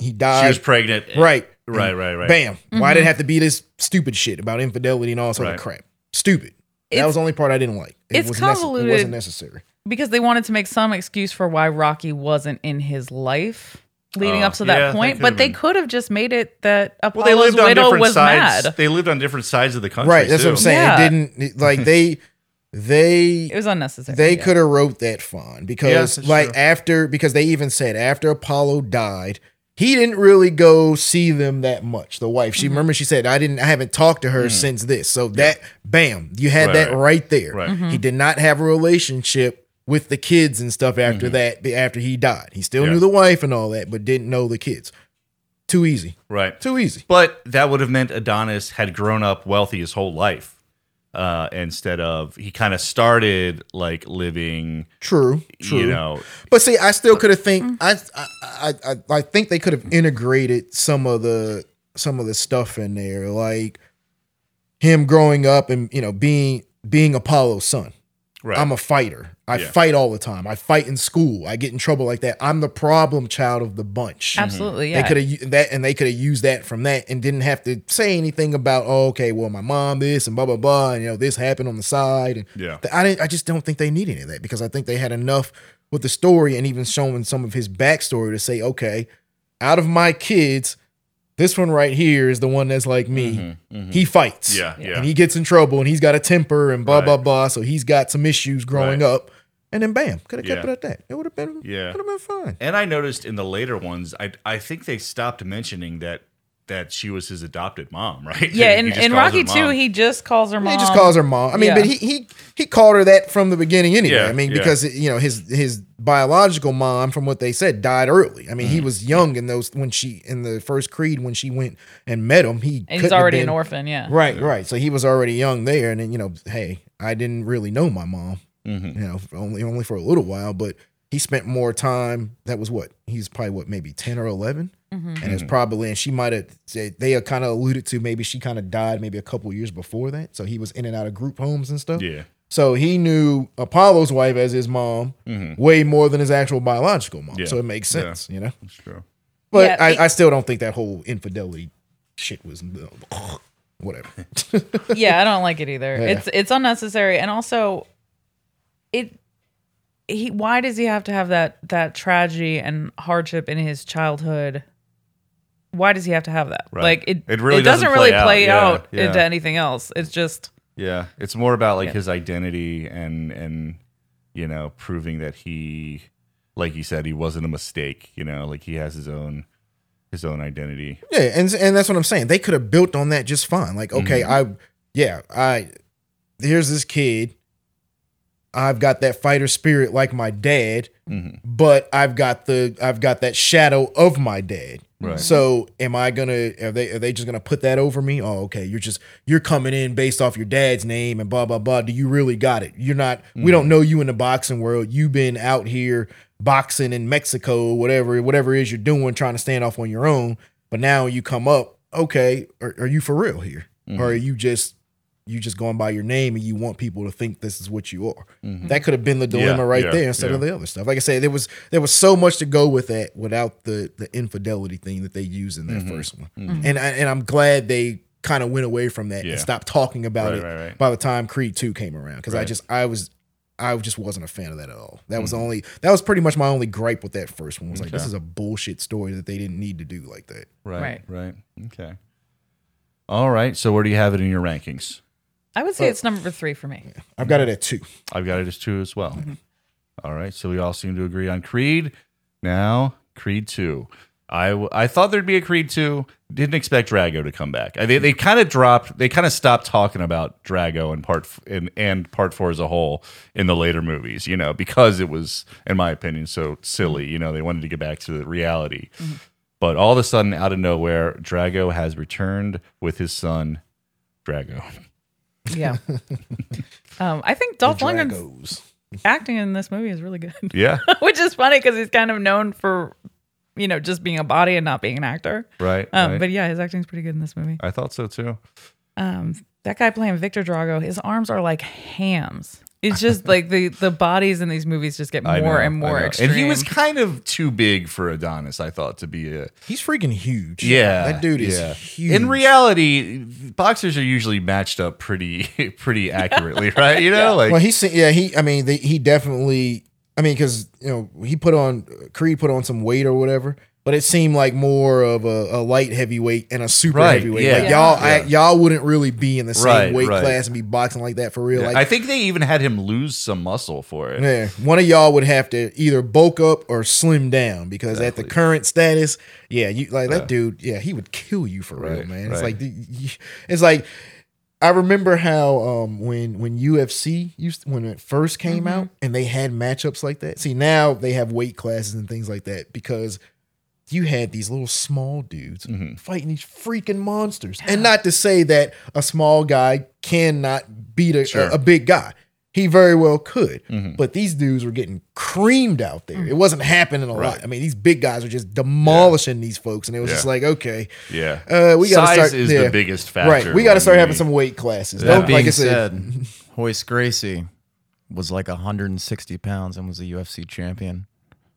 [SPEAKER 1] She was
[SPEAKER 4] died.
[SPEAKER 1] pregnant.
[SPEAKER 4] right,
[SPEAKER 1] Right. Right. Right.
[SPEAKER 4] Bam. Why
[SPEAKER 5] Mm-hmm.
[SPEAKER 4] did it have to be this stupid shit about infidelity and all sort
[SPEAKER 1] Right.
[SPEAKER 4] of crap? Stupid. that
[SPEAKER 5] It's-
[SPEAKER 4] was the only part I didn't like. It
[SPEAKER 5] it's
[SPEAKER 4] was
[SPEAKER 5] convoluted.
[SPEAKER 4] it wasn't necessary.
[SPEAKER 5] because they wanted to make some excuse for why Rocky wasn't in his life leading
[SPEAKER 1] Oh,
[SPEAKER 5] up to that
[SPEAKER 1] yeah, that
[SPEAKER 5] point,
[SPEAKER 1] could've
[SPEAKER 5] but they
[SPEAKER 1] been.
[SPEAKER 5] could have just made it that
[SPEAKER 1] Well, they
[SPEAKER 5] Apollo's
[SPEAKER 1] lived on
[SPEAKER 5] widow
[SPEAKER 1] different
[SPEAKER 5] was
[SPEAKER 1] sides.
[SPEAKER 5] mad.
[SPEAKER 1] They lived on different sides of the country.
[SPEAKER 4] Right. That's what I'm
[SPEAKER 1] too.
[SPEAKER 4] saying.
[SPEAKER 5] Yeah.
[SPEAKER 4] It didn't it- like they
[SPEAKER 5] It
[SPEAKER 4] they
[SPEAKER 5] was unnecessary.
[SPEAKER 4] they
[SPEAKER 5] yeah.
[SPEAKER 4] could have wrote that fine
[SPEAKER 1] Yes,
[SPEAKER 4] because
[SPEAKER 1] that's
[SPEAKER 4] like
[SPEAKER 1] true.
[SPEAKER 4] after because they even said after Apollo died he didn't really go see them that much. The wife,
[SPEAKER 5] Mm-hmm.
[SPEAKER 4] she remember she said, "I didn't, I haven't talked to her since this." So that, bam, you had
[SPEAKER 1] Right,
[SPEAKER 4] that
[SPEAKER 1] Mm. right.
[SPEAKER 4] right, there.
[SPEAKER 1] Right.
[SPEAKER 5] Mm-hmm.
[SPEAKER 4] He did not have a relationship with the kids and stuff after that. After he died, he still
[SPEAKER 1] Mm-hmm. Yeah.
[SPEAKER 4] knew the wife and all that, but didn't know the kids. Too easy.
[SPEAKER 1] Right.
[SPEAKER 4] Too easy.
[SPEAKER 1] But that would have meant Adonis had grown up wealthy his whole life. Uh, instead of he kind of started like living,
[SPEAKER 4] True. True.
[SPEAKER 1] you know,
[SPEAKER 4] But see, I still could have
[SPEAKER 5] mm.
[SPEAKER 4] think I, I I I I think they could have integrated some of the some of the stuff in there, like him growing up and you know being being Apollo's son.
[SPEAKER 1] right.
[SPEAKER 4] Um, I'm a fighter. I fight all the time. I fight in school. I get in trouble like that. I'm the problem child of the bunch.
[SPEAKER 1] Mm-hmm.
[SPEAKER 5] Absolutely,
[SPEAKER 4] They
[SPEAKER 5] yeah.
[SPEAKER 4] could have that, and they could have used that from that, and didn't have to say anything about, oh, okay, well, my mom this and blah blah blah, and you know this happened on the side, and
[SPEAKER 1] Yeah.
[SPEAKER 4] th- I didn't, I just don't think they need any of that because I think they had enough with the story and even showing some of his backstory to say, okay, out of my kids, this one right here is the one that's like me. He fights,
[SPEAKER 1] Mm-hmm. Yeah, yeah.
[SPEAKER 4] and he gets in trouble, and he's got a temper and blah
[SPEAKER 1] Right.
[SPEAKER 4] blah blah, so he's got some issues growing
[SPEAKER 1] Right.
[SPEAKER 4] up, and then bam, could have kept
[SPEAKER 1] Yeah.
[SPEAKER 4] it at that. It would have been,
[SPEAKER 1] Yeah.
[SPEAKER 4] would have been fine.
[SPEAKER 1] And I noticed in the later ones, I I think they stopped mentioning that that she was his adopted mom, right?
[SPEAKER 5] yeah,
[SPEAKER 1] He
[SPEAKER 5] in,
[SPEAKER 1] just
[SPEAKER 5] in
[SPEAKER 1] calls her
[SPEAKER 5] Rocky Two,
[SPEAKER 1] mom.
[SPEAKER 5] he just calls her mom.
[SPEAKER 4] He just calls her mom. I mean,
[SPEAKER 5] Yeah.
[SPEAKER 4] but he he he called her that from the beginning anyway.
[SPEAKER 1] Yeah,
[SPEAKER 4] I mean,
[SPEAKER 1] yeah.
[SPEAKER 4] because you know his his biological mom, from what they said, died early. I mean,
[SPEAKER 1] Mm-hmm.
[SPEAKER 4] he was young in those when she in the first Creed when she went and met him. He
[SPEAKER 5] and
[SPEAKER 4] couldn't
[SPEAKER 5] he's
[SPEAKER 4] have
[SPEAKER 5] already
[SPEAKER 4] been-
[SPEAKER 5] an orphan. Yeah,
[SPEAKER 4] Right, right. So he was already young there, and then you know, hey, I didn't really know my mom.
[SPEAKER 1] Mm-hmm.
[SPEAKER 4] You know, only only for a little while, but he spent more time. That was what he's probably what maybe ten or 11
[SPEAKER 5] Mm-hmm.
[SPEAKER 4] and
[SPEAKER 1] Mm-hmm.
[SPEAKER 4] it's probably and she might have said- they kind of alluded to maybe she kind of died maybe a couple years before that, so he was in and out of group homes and stuff.
[SPEAKER 1] Yeah.
[SPEAKER 4] So he knew Apollo's wife as his mom way more than his actual biological mom.
[SPEAKER 1] Mm-hmm. Yeah.
[SPEAKER 4] So it makes
[SPEAKER 1] Yeah.
[SPEAKER 4] sense, you know.
[SPEAKER 1] That's true.
[SPEAKER 4] But
[SPEAKER 5] Yeah,
[SPEAKER 4] I,
[SPEAKER 5] it-
[SPEAKER 4] I still don't think that whole infidelity shit was uh, whatever.
[SPEAKER 5] yeah, I don't like it either.
[SPEAKER 4] Yeah.
[SPEAKER 5] It's it's unnecessary, and also, it he why does he have to have that that tragedy and hardship in his childhood? Why does he have to have that?
[SPEAKER 1] Right.
[SPEAKER 5] Like it
[SPEAKER 1] It really
[SPEAKER 5] it doesn't,
[SPEAKER 1] doesn't
[SPEAKER 5] really
[SPEAKER 1] play out.
[SPEAKER 5] play
[SPEAKER 1] Yeah,
[SPEAKER 5] out,
[SPEAKER 1] yeah.
[SPEAKER 5] into anything else. It's just
[SPEAKER 1] Yeah, it's more about like his identity and and you know proving that he, like you said, he wasn't a mistake. You know, like he has his own his own identity.
[SPEAKER 4] Yeah, and and that's what I'm saying. They could have built on that just fine. Like, okay, I yeah, I here's this kid. I've got that fighter spirit like my dad,
[SPEAKER 1] Mm-hmm.
[SPEAKER 4] but I've got the I've got that shadow of my dad.
[SPEAKER 1] Right.
[SPEAKER 4] So am I gonna are they are they just gonna put that over me? Oh, okay. You're just you're coming in based off your dad's name and blah blah blah. Do you really got it? You're not we
[SPEAKER 1] Mm.
[SPEAKER 4] don't know you in the boxing world. You've been out here boxing in Mexico, whatever, whatever it is you're doing, trying to stand off on your own. But now you come up, okay, are, are you for real here? Or
[SPEAKER 1] Mm-hmm.
[SPEAKER 4] are you just you just going by your name and you want people to think this is what you are. That could have been the dilemma
[SPEAKER 1] Mm-hmm. Yeah,
[SPEAKER 4] right
[SPEAKER 1] yeah,
[SPEAKER 4] there instead of
[SPEAKER 1] yeah.
[SPEAKER 4] the other stuff. Like I said, there was there was so much to go with that without the the infidelity thing that they used in that
[SPEAKER 1] Mm-hmm.
[SPEAKER 4] first one. And I, and I'm glad they kind of went away from that
[SPEAKER 1] Yeah.
[SPEAKER 4] and stopped talking about
[SPEAKER 1] Right,
[SPEAKER 4] it
[SPEAKER 1] right, right.
[SPEAKER 4] by the time Creed 2 came around cuz I
[SPEAKER 1] Right. Mm-hmm.
[SPEAKER 4] just I was I just wasn't a fan of that at all. That was the only that was pretty much my only gripe with that first one was like this
[SPEAKER 1] Okay.
[SPEAKER 4] is a bullshit story that they didn't need to do like that.
[SPEAKER 1] Right. Right. Okay. All right. So where do you have it in your rankings?
[SPEAKER 5] I would say it's number three for me.
[SPEAKER 1] Mm-hmm.
[SPEAKER 4] I've got it at 2.
[SPEAKER 1] I've got it as two as well. All right, so we all seem to agree on Creed. Now Creed two. I, w- I thought there'd be a Creed two. Didn't expect Drago to come back. I- They, they kind of dropped. They kind of stopped talking about Drago and part f- and, and part four as a whole in the later movies. You know because it was, in my opinion, so silly. You know they wanted to get back to the reality. But all of a sudden, out of nowhere, Drago has returned with his son, Drago.
[SPEAKER 5] Yeah. um, I think Dolph Lundgren's acting in this movie is really good,
[SPEAKER 1] Yeah,
[SPEAKER 5] which is funny because he's kind of known for you know just being a body and not being an actor.
[SPEAKER 1] right.
[SPEAKER 5] Um,
[SPEAKER 1] right.
[SPEAKER 5] But yeah, his acting's pretty good in this movie.
[SPEAKER 1] I thought so too.
[SPEAKER 5] um that guy playing Victor Drago, his arms are like hams. It's just like the the bodies in these movies just get more
[SPEAKER 1] I know,
[SPEAKER 5] and
[SPEAKER 1] I
[SPEAKER 5] more
[SPEAKER 1] know.
[SPEAKER 5] extreme.
[SPEAKER 1] And he was kind of too big for Adonis, I thought, to be a
[SPEAKER 4] He's freaking huge.
[SPEAKER 1] yeah.
[SPEAKER 4] That dude is
[SPEAKER 1] yeah.
[SPEAKER 4] huge.
[SPEAKER 1] In reality, boxers are usually matched up pretty pretty accurately, right? You know, like
[SPEAKER 4] well, he's yeah, he. I mean, the, he definitely. I mean, because you know he put on Creed put on some weight or whatever, but it seemed like more of a, a light heavyweight and a super
[SPEAKER 1] Right,
[SPEAKER 4] heavyweight.
[SPEAKER 1] yeah.
[SPEAKER 4] Like y'all, I,
[SPEAKER 1] Yeah.
[SPEAKER 4] y'all wouldn't really be in the same
[SPEAKER 1] Right,
[SPEAKER 4] weight
[SPEAKER 1] right.
[SPEAKER 4] class and be boxing like that for real. like,
[SPEAKER 1] I think they even had him lose some muscle for it.
[SPEAKER 4] yeah, one of y'all would have to either bulk up or slim down because at the current status, yeah, you like that dude, yeah, he would kill you for real,
[SPEAKER 1] Right,
[SPEAKER 4] man. It's
[SPEAKER 1] right.
[SPEAKER 4] like the- you- it's like I remember how um when when UFC used when it first came
[SPEAKER 1] Mm-hmm.
[SPEAKER 4] out and they had matchups like that. See, now they have weight classes and things like that because you had these little small dudes
[SPEAKER 1] Mm-hmm.
[SPEAKER 4] fighting these freaking monsters. And not to say that a small guy cannot beat a, a, a big guy. He very well could.
[SPEAKER 1] Mm-hmm.
[SPEAKER 4] But these dudes were getting creamed out there. It wasn't happening a lot. I mean, these big guys were just demolishing these folks. And it was just
[SPEAKER 1] Yeah.
[SPEAKER 4] like, okay,
[SPEAKER 1] Yeah.
[SPEAKER 4] uh, we got to
[SPEAKER 1] Size
[SPEAKER 4] start.
[SPEAKER 1] is
[SPEAKER 4] yeah.
[SPEAKER 1] the biggest factor.
[SPEAKER 4] Right. We got to
[SPEAKER 1] when
[SPEAKER 4] start having
[SPEAKER 1] we-
[SPEAKER 4] some weight classes.
[SPEAKER 3] That
[SPEAKER 4] Don't-
[SPEAKER 3] being
[SPEAKER 4] like I said,
[SPEAKER 3] said, Hoist Gracie was like 160 pounds and was a UFC champion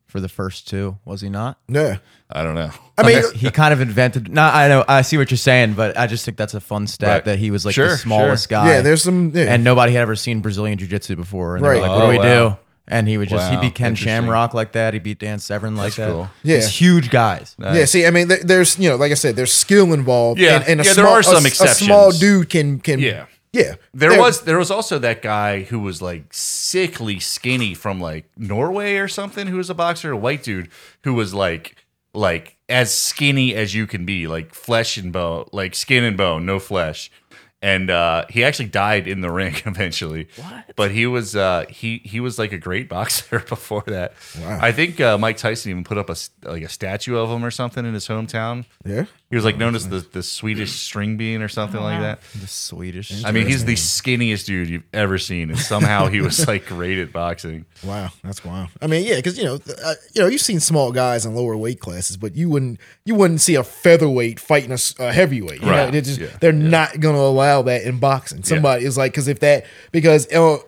[SPEAKER 3] for the first two, was he not?
[SPEAKER 4] Yeah.
[SPEAKER 1] I don't know.
[SPEAKER 4] I mean,
[SPEAKER 3] Like, he kind of invented. No, I know. I see what you're saying, but I just think that's a fun stat
[SPEAKER 1] Right.
[SPEAKER 3] that he was like
[SPEAKER 1] Sure,
[SPEAKER 3] the smallest guy.
[SPEAKER 4] yeah, there's some. Yeah.
[SPEAKER 3] and nobody had ever seen Brazilian Jiu Jitsu before. And they were
[SPEAKER 4] Right.
[SPEAKER 3] like, what do we
[SPEAKER 1] Oh, wow.
[SPEAKER 3] do? And he would just
[SPEAKER 1] Wow,
[SPEAKER 3] he beat Ken
[SPEAKER 1] interesting.
[SPEAKER 3] Shamrock like that. He beat Dan Severn like that.
[SPEAKER 1] cool.
[SPEAKER 4] Yeah.
[SPEAKER 3] These huge guys.
[SPEAKER 4] yeah, see, I mean, there- there's you know, like I said, there's skill involved.
[SPEAKER 1] Yeah.
[SPEAKER 4] and, and a
[SPEAKER 1] Yeah,
[SPEAKER 4] small,
[SPEAKER 1] there are some
[SPEAKER 4] a, A small
[SPEAKER 1] exceptions.
[SPEAKER 4] dude can can.
[SPEAKER 1] Yeah.
[SPEAKER 4] yeah.
[SPEAKER 1] There was there was also that guy who was like sickly skinny from like Norway or something who was a boxer, a white dude who was like like as skinny as you can be, like flesh and bone, like skin and bone, no flesh. And uh, he actually died in the ring eventually. What? But he was uh, he he was like a great boxer before that. I think uh, Mike Tyson even put up a s- like a statue of him or something in his hometown.
[SPEAKER 4] Yeah.
[SPEAKER 1] He was like known as the, the Swedish string bean or something like that.
[SPEAKER 3] The Swedish.
[SPEAKER 1] I mean, he's the skinniest dude you've ever seen, and somehow he was like great at boxing.
[SPEAKER 4] Wow, that's wild. I mean, yeah, because you know, th- uh, you know, you've seen small guys in lower weight classes, but you wouldn't, you wouldn't see a featherweight fighting a, s- a heavyweight. You know,
[SPEAKER 1] Right.
[SPEAKER 4] they're just,
[SPEAKER 1] Yeah.
[SPEAKER 4] they're not going to allow that in boxing. Somebody is like, because if that, because you know,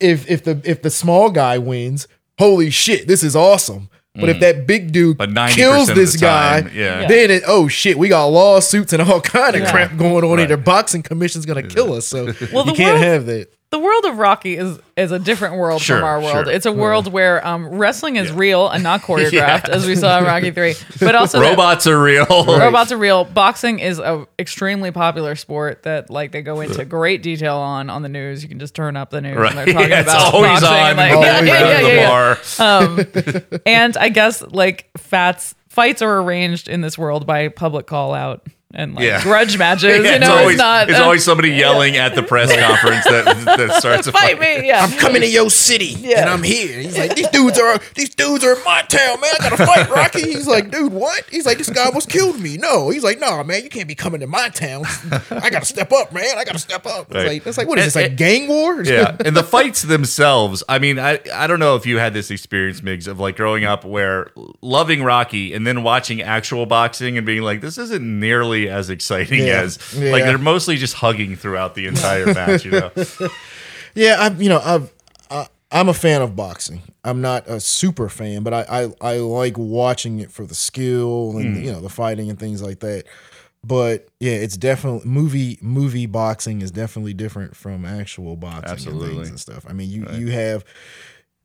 [SPEAKER 4] if if the if the small guy wins, holy shit, this is awesome. But if that big dude
[SPEAKER 1] Mm. But 90%
[SPEAKER 4] kills
[SPEAKER 1] of the
[SPEAKER 4] this guy,
[SPEAKER 1] time, yeah.
[SPEAKER 4] then it, oh shit, we got lawsuits and all kind of
[SPEAKER 5] Yeah.
[SPEAKER 4] crap going on.
[SPEAKER 1] Right.
[SPEAKER 4] here. The boxing commission's gonna kill us. So
[SPEAKER 5] Well,
[SPEAKER 4] you
[SPEAKER 5] the
[SPEAKER 4] can't
[SPEAKER 5] world-
[SPEAKER 4] have that.
[SPEAKER 5] the world of Rocky is is a different world
[SPEAKER 1] Sure,
[SPEAKER 5] from our world.
[SPEAKER 1] sure. Mm-hmm.
[SPEAKER 5] It's a world where um, wrestling is real and not choreographed, as we saw in Rocky Three. But also that-
[SPEAKER 1] Robots are real.
[SPEAKER 5] robots are real. Boxing is a extremely popular sport that like they go into great detail on on the news. You can just turn up the news
[SPEAKER 1] Right.
[SPEAKER 5] and they're talking
[SPEAKER 1] Yeah, it's
[SPEAKER 5] about
[SPEAKER 1] always
[SPEAKER 5] boxing.
[SPEAKER 1] on.
[SPEAKER 5] and, like,
[SPEAKER 1] always
[SPEAKER 5] yeah,
[SPEAKER 1] on
[SPEAKER 5] yeah,
[SPEAKER 1] at
[SPEAKER 5] yeah, Oh,
[SPEAKER 1] the
[SPEAKER 5] yeah.
[SPEAKER 1] bar.
[SPEAKER 5] And I guess like fats fights are arranged in this world by public call out and like
[SPEAKER 1] Yeah.
[SPEAKER 5] grudge matches.
[SPEAKER 1] Yeah,
[SPEAKER 5] you know, it's,
[SPEAKER 1] always,
[SPEAKER 5] not
[SPEAKER 1] it's
[SPEAKER 5] uh,
[SPEAKER 1] always somebody yelling at the press conference that, that starts a
[SPEAKER 5] fight
[SPEAKER 1] fight.
[SPEAKER 5] me. Yeah.
[SPEAKER 4] coming to your city and I'm here. He's like, these dudes are these dudes are in my town, man. I gotta fight Rocky. He's like, dude, what? He's like, this guy was killed me. No, he's like, nah, man, you can't be coming to my town. I gotta step up, man. I gotta step up. It's
[SPEAKER 1] Right.
[SPEAKER 4] like, it's like, what is this?
[SPEAKER 1] And-
[SPEAKER 4] Like gang war?
[SPEAKER 1] yeah and the fights themselves i mean i i don't know if you had this experience migs of like growing up where loving rocky and then watching actual boxing and being like this isn't nearly as exciting
[SPEAKER 4] Yeah.
[SPEAKER 1] as like
[SPEAKER 4] Yeah.
[SPEAKER 1] they're mostly just hugging throughout the entire match you know
[SPEAKER 4] Yeah, I you know I've I, I'm a fan of boxing. I'm not a super fan, but I I, I like watching it for the skill and
[SPEAKER 1] Hmm.
[SPEAKER 4] you know the fighting and things like that. But yeah, it's definitely movie movie boxing is definitely different from actual boxing and
[SPEAKER 1] Absolutely.
[SPEAKER 4] things and stuff. I mean, you you have.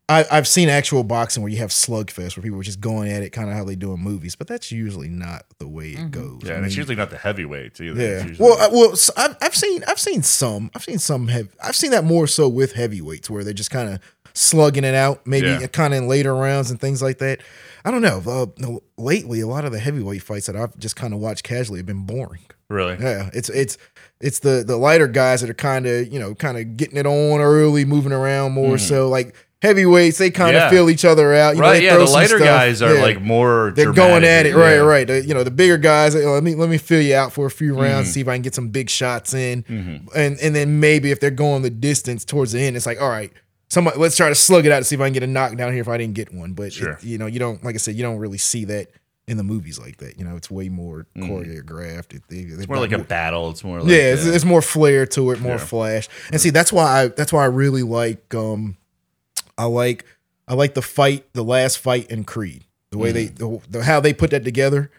[SPEAKER 4] I, I've seen actual boxing where you have slugfest where people are just going at it, kind of how they do in movies, but that's usually not the way it goes.
[SPEAKER 1] Mm-hmm. yeah
[SPEAKER 4] I
[SPEAKER 1] and it's
[SPEAKER 4] mean,
[SPEAKER 1] usually not the heavyweights either It's
[SPEAKER 4] yeah.
[SPEAKER 1] usually-
[SPEAKER 4] Well, I, well, s- I've, I've seen I've seen some I've seen some heavy I've seen that more so with heavyweights where they're just kind of slugging it out, maybe
[SPEAKER 1] Yeah.
[SPEAKER 4] kind of in later rounds and things like that. I don't know. Uh, no, lately, a lot of the heavyweight fights that I've just kind of watched casually have been boring.
[SPEAKER 1] really
[SPEAKER 4] Yeah, it's it's it's the the lighter guys that are kind of you know kind of getting it on early, moving around more. So like heavyweights, they kind of
[SPEAKER 1] Mm-hmm. Yeah.
[SPEAKER 4] feel each other out. You know,
[SPEAKER 1] right
[SPEAKER 4] they
[SPEAKER 1] yeah
[SPEAKER 4] throw
[SPEAKER 1] the
[SPEAKER 4] some
[SPEAKER 1] lighter
[SPEAKER 4] stuff.
[SPEAKER 1] guys are
[SPEAKER 4] Yeah
[SPEAKER 1] like more
[SPEAKER 4] they're going
[SPEAKER 1] dramatic.
[SPEAKER 4] at it right
[SPEAKER 1] Yeah.
[SPEAKER 4] right The- you know the bigger guys you know, let me let me fill you out for a few rounds
[SPEAKER 1] Mm-hmm.
[SPEAKER 4] see if i can get some big shots in and and then maybe if they're going the distance towards the end it's like all right somebody let's try to slug it out to see if i can get a knockdown here if i didn't get one but it-
[SPEAKER 1] Sure.
[SPEAKER 4] you know you don't like i said you don't really see that in the movies like that you know it's way more choreographed it, they,
[SPEAKER 1] Mm-hmm. it's more like a battle it's more like
[SPEAKER 4] yeah it's,
[SPEAKER 1] uh,
[SPEAKER 4] it's more flair to it more flash and see that's why i that's why i really like um i like i like the fight the last fight in creed the way they
[SPEAKER 1] Mm.
[SPEAKER 4] the, the, how they put that together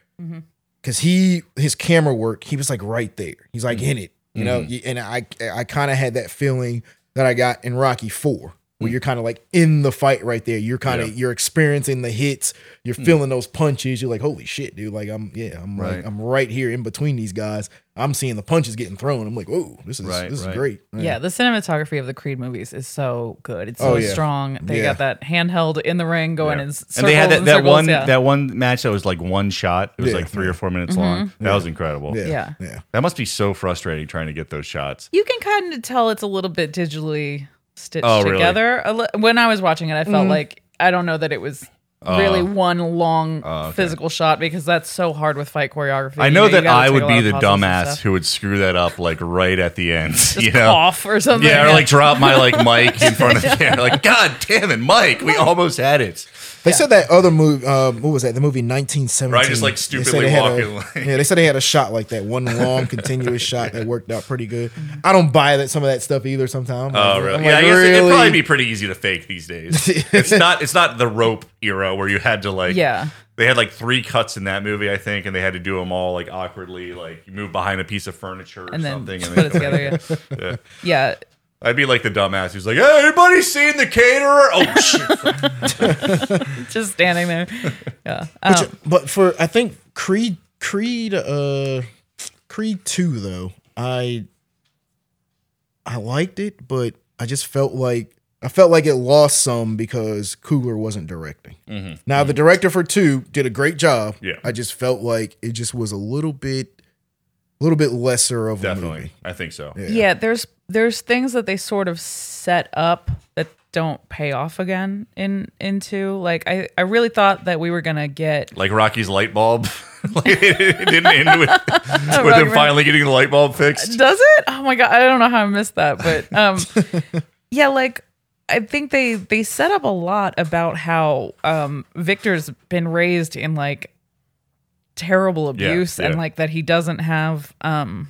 [SPEAKER 4] because he his camera work he was like right there he's like
[SPEAKER 1] Mm-hmm.
[SPEAKER 4] in it you know You- and i i kind of had that feeling that i got in rocky 4 where you're kind of like in the fight right there you're kind of
[SPEAKER 1] Mm. Yeah. Mm.
[SPEAKER 4] you're experiencing the hits you're feeling those punches you're like holy shit dude like i'm yeah i'm
[SPEAKER 1] Right.
[SPEAKER 4] like i'm right here in between these guys i'm seeing the punches getting thrown i'm like whoa this is
[SPEAKER 1] Right,
[SPEAKER 4] this
[SPEAKER 1] right.
[SPEAKER 4] is great
[SPEAKER 5] Yeah, the cinematography of the Creed movies is so good. It's so
[SPEAKER 4] Oh, yeah.
[SPEAKER 5] strong. They
[SPEAKER 4] Yeah.
[SPEAKER 5] got that handheld in the ring going
[SPEAKER 1] Yeah.
[SPEAKER 5] in circles.
[SPEAKER 1] and they had that,
[SPEAKER 5] and
[SPEAKER 1] that
[SPEAKER 5] circles,
[SPEAKER 1] one
[SPEAKER 5] yeah. Mm-hmm.
[SPEAKER 1] that one match that was like one shot. It was
[SPEAKER 4] Yeah.
[SPEAKER 1] like three or four minutes long. That was incredible.
[SPEAKER 4] yeah
[SPEAKER 5] Yeah.
[SPEAKER 4] yeah,
[SPEAKER 1] That must be so frustrating trying to get those shots.
[SPEAKER 5] you can kind of tell it's a little bit digitally stitched
[SPEAKER 1] Oh, really? Mm-hmm.
[SPEAKER 5] together. A li- When I was watching it, I felt like I don't know that it was really
[SPEAKER 1] Uh,
[SPEAKER 5] one long
[SPEAKER 1] uh, okay.
[SPEAKER 5] physical shot because that's so hard with fight choreography.
[SPEAKER 1] I
[SPEAKER 5] You
[SPEAKER 1] know
[SPEAKER 5] you
[SPEAKER 1] that
[SPEAKER 5] gotta
[SPEAKER 1] I
[SPEAKER 5] take
[SPEAKER 1] would
[SPEAKER 5] a lot
[SPEAKER 1] be
[SPEAKER 5] of
[SPEAKER 1] the
[SPEAKER 5] pauses and
[SPEAKER 1] dumbass
[SPEAKER 5] stuff.
[SPEAKER 1] who would screw that up like right at the end. you
[SPEAKER 5] Just
[SPEAKER 1] know?
[SPEAKER 5] cough or something.
[SPEAKER 1] Yeah, or like drop my like mic in front of the camera. Like, God damn it, Mike, we almost had it.
[SPEAKER 4] They said that other movie. Um, what was that? The movie 1917.
[SPEAKER 1] Right, just, like,
[SPEAKER 4] They said
[SPEAKER 1] stupidly
[SPEAKER 4] they had a-
[SPEAKER 1] walking, like-
[SPEAKER 4] yeah, they said they had a shot like that, one long continuous shot that worked out pretty good. I don't buy that some of that stuff either. Sometimes.
[SPEAKER 1] Oh, really?
[SPEAKER 4] I'm
[SPEAKER 1] yeah,
[SPEAKER 4] like,
[SPEAKER 1] I guess it'd
[SPEAKER 4] really?
[SPEAKER 1] probably be pretty easy to fake these days. it's not. It's not the rope era where you had to like.
[SPEAKER 5] Yeah.
[SPEAKER 1] They had like three cuts in that movie, I think, and they had to do them all like awkwardly, like you move behind a piece of furniture or
[SPEAKER 5] and then
[SPEAKER 1] something.
[SPEAKER 5] just
[SPEAKER 1] they
[SPEAKER 5] put it together. Yeah.
[SPEAKER 1] Yeah.
[SPEAKER 5] yeah.
[SPEAKER 1] I'd be like the dumbass who's like, "Hey, anybody seen the caterer?" Oh shit!
[SPEAKER 5] Just standing there. Yeah.
[SPEAKER 6] But,
[SPEAKER 5] Um,
[SPEAKER 1] Oh.
[SPEAKER 6] you- but for I think Creed Creed uh Creed 2 though. I
[SPEAKER 4] I liked it, but I just felt like I felt like it lost some because Coogler wasn't directing. Now the director for two did a great job.
[SPEAKER 1] Mm-hmm. Yeah.
[SPEAKER 4] I just felt like it just was a little bit, a little bit lesser of a
[SPEAKER 1] Definitely,
[SPEAKER 4] movie.
[SPEAKER 1] I think so.
[SPEAKER 5] yeah. There's there's things that they sort of set up that don't pay off again in into like I I really thought that we were gonna get
[SPEAKER 1] Like Rocky's light bulb. like, it, it didn't end with, with
[SPEAKER 5] Rocky
[SPEAKER 1] him
[SPEAKER 5] Red-
[SPEAKER 1] finally getting the light bulb fixed.
[SPEAKER 5] Does it? Oh my god, I don't know how I missed that, but um yeah, like I think they they set up a lot about how um Victor's been raised in like terrible
[SPEAKER 1] Yeah,
[SPEAKER 5] abuse
[SPEAKER 1] yeah.
[SPEAKER 5] and like that he doesn't have um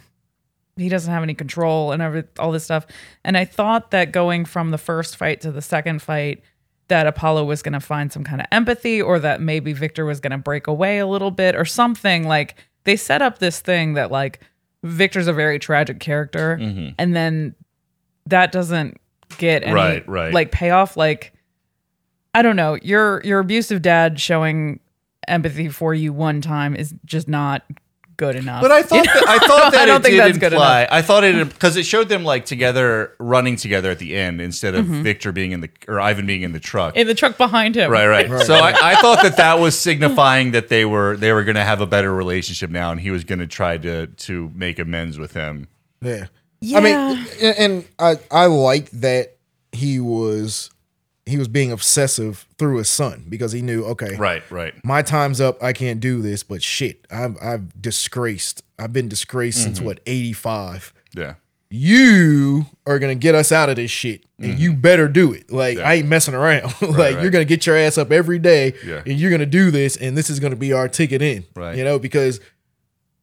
[SPEAKER 5] he doesn't have any control and every, all this stuff. And I thought that going from the first fight to the second fight that Apollo was going to find some kind of empathy or that maybe Victor was going to break away a little bit or something like they set up this thing that like Victor's a very tragic character
[SPEAKER 1] Mm-hmm.
[SPEAKER 5] and then that doesn't get any
[SPEAKER 1] Right, right.
[SPEAKER 5] like payoff like I don't know your your abusive dad showing empathy for you one time is just not good enough
[SPEAKER 1] But I thought that, I thought that
[SPEAKER 5] I don't
[SPEAKER 1] it
[SPEAKER 5] think
[SPEAKER 1] did
[SPEAKER 5] that's good
[SPEAKER 1] imply. I thought it because it showed them like together running together at the end instead of Victor being in the or Ivan being in the truck.
[SPEAKER 5] in the truck behind him
[SPEAKER 1] right, right. So I, I thought that that was signifying that they were they were going to have a better relationship now, and he was going to try to to make amends with him.
[SPEAKER 4] Yeah.
[SPEAKER 5] yeah.
[SPEAKER 4] I mean, and and I I like that he was he was being obsessive through his son because he knew okay
[SPEAKER 1] Right, right.
[SPEAKER 4] my time's up. I can't do this, but shit, I've I've disgraced. I've been disgraced
[SPEAKER 1] Mm-hmm.
[SPEAKER 4] since what eighty five.
[SPEAKER 1] Yeah.
[SPEAKER 4] you are gonna get us out of this shit, and you better do it. Like I ain't messing around. like
[SPEAKER 1] Mm-hmm. right.
[SPEAKER 4] you're gonna get your ass up every day,
[SPEAKER 1] Yeah.
[SPEAKER 4] and you're gonna do this, and this is gonna be our ticket in.
[SPEAKER 1] Right.
[SPEAKER 4] You know, because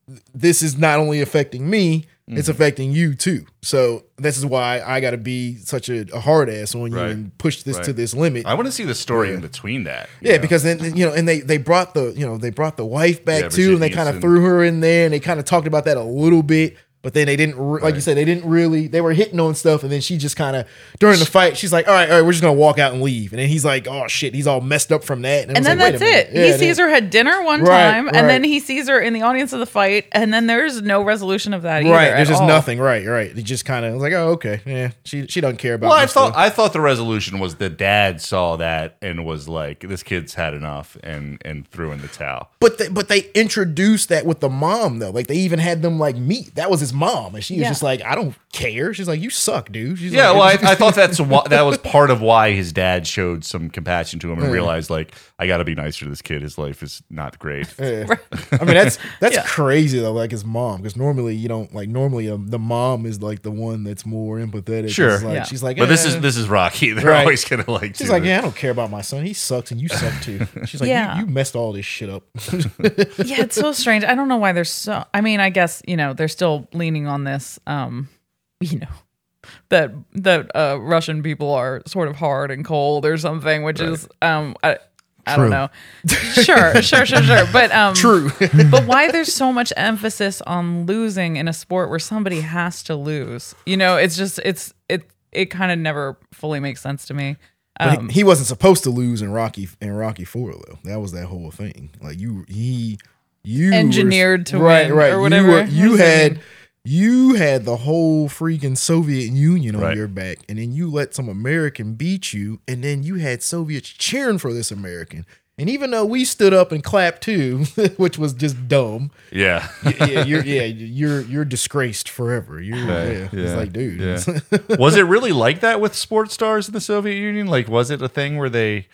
[SPEAKER 4] th- this is not only affecting me,
[SPEAKER 1] Mm-hmm.
[SPEAKER 4] it's affecting you too. So this is why I gotta be such a, a hard ass on you
[SPEAKER 1] Right.
[SPEAKER 4] and push this to
[SPEAKER 1] Right.
[SPEAKER 4] this limit.
[SPEAKER 1] I want to see the story in between that. you
[SPEAKER 4] Yeah,
[SPEAKER 1] know?
[SPEAKER 4] because then you know, and they they brought the you know they brought the wife back
[SPEAKER 1] Yeah,
[SPEAKER 4] too, and they
[SPEAKER 1] Brigitte
[SPEAKER 4] kind of
[SPEAKER 1] Nielsen.
[SPEAKER 4] threw her in there, and they kind of talked about that a little bit. But then they didn't, re- like you said, they didn't really. They were hitting on stuff, and then she just kind of during the fight, she's like, "All right, all right, we're just gonna walk out and leave." And then he's like, "Oh shit, he's all messed up from that."
[SPEAKER 5] and
[SPEAKER 4] I
[SPEAKER 5] then
[SPEAKER 4] was like,
[SPEAKER 5] that's
[SPEAKER 4] "Wait a
[SPEAKER 5] it.
[SPEAKER 4] minute."
[SPEAKER 5] he
[SPEAKER 4] Yeah,
[SPEAKER 5] sees
[SPEAKER 4] then-
[SPEAKER 5] her at dinner one
[SPEAKER 4] Right,
[SPEAKER 5] time,
[SPEAKER 4] right.
[SPEAKER 5] and then he sees her in the audience of the fight, and then there's no resolution of that. Either
[SPEAKER 4] Right,
[SPEAKER 5] at
[SPEAKER 4] there's just
[SPEAKER 5] all.
[SPEAKER 4] nothing. Right, right. It just kind of was like, "Oh, okay, yeah." She she doesn't care about.
[SPEAKER 1] Well, I
[SPEAKER 4] this
[SPEAKER 1] thought
[SPEAKER 4] stuff.
[SPEAKER 1] I thought the resolution was the dad saw that and was like, "This kid's had enough," and and threw in the towel.
[SPEAKER 4] But they, but they introduced that with the mom though. Like they even had them like meet. That was his mom, and she was
[SPEAKER 5] Yeah.
[SPEAKER 4] just like, "I don't care." She's like, "You suck, dude." She's
[SPEAKER 1] Yeah,
[SPEAKER 4] like,
[SPEAKER 1] well, I, I thought that's why, that was part of why his dad showed some compassion to him and realized like I got to be nicer to this kid. His life is not great.
[SPEAKER 4] I mean, that's that's crazy though. Like his mom, because normally you don't like normally um, the mom is like the one that's more empathetic. It's
[SPEAKER 1] Sure.
[SPEAKER 4] like,
[SPEAKER 5] Yeah.
[SPEAKER 4] she's like,
[SPEAKER 1] But this is
[SPEAKER 4] "Eh."
[SPEAKER 1] this is Rocky. They're
[SPEAKER 4] Right.
[SPEAKER 1] always gonna like.
[SPEAKER 4] She's
[SPEAKER 1] do
[SPEAKER 4] like,
[SPEAKER 1] this.
[SPEAKER 4] yeah, I don't care about my son. He sucks, and you suck too. She's like,
[SPEAKER 5] Yeah.
[SPEAKER 4] you, you messed all this shit up.
[SPEAKER 5] yeah, it's so strange. I don't know why there's so. I mean, I guess you know they're still leaning on this. Um, you know. That that uh, Russian people are sort of hard and cold or something, which is um I, I don't know, sure, sure, sure, sure, but um true. but why there's so much emphasis on losing in a sport where somebody has to lose? You know, it's just it's it it kind of never fully makes sense to me. Um,
[SPEAKER 4] But he, he wasn't supposed to lose in Rocky in Rocky Four though. That was that whole thing. Like you, he, you were-
[SPEAKER 5] Engineered to win or
[SPEAKER 4] You
[SPEAKER 5] whatever.
[SPEAKER 4] were- You,
[SPEAKER 5] What does that
[SPEAKER 4] had
[SPEAKER 5] mean?
[SPEAKER 4] you had the whole freaking Soviet Union on
[SPEAKER 1] Right.
[SPEAKER 4] your back, and then you let some American beat you, and then you had Soviets cheering for this American. And even though we stood up and clapped too, which was just dumb,
[SPEAKER 1] yeah,
[SPEAKER 4] yeah, you're yeah, you're you're disgraced forever. You're yeah.
[SPEAKER 1] yeah,
[SPEAKER 4] It's like, dude,
[SPEAKER 1] yeah. was it really like that with sports stars in the Soviet Union? Like, was it a thing where they?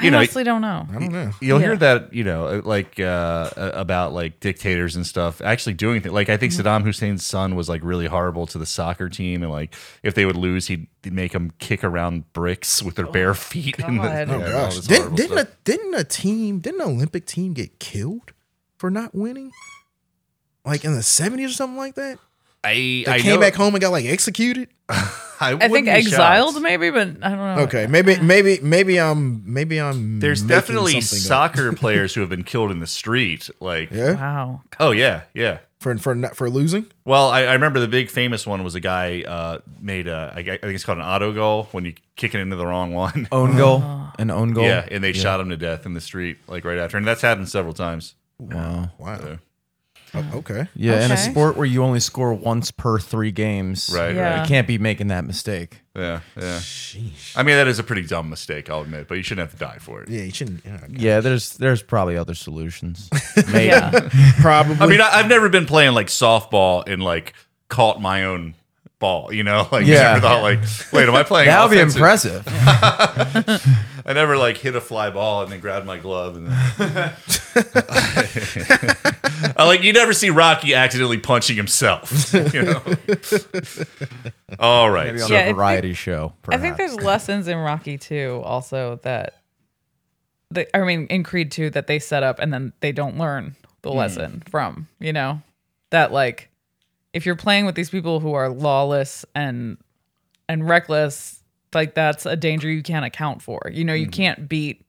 [SPEAKER 5] I
[SPEAKER 1] you know,
[SPEAKER 5] honestly don't know.
[SPEAKER 6] I don't know.
[SPEAKER 1] You'll hear
[SPEAKER 5] Yeah.
[SPEAKER 1] that, you know, like uh, about like dictators and stuff actually doing things. Like I think
[SPEAKER 5] Mm-hmm.
[SPEAKER 1] Saddam Hussein's son was like really horrible to the soccer team, and like if they would lose, he'd make them kick around bricks with their bare feet. and
[SPEAKER 5] Oh, God.
[SPEAKER 1] all
[SPEAKER 5] Oh,
[SPEAKER 1] this horrible
[SPEAKER 4] Gosh, didn't didn't
[SPEAKER 1] stuff.
[SPEAKER 4] a, didn't a team didn't an Olympic team get killed for not winning? Like in the seventies or something like that.
[SPEAKER 1] I,
[SPEAKER 4] They
[SPEAKER 1] I
[SPEAKER 4] came
[SPEAKER 1] know-
[SPEAKER 4] back home and got like executed.
[SPEAKER 1] I,
[SPEAKER 5] I
[SPEAKER 1] wouldn't
[SPEAKER 5] think
[SPEAKER 1] be
[SPEAKER 5] exiled
[SPEAKER 1] shocked.
[SPEAKER 5] maybe, but I don't know.
[SPEAKER 4] Okay, maybe maybe maybe I'm maybe I'm.
[SPEAKER 1] There's
[SPEAKER 4] making
[SPEAKER 1] definitely
[SPEAKER 4] something up.
[SPEAKER 1] soccer players who have been killed in the street. Like,
[SPEAKER 4] Yeah,
[SPEAKER 5] Wow.
[SPEAKER 1] oh yeah, yeah.
[SPEAKER 4] for for not for losing.
[SPEAKER 1] Well, I, I remember the big famous one was a guy uh, made a, I gu- I think it's called an auto goal when you kick it into the wrong one.
[SPEAKER 3] Own goal,
[SPEAKER 5] Uh-huh.
[SPEAKER 3] an own goal.
[SPEAKER 1] Yeah, and they shot him to death in the street, like right after. And that's happened several times.
[SPEAKER 3] Wow.
[SPEAKER 4] Wow. O- okay.
[SPEAKER 3] Yeah, in a
[SPEAKER 5] Okay.
[SPEAKER 3] sport where you only score once per three games,
[SPEAKER 1] Right,
[SPEAKER 5] Yeah.
[SPEAKER 1] right.
[SPEAKER 3] You can't be making that mistake.
[SPEAKER 1] Yeah, yeah. I mean, that is a pretty dumb mistake, I'll admit, but you shouldn't have to die for it.
[SPEAKER 4] Yeah, you shouldn't. yeah, okay.
[SPEAKER 3] Yeah, there's there's probably other solutions. Maybe.
[SPEAKER 5] Yeah.
[SPEAKER 4] Probably.
[SPEAKER 1] I mean, I, I've never been playing like softball and like caught my own ball, you know? Like,
[SPEAKER 3] Yeah.
[SPEAKER 1] yeah. never thought, like, wait, am I playing?
[SPEAKER 3] That would be
[SPEAKER 1] offensive?
[SPEAKER 3] impressive.
[SPEAKER 1] I never like hit a fly ball and then grabbed my glove and then. I like you never see Rocky accidentally punching himself. You know. All right.
[SPEAKER 3] Maybe
[SPEAKER 1] So,
[SPEAKER 3] on
[SPEAKER 5] Yeah, I
[SPEAKER 3] a
[SPEAKER 5] think-
[SPEAKER 3] variety show.
[SPEAKER 5] I think there's lessons in Rocky too, also that they, I mean in Creed 2 that they set up and then they don't learn
[SPEAKER 1] Hmm.
[SPEAKER 5] the lesson from, you know? That like if you're playing with these people who are lawless and and reckless, like that's a danger you can't account for. You know, you can't beat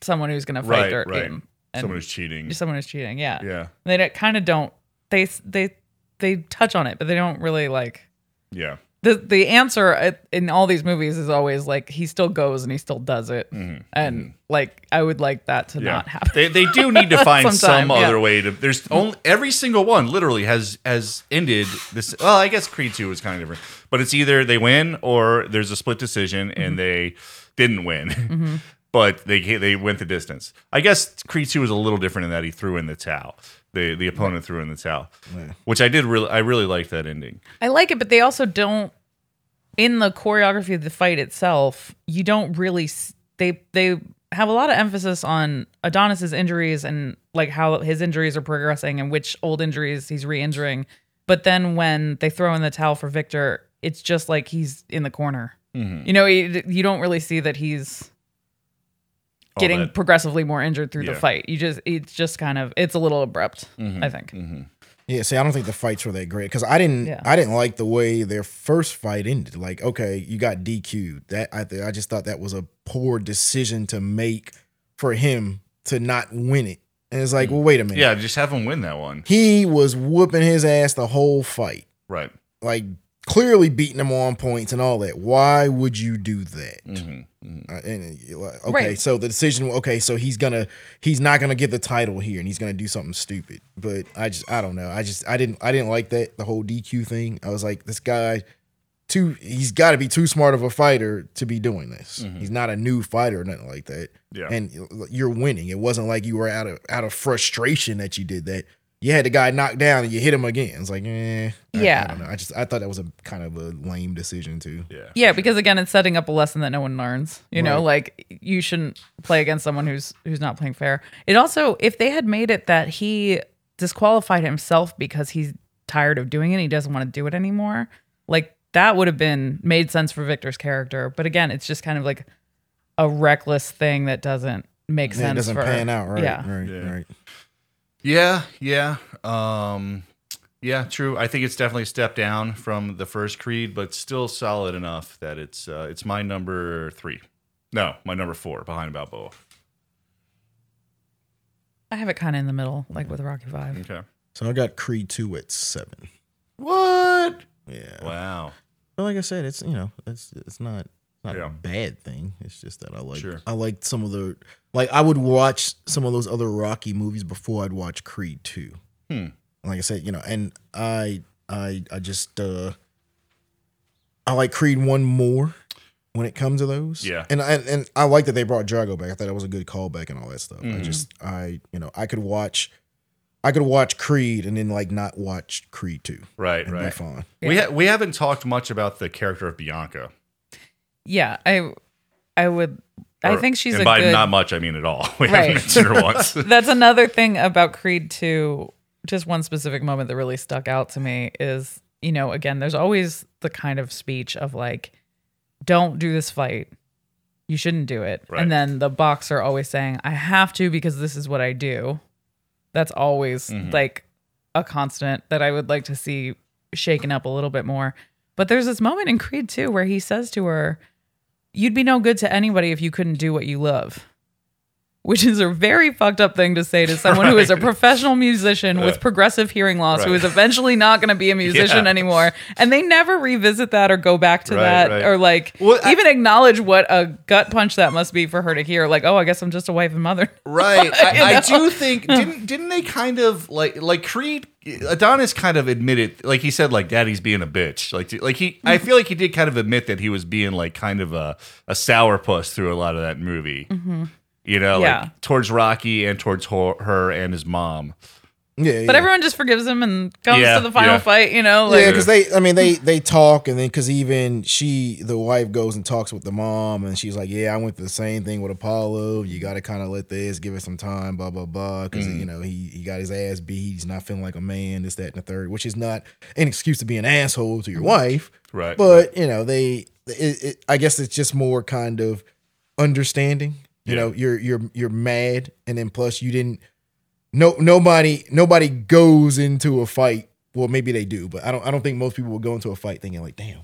[SPEAKER 5] someone who's going to fight
[SPEAKER 1] Hmm. Right,
[SPEAKER 5] dirt
[SPEAKER 1] right.
[SPEAKER 5] and, and
[SPEAKER 1] someone who's cheating.
[SPEAKER 5] someone who's cheating. Yeah.
[SPEAKER 1] Yeah.
[SPEAKER 5] They kind of don't they s- they they touch on it, but they don't really like
[SPEAKER 1] Yeah.
[SPEAKER 5] the the answer at- in all these movies is always like he still goes and he still does it and like i would like that to
[SPEAKER 1] Yeah.
[SPEAKER 5] not happen
[SPEAKER 1] They, they do need to find some
[SPEAKER 5] Sometime, yeah.
[SPEAKER 1] other way to. There's only every single one literally has has ended this. Well, I guess Creed Two was kind of different, but it's either they win or there's a split decision
[SPEAKER 5] Mm-hmm.
[SPEAKER 1] and they didn't win, but they ca- they went the distance. I guess Creed Two was a little different in that he threw in the towel. The the opponent threw in the towel, which I did really I really liked that ending.
[SPEAKER 5] i like it but they also don't in the choreography of the fight itself you don't really s- they they have a lot of emphasis on adonis's injuries and like how his injuries are progressing and which old injuries he's re-injuring but then when they throw in the towel for victor it's just like he's in the corner
[SPEAKER 1] Mm-hmm.
[SPEAKER 5] you know you, you don't really see that he's
[SPEAKER 1] All
[SPEAKER 5] getting
[SPEAKER 1] that-
[SPEAKER 5] progressively more injured through
[SPEAKER 1] Yeah.
[SPEAKER 5] the fight. You just it's just kind of it's a little abrupt,
[SPEAKER 1] Mm-hmm.
[SPEAKER 4] Hmm.
[SPEAKER 5] I think.
[SPEAKER 4] Yeah, see, I don't think the fights were that great because I didn't,
[SPEAKER 5] Yeah.
[SPEAKER 4] I didn't like the way their first fight ended. Like, okay, you got DQ'd. That I, th- I just thought that was a poor decision to make for him to not win it. And it's like, well, wait a minute.
[SPEAKER 1] yeah, just have him win that one,
[SPEAKER 4] he was whooping his ass the whole fight,
[SPEAKER 1] right?
[SPEAKER 4] like clearly beating him on points and all that. Why would you do that?
[SPEAKER 1] Mhm, mhm.
[SPEAKER 4] Uh, and you're like, okay,
[SPEAKER 5] Right.
[SPEAKER 4] so the decision. Okay, so he's gonna he's not gonna get the title here, and he's gonna do something stupid. But I just I don't know. I just I didn't I didn't like that the whole DQ thing. I was like, this guy too. He's got to be too smart of a fighter to be doing this.
[SPEAKER 5] Mm-hmm.
[SPEAKER 4] He's not a new fighter or nothing like that.
[SPEAKER 1] Yeah.
[SPEAKER 4] and uh, you're winning. It wasn't like you were out of out of frustration that you did that. You had the guy knocked down and you hit him again. It's like, eh. I- I,
[SPEAKER 5] Yeah.
[SPEAKER 4] don't know. I just I thought that was a kind of a lame decision too.
[SPEAKER 1] Yeah.
[SPEAKER 5] Yeah, because again, it's setting up a lesson that no one learns. You know, like you shouldn't play against someone who's who's not playing fair. It also, if they had made it that he disqualified himself because he's tired of doing it, he doesn't want to do it anymore. Like that would have been made sense for Victor's character. But again, it's just kind of like a reckless thing that doesn't make
[SPEAKER 4] Yeah,
[SPEAKER 5] sense.
[SPEAKER 4] it doesn't
[SPEAKER 5] for,
[SPEAKER 4] pan out, right?
[SPEAKER 5] Yeah.
[SPEAKER 4] Right,
[SPEAKER 1] Yeah.
[SPEAKER 4] right.
[SPEAKER 1] Yeah, yeah. Um yeah, true. I think it's definitely a step down from the first Creed, but still solid enough that it's uh it's my number 3. No, my number 4 behind Balboa.
[SPEAKER 5] I have it kind of in the middle, like with Rocky Five.
[SPEAKER 1] Okay.
[SPEAKER 4] So I got Creed two at seven.
[SPEAKER 1] What?
[SPEAKER 4] Yeah.
[SPEAKER 1] Wow.
[SPEAKER 4] But like I said, it's you know, it's it's not not
[SPEAKER 1] Yeah.
[SPEAKER 4] a bad thing. It's just that I like
[SPEAKER 1] Sure.
[SPEAKER 4] I liked some of the like I would watch some of those other Rocky movies before I'd watch Creed two.
[SPEAKER 1] Hmm.
[SPEAKER 4] Like I said, you know, and I I I just uh I like Creed one more when it comes to those.
[SPEAKER 1] Yeah.
[SPEAKER 4] And and, and I like that they brought Drago back. I thought that was a good callback and all that stuff.
[SPEAKER 1] Mm-hmm.
[SPEAKER 4] I just I you know I could watch I could watch Creed and then like not watch Creed two.
[SPEAKER 1] Right,
[SPEAKER 4] And be
[SPEAKER 1] right.
[SPEAKER 4] fine.
[SPEAKER 1] We ha- we haven't talked much about the character of Bianca.
[SPEAKER 5] yeah i i would I
[SPEAKER 1] Or-
[SPEAKER 5] think she's
[SPEAKER 1] and
[SPEAKER 5] a
[SPEAKER 1] by
[SPEAKER 5] good.
[SPEAKER 1] not much I mean at all. We
[SPEAKER 5] Right.
[SPEAKER 1] haven't mentioned her once.
[SPEAKER 5] That's another thing about Creed 2. Just one specific moment that really stuck out to me is, you know, again, there's always the kind of speech of like, don't do this fight. You shouldn't do it.
[SPEAKER 1] Right.
[SPEAKER 5] And then the boxer always saying, I have to because this is what I do. That's always
[SPEAKER 1] Mm-hmm.
[SPEAKER 5] like a constant that I would like to see shaken up a little bit more. But there's this moment in Creed 2 where he says to her, You'd be no good to anybody if you couldn't do what you love. Which is a very fucked up thing to say to someone who is a professional musician with progressive hearing loss who
[SPEAKER 1] Right.
[SPEAKER 5] is eventually not going to be a musician
[SPEAKER 1] Yeah.
[SPEAKER 5] anymore. And they never revisit that or go back to
[SPEAKER 1] Right,
[SPEAKER 5] that
[SPEAKER 1] right.
[SPEAKER 5] or like
[SPEAKER 1] Well, I-
[SPEAKER 5] even acknowledge what a gut punch that must be for her to hear. Like, oh, I guess I'm just a wife and mother.
[SPEAKER 1] Right. I, I do think didn't didn't they kind of like like Creed Adonis kind of admitted like he said like daddy's being a bitch. Like like he I feel like he did kind of admit that he was being like kind of a a sourpuss through a lot of that movie. You know,
[SPEAKER 5] Yeah.
[SPEAKER 1] like towards Rocky and towards her, her and his mom.
[SPEAKER 4] Yeah,
[SPEAKER 5] But everyone just forgives him and comes
[SPEAKER 1] Yeah,
[SPEAKER 5] to the final
[SPEAKER 1] yeah.
[SPEAKER 5] fight, you know?
[SPEAKER 4] Yeah,
[SPEAKER 5] Like,
[SPEAKER 4] because they, I mean, they they talk, and then because even she, the wife, goes and talks with the mom, and she's like, "Yeah, I went through the same thing with Apollo. You got to kind of let this, give it some time, blah blah blah, because
[SPEAKER 5] Mm.
[SPEAKER 4] you know he he got his ass beat. He's not feeling like a man. This, that, and the third, which is not an excuse to be an asshole to your
[SPEAKER 5] Mm.
[SPEAKER 4] wife,
[SPEAKER 1] Right.
[SPEAKER 4] But you know, they, it, it, I guess it's just more kind of understanding. You
[SPEAKER 1] Yeah.
[SPEAKER 4] know, you're you're you're mad, and then plus you didn't no nobody nobody goes into a fight. Well, maybe they do, but I don't I don't think most people will go into a fight thinking like, damn,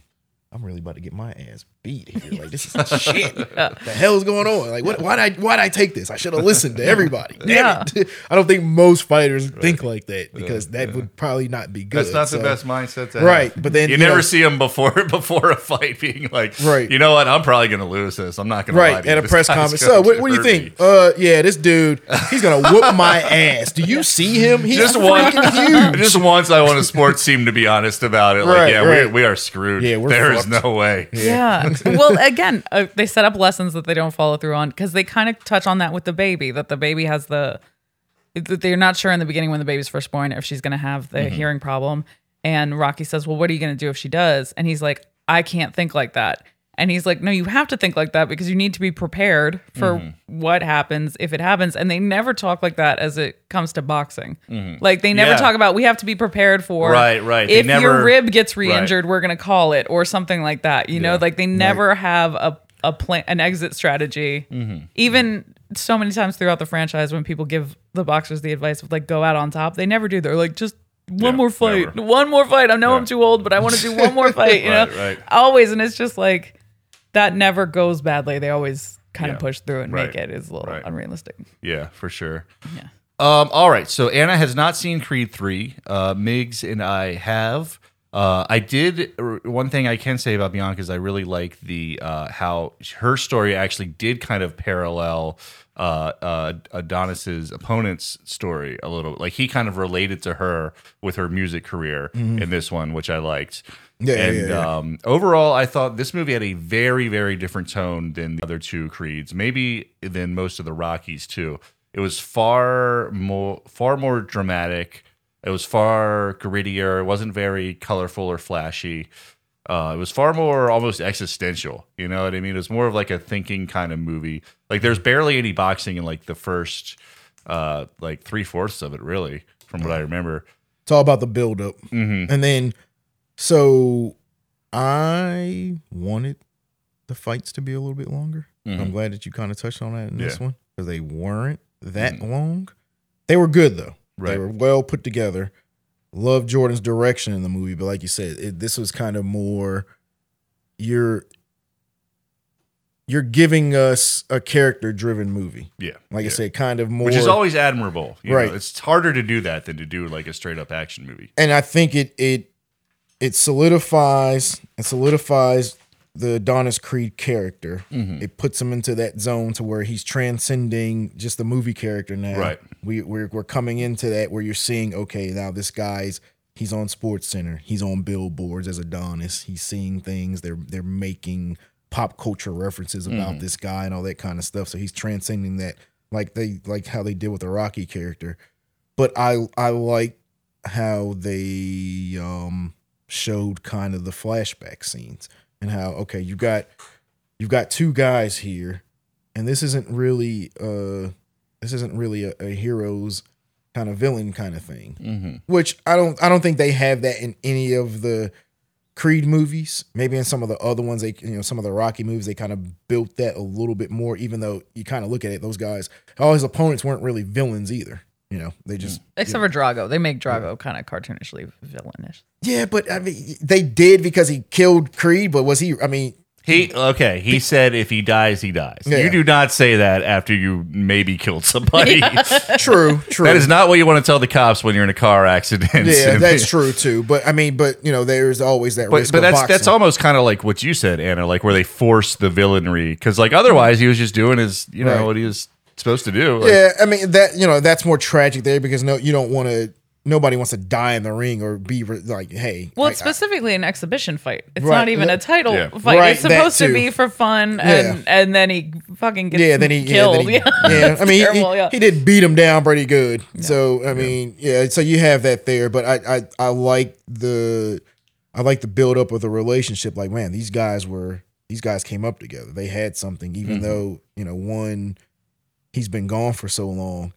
[SPEAKER 4] I'm really about to get my ass beat here. Like this is shit. the hell's going on? Like what why'd I why'd I take this? I should have listened to everybody. Damn it. I don't think most fighters think like that because that would probably not be good.
[SPEAKER 1] That's not
[SPEAKER 4] So-
[SPEAKER 1] the best mindset to have.
[SPEAKER 4] Right. But then
[SPEAKER 1] You,
[SPEAKER 4] know,
[SPEAKER 1] never see him before before a fight being like,
[SPEAKER 4] Right.
[SPEAKER 1] you know what, I'm probably gonna lose this. I'm not gonna lie
[SPEAKER 4] Right
[SPEAKER 1] to you.
[SPEAKER 4] at a
[SPEAKER 1] This
[SPEAKER 4] press
[SPEAKER 1] guy's
[SPEAKER 4] conference.
[SPEAKER 1] gonna
[SPEAKER 4] So, what, what do you
[SPEAKER 1] hurt me."
[SPEAKER 4] think? Uh, yeah, this dude, he's gonna whoop my ass. Do you see him? He's
[SPEAKER 1] just
[SPEAKER 4] freaking
[SPEAKER 1] once, just once I want a sports team to be honest about it. Like,
[SPEAKER 4] Right,
[SPEAKER 1] yeah,
[SPEAKER 4] right.
[SPEAKER 1] We, we are screwed.
[SPEAKER 4] Yeah, we're
[SPEAKER 1] There is
[SPEAKER 4] fucked.
[SPEAKER 1] no way.
[SPEAKER 5] yeah. well, again, uh, they set up lessons that they don't follow through on because they kind of touch on that with the baby, that the baby has the, that they're not sure in the beginning when the baby's first born if she's going to have the
[SPEAKER 1] Mm-hmm.
[SPEAKER 5] hearing problem. And Rocky says, Well, what are you going to do if she does? And he's like, I can't think like that. And he's like, No, you have to think like that because you need to be prepared for
[SPEAKER 1] Mm-hmm.
[SPEAKER 5] what happens if it happens. And they never talk like that as it comes to boxing. Like, they never
[SPEAKER 1] Mm-hmm. Yeah.
[SPEAKER 5] talk about we have to be prepared for
[SPEAKER 1] Right, right. They
[SPEAKER 5] If your
[SPEAKER 1] never-
[SPEAKER 5] rib gets re injured, we're going to call it or something like that. You know, like they never have a, a plan, an exit strategy.
[SPEAKER 1] Mm-hmm.
[SPEAKER 5] Even so many times throughout the franchise, when people give the boxers the advice of like, go out on top, they never do. They're like, just one
[SPEAKER 1] Yeah,
[SPEAKER 5] more fight,
[SPEAKER 1] never.
[SPEAKER 5] one more fight. I know I'm
[SPEAKER 1] Yeah.
[SPEAKER 5] too old, but I want to do one more fight, you
[SPEAKER 1] Right,
[SPEAKER 5] know,
[SPEAKER 1] right.
[SPEAKER 5] always. And it's just like that never goes badly. They always kind
[SPEAKER 1] Yeah.
[SPEAKER 5] of push through and make
[SPEAKER 1] Right.
[SPEAKER 5] it is a little
[SPEAKER 1] Right.
[SPEAKER 5] unrealistic.
[SPEAKER 1] Yeah, for sure. Yeah. Um, all right. So Anna has not seen Creed three. Uh, Migs and I have. Uh, I did r- one thing I can say about Bianca is I really like the uh, how her story actually did kind of parallel uh, uh, Adonis's opponent's story a little. Like he kind of related to her with her music career in this one, which I liked.
[SPEAKER 4] Mm-hmm. Yeah, yeah,
[SPEAKER 1] and
[SPEAKER 4] yeah, yeah.
[SPEAKER 1] Um, overall, I thought this movie had a very, very different tone than the other two creeds, maybe than most of the Rockies too. It was far more, far more dramatic. It was far grittier. It wasn't very colorful or flashy. Uh, it was far more almost existential. You know what I mean? It was more of like a thinking kind of movie. Like there's barely any boxing in like the first, uh, like three fourths of it, really, from what I remember. Mm-hmm.
[SPEAKER 4] It's all about the buildup. And then, so I wanted the fights to be a little bit longer. I'm glad that you kind of touched on that in this
[SPEAKER 1] Mm-hmm. Yeah. Mm-hmm.
[SPEAKER 4] one because they weren't that long. They were good, though. They
[SPEAKER 1] Right.
[SPEAKER 4] were well put together. Love Jordan's direction in the movie, but like you said, it, this was kind of more you're you're giving us a character driven movie.
[SPEAKER 1] Yeah.
[SPEAKER 4] Like
[SPEAKER 1] yeah.
[SPEAKER 4] I said, kind of more
[SPEAKER 1] which is always admirable. You
[SPEAKER 4] Right.
[SPEAKER 1] know, it's harder to do that than to do like a straight up action movie.
[SPEAKER 4] and I think it it it solidifies it solidifies the Adonis Creed character.
[SPEAKER 1] Mm-hmm. Hmm.
[SPEAKER 4] It puts him into that zone to where he's transcending just the movie character now.
[SPEAKER 1] Right.
[SPEAKER 4] We we're we're coming into that where you're seeing okay now this guy's he's on Sports Center, he's on billboards as Adonis, he's seeing things. They're they're making pop culture references about this guy and all that kind of stuff. So he's transcending that like they like how they did with the Rocky character. But I I like how they um showed kind of the flashback scenes and how okay you got you've got two guys here and this isn't really uh this isn't really a, a hero's kind of villain kind of thing
[SPEAKER 1] Mm-hmm.
[SPEAKER 4] which i don't i don't think they have that in any of the creed movies maybe in some of the other ones they you know some of the rocky movies they kind of built that a little bit more even though you kind of look at it those guys all his opponents weren't really villains either you know they just
[SPEAKER 5] Except for Drago. They make Drago kind of cartoonishly villainish.
[SPEAKER 4] yeah but i mean they did because he killed creed but was he i mean
[SPEAKER 1] He okay. He said if he dies, he dies.
[SPEAKER 4] Yeah.
[SPEAKER 1] You do not say that after you maybe killed somebody.
[SPEAKER 4] true true
[SPEAKER 1] That is not what you want to tell the cops when you're in a car accident.
[SPEAKER 4] Yeah,
[SPEAKER 1] And-
[SPEAKER 4] that's true too. But I mean, but you know, there's always that
[SPEAKER 1] But,
[SPEAKER 4] risk.
[SPEAKER 1] but
[SPEAKER 4] of
[SPEAKER 1] that's
[SPEAKER 4] boxing.
[SPEAKER 1] that's almost kind of like what you said, Anna. Like where they force the villainry because like otherwise he was just doing his you know
[SPEAKER 4] Right.
[SPEAKER 1] what he was supposed to do. Like,
[SPEAKER 4] Yeah, I mean that you know that's more tragic there because no, you don't want to. Nobody wants to die in the ring or be re- like, hey,
[SPEAKER 5] Well,
[SPEAKER 4] I-
[SPEAKER 5] it's specifically an exhibition fight. It's
[SPEAKER 4] Right,
[SPEAKER 5] not even
[SPEAKER 4] yeah.
[SPEAKER 5] a title
[SPEAKER 1] Yeah.
[SPEAKER 5] fight.
[SPEAKER 4] Right,
[SPEAKER 5] it's
[SPEAKER 4] that
[SPEAKER 5] supposed to
[SPEAKER 4] too.
[SPEAKER 5] be for fun, and and then he fucking gets
[SPEAKER 4] yeah, then he
[SPEAKER 5] killed.
[SPEAKER 4] Yeah, then he, yeah. I mean, he-
[SPEAKER 5] Terrible,
[SPEAKER 4] he,
[SPEAKER 5] yeah.
[SPEAKER 4] he did beat him down pretty good. So I mean, yeah. So you have that there, but I, I I like the I like the build up of the relationship. Like, man, these guys were these guys came up together. They had something, even though you know one he's been gone for so long.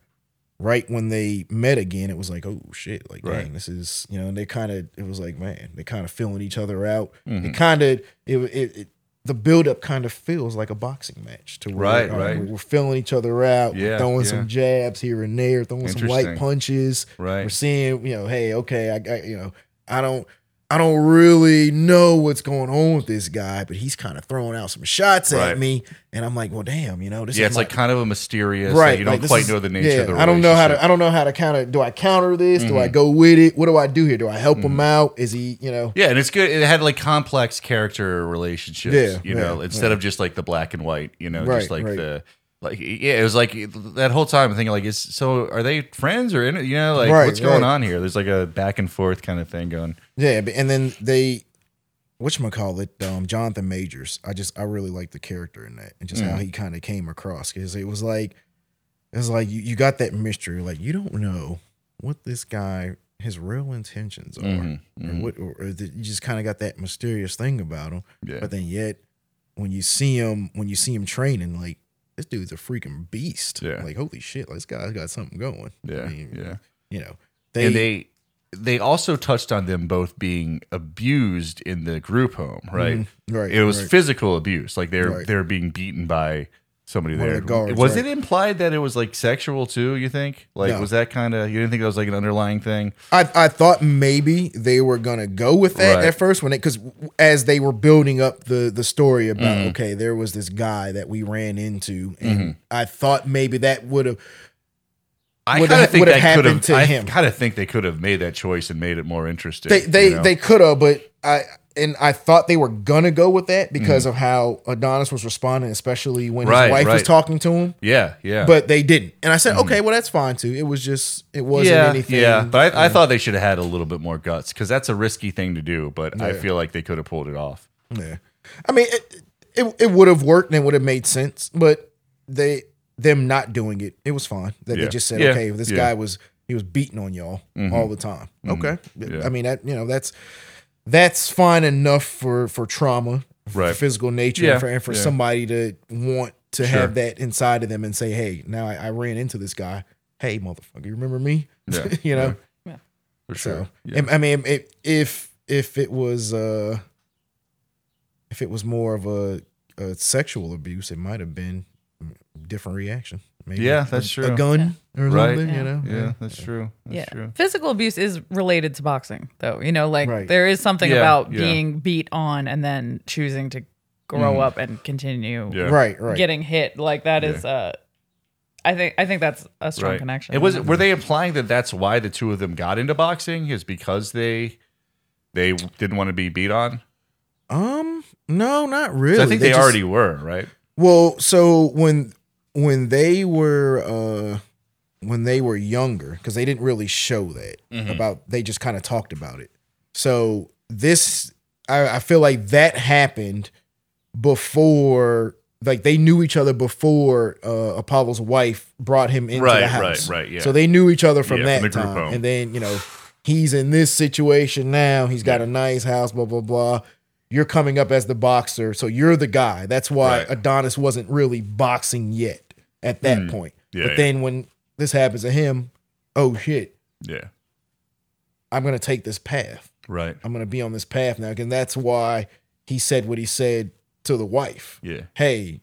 [SPEAKER 4] Right when they met again, it was like, oh shit, like
[SPEAKER 1] Right.
[SPEAKER 4] dang, this is you know. And they kind of it was like, man, they kind of filling each other out.
[SPEAKER 1] mm-hmm, Mm.
[SPEAKER 4] It kind of it, it, it the build up kind of feels like a boxing match to where,
[SPEAKER 1] Right,
[SPEAKER 4] all
[SPEAKER 1] right.
[SPEAKER 4] we're- we're filling each other out,
[SPEAKER 1] Yeah,
[SPEAKER 4] throwing
[SPEAKER 1] yeah.
[SPEAKER 4] some jabs here and there, throwing some light
[SPEAKER 1] Interesting.
[SPEAKER 4] punches.
[SPEAKER 1] Right.
[SPEAKER 4] We're seeing, you know, hey, okay, I, I you know, I don't I don't really know what's going on with this guy, but he's kind of throwing out some shots
[SPEAKER 1] Right.
[SPEAKER 4] at me, and I'm like, well, damn, you know, this
[SPEAKER 1] Yeah,
[SPEAKER 4] is
[SPEAKER 1] it's like
[SPEAKER 4] my-
[SPEAKER 1] kind of a mysterious.
[SPEAKER 4] right.
[SPEAKER 1] Like you don't
[SPEAKER 4] like, this
[SPEAKER 1] quite
[SPEAKER 4] is-
[SPEAKER 1] know the nature of the.
[SPEAKER 4] I don't know how to.
[SPEAKER 1] relationship. Mm-hmm.
[SPEAKER 4] I don't know how to kind of. Do I counter this? Do I go with it? What do I do here? Do I help him out? Is he, you know?
[SPEAKER 1] yeah, and it's good. It had like complex character relationships.
[SPEAKER 4] Yeah,
[SPEAKER 1] you know,
[SPEAKER 4] yeah,
[SPEAKER 1] instead of just like the black and white. You know,
[SPEAKER 4] Right,
[SPEAKER 1] just like
[SPEAKER 4] right.
[SPEAKER 1] the. Like yeah, it was like that whole time I'm thinking like, is so are they friends or in it? You know, like
[SPEAKER 4] Right,
[SPEAKER 1] what's going
[SPEAKER 4] right.
[SPEAKER 1] on here? There's like a back and forth kind of thing going.
[SPEAKER 4] Yeah, but, and then they, whatchamacallit, um, Jonathan Majors. I just, I really like the character in that and just
[SPEAKER 1] Mm.
[SPEAKER 4] how he kind of came across. Because it was like, it was like you, you got that mystery. Like, you don't know what this guy, his real intentions are.
[SPEAKER 1] Mm-hmm,
[SPEAKER 4] Or what, or, or that you just kind of got that mysterious thing about him.
[SPEAKER 1] Mm-hmm. Yeah.
[SPEAKER 4] But then yet, when you see him, when you see him training, like, this dude's a freaking beast.
[SPEAKER 1] Yeah.
[SPEAKER 4] Like, holy shit, like, this guy's got something going. I
[SPEAKER 1] Yeah,
[SPEAKER 4] mean,
[SPEAKER 1] yeah.
[SPEAKER 4] You know,
[SPEAKER 1] and they they also touched on them both being abused in the group home, right?
[SPEAKER 4] mm-hmm, right.
[SPEAKER 1] It was
[SPEAKER 4] right.
[SPEAKER 1] physical abuse, like they're
[SPEAKER 4] Right.
[SPEAKER 1] they're being beaten by somebody
[SPEAKER 4] One of
[SPEAKER 1] there.
[SPEAKER 4] the guards,
[SPEAKER 1] was
[SPEAKER 4] right.
[SPEAKER 1] it implied that it was like sexual too? You think? Like,
[SPEAKER 4] No.
[SPEAKER 1] was that kind of you didn't think that was like an underlying thing?
[SPEAKER 4] I, I thought maybe they were gonna go with that
[SPEAKER 1] Right.
[SPEAKER 4] at first when it because as they were building up the the story about
[SPEAKER 1] Mm-hmm.
[SPEAKER 4] okay there was this guy that we ran into and I thought maybe that would have
[SPEAKER 1] I
[SPEAKER 4] Would
[SPEAKER 1] kind of
[SPEAKER 4] have-
[SPEAKER 1] think
[SPEAKER 4] would have
[SPEAKER 1] that could have.
[SPEAKER 4] happened to
[SPEAKER 1] I
[SPEAKER 4] him.
[SPEAKER 1] kind of think they could have made that choice and made it more interesting.
[SPEAKER 4] they they,
[SPEAKER 1] you know?
[SPEAKER 4] they could have but I and I thought they were gonna go with that because of how Adonis was responding especially when
[SPEAKER 1] Mm-hmm. Right,
[SPEAKER 4] his wife was
[SPEAKER 1] right.
[SPEAKER 4] talking to him
[SPEAKER 1] yeah yeah Mm-hmm.
[SPEAKER 4] but they didn't and I said okay well that's fine too it was just it wasn't
[SPEAKER 1] yeah
[SPEAKER 4] anything
[SPEAKER 1] yeah. But I, I thought they should have had a little bit more guts because that's a risky thing to do. But I feel like they could have pulled it off.
[SPEAKER 4] Yeah, I mean, it it, it would have worked and it would have made sense, but they them not doing it, it was fine. That
[SPEAKER 1] Yeah.
[SPEAKER 4] they just said,
[SPEAKER 1] Yeah.
[SPEAKER 4] okay, this
[SPEAKER 1] Yeah. Mm-hmm.
[SPEAKER 4] guy was he was beating on y'all all the time. Okay,
[SPEAKER 1] Yeah.
[SPEAKER 4] I mean that you know that's that's fine enough for for trauma, for
[SPEAKER 1] Right.
[SPEAKER 4] physical nature,
[SPEAKER 1] Yeah.
[SPEAKER 4] and for, and for
[SPEAKER 1] Yeah.
[SPEAKER 4] somebody to want to
[SPEAKER 1] Sure.
[SPEAKER 4] have that inside of them and say, hey, now I, I ran into this guy. Hey, motherfucker, you remember me?
[SPEAKER 1] Yeah.
[SPEAKER 4] you know.
[SPEAKER 1] Yeah. For sure.
[SPEAKER 4] So and- I mean, it, if if it was uh, if it was more of a, a sexual abuse, it might have been different reaction. Maybe
[SPEAKER 1] Yeah,
[SPEAKER 4] a-
[SPEAKER 1] that's
[SPEAKER 4] A
[SPEAKER 1] true.
[SPEAKER 4] gun or
[SPEAKER 1] Right.
[SPEAKER 4] something, you know.
[SPEAKER 1] Yeah, that's true. That's
[SPEAKER 5] yeah.
[SPEAKER 1] true.
[SPEAKER 5] Physical abuse is related to boxing, though. You know, like
[SPEAKER 4] Right.
[SPEAKER 5] there is something
[SPEAKER 1] Yeah,
[SPEAKER 5] about
[SPEAKER 1] yeah.
[SPEAKER 5] being beat on and then choosing to grow
[SPEAKER 4] Mm.
[SPEAKER 5] up and continue
[SPEAKER 1] Yeah.
[SPEAKER 4] Right, right.
[SPEAKER 5] getting hit. Like that is uh, I think I think that's a strong
[SPEAKER 1] Right.
[SPEAKER 5] connection.
[SPEAKER 1] It was. Were they implying that that's why the two of them got into boxing? Is because they they didn't want to be beat on? 'Cause
[SPEAKER 4] Um, no, not really.
[SPEAKER 1] I think they,
[SPEAKER 4] just-
[SPEAKER 1] already were, right?
[SPEAKER 4] Well, so when when they were uh when they were younger, because they didn't really show that
[SPEAKER 1] Mm-hmm.
[SPEAKER 4] about they just kind of talked about it. So this I, I feel like that happened before like they knew each other before uh, Apollo's wife brought him into
[SPEAKER 1] Right,
[SPEAKER 4] the
[SPEAKER 1] right,
[SPEAKER 4] house.
[SPEAKER 1] right, yeah.
[SPEAKER 4] So they knew each other from
[SPEAKER 1] Yeah,
[SPEAKER 4] that
[SPEAKER 1] from the group
[SPEAKER 4] time.
[SPEAKER 1] home.
[SPEAKER 4] And then, you know, he's in this situation now. He's got a nice house, blah, blah, blah. you're coming up as the boxer, so you're the guy. That's why
[SPEAKER 1] Right.
[SPEAKER 4] Adonis wasn't really boxing yet at that point.
[SPEAKER 1] Hmm. Yeah,
[SPEAKER 4] but
[SPEAKER 1] yeah.
[SPEAKER 4] then when this happens to him, oh shit,
[SPEAKER 1] Yeah.
[SPEAKER 4] I'm gonna take this path.
[SPEAKER 1] Right.
[SPEAKER 4] I'm gonna be on this path now, and that's why he said what he said to the wife.
[SPEAKER 1] Yeah.
[SPEAKER 4] Hey,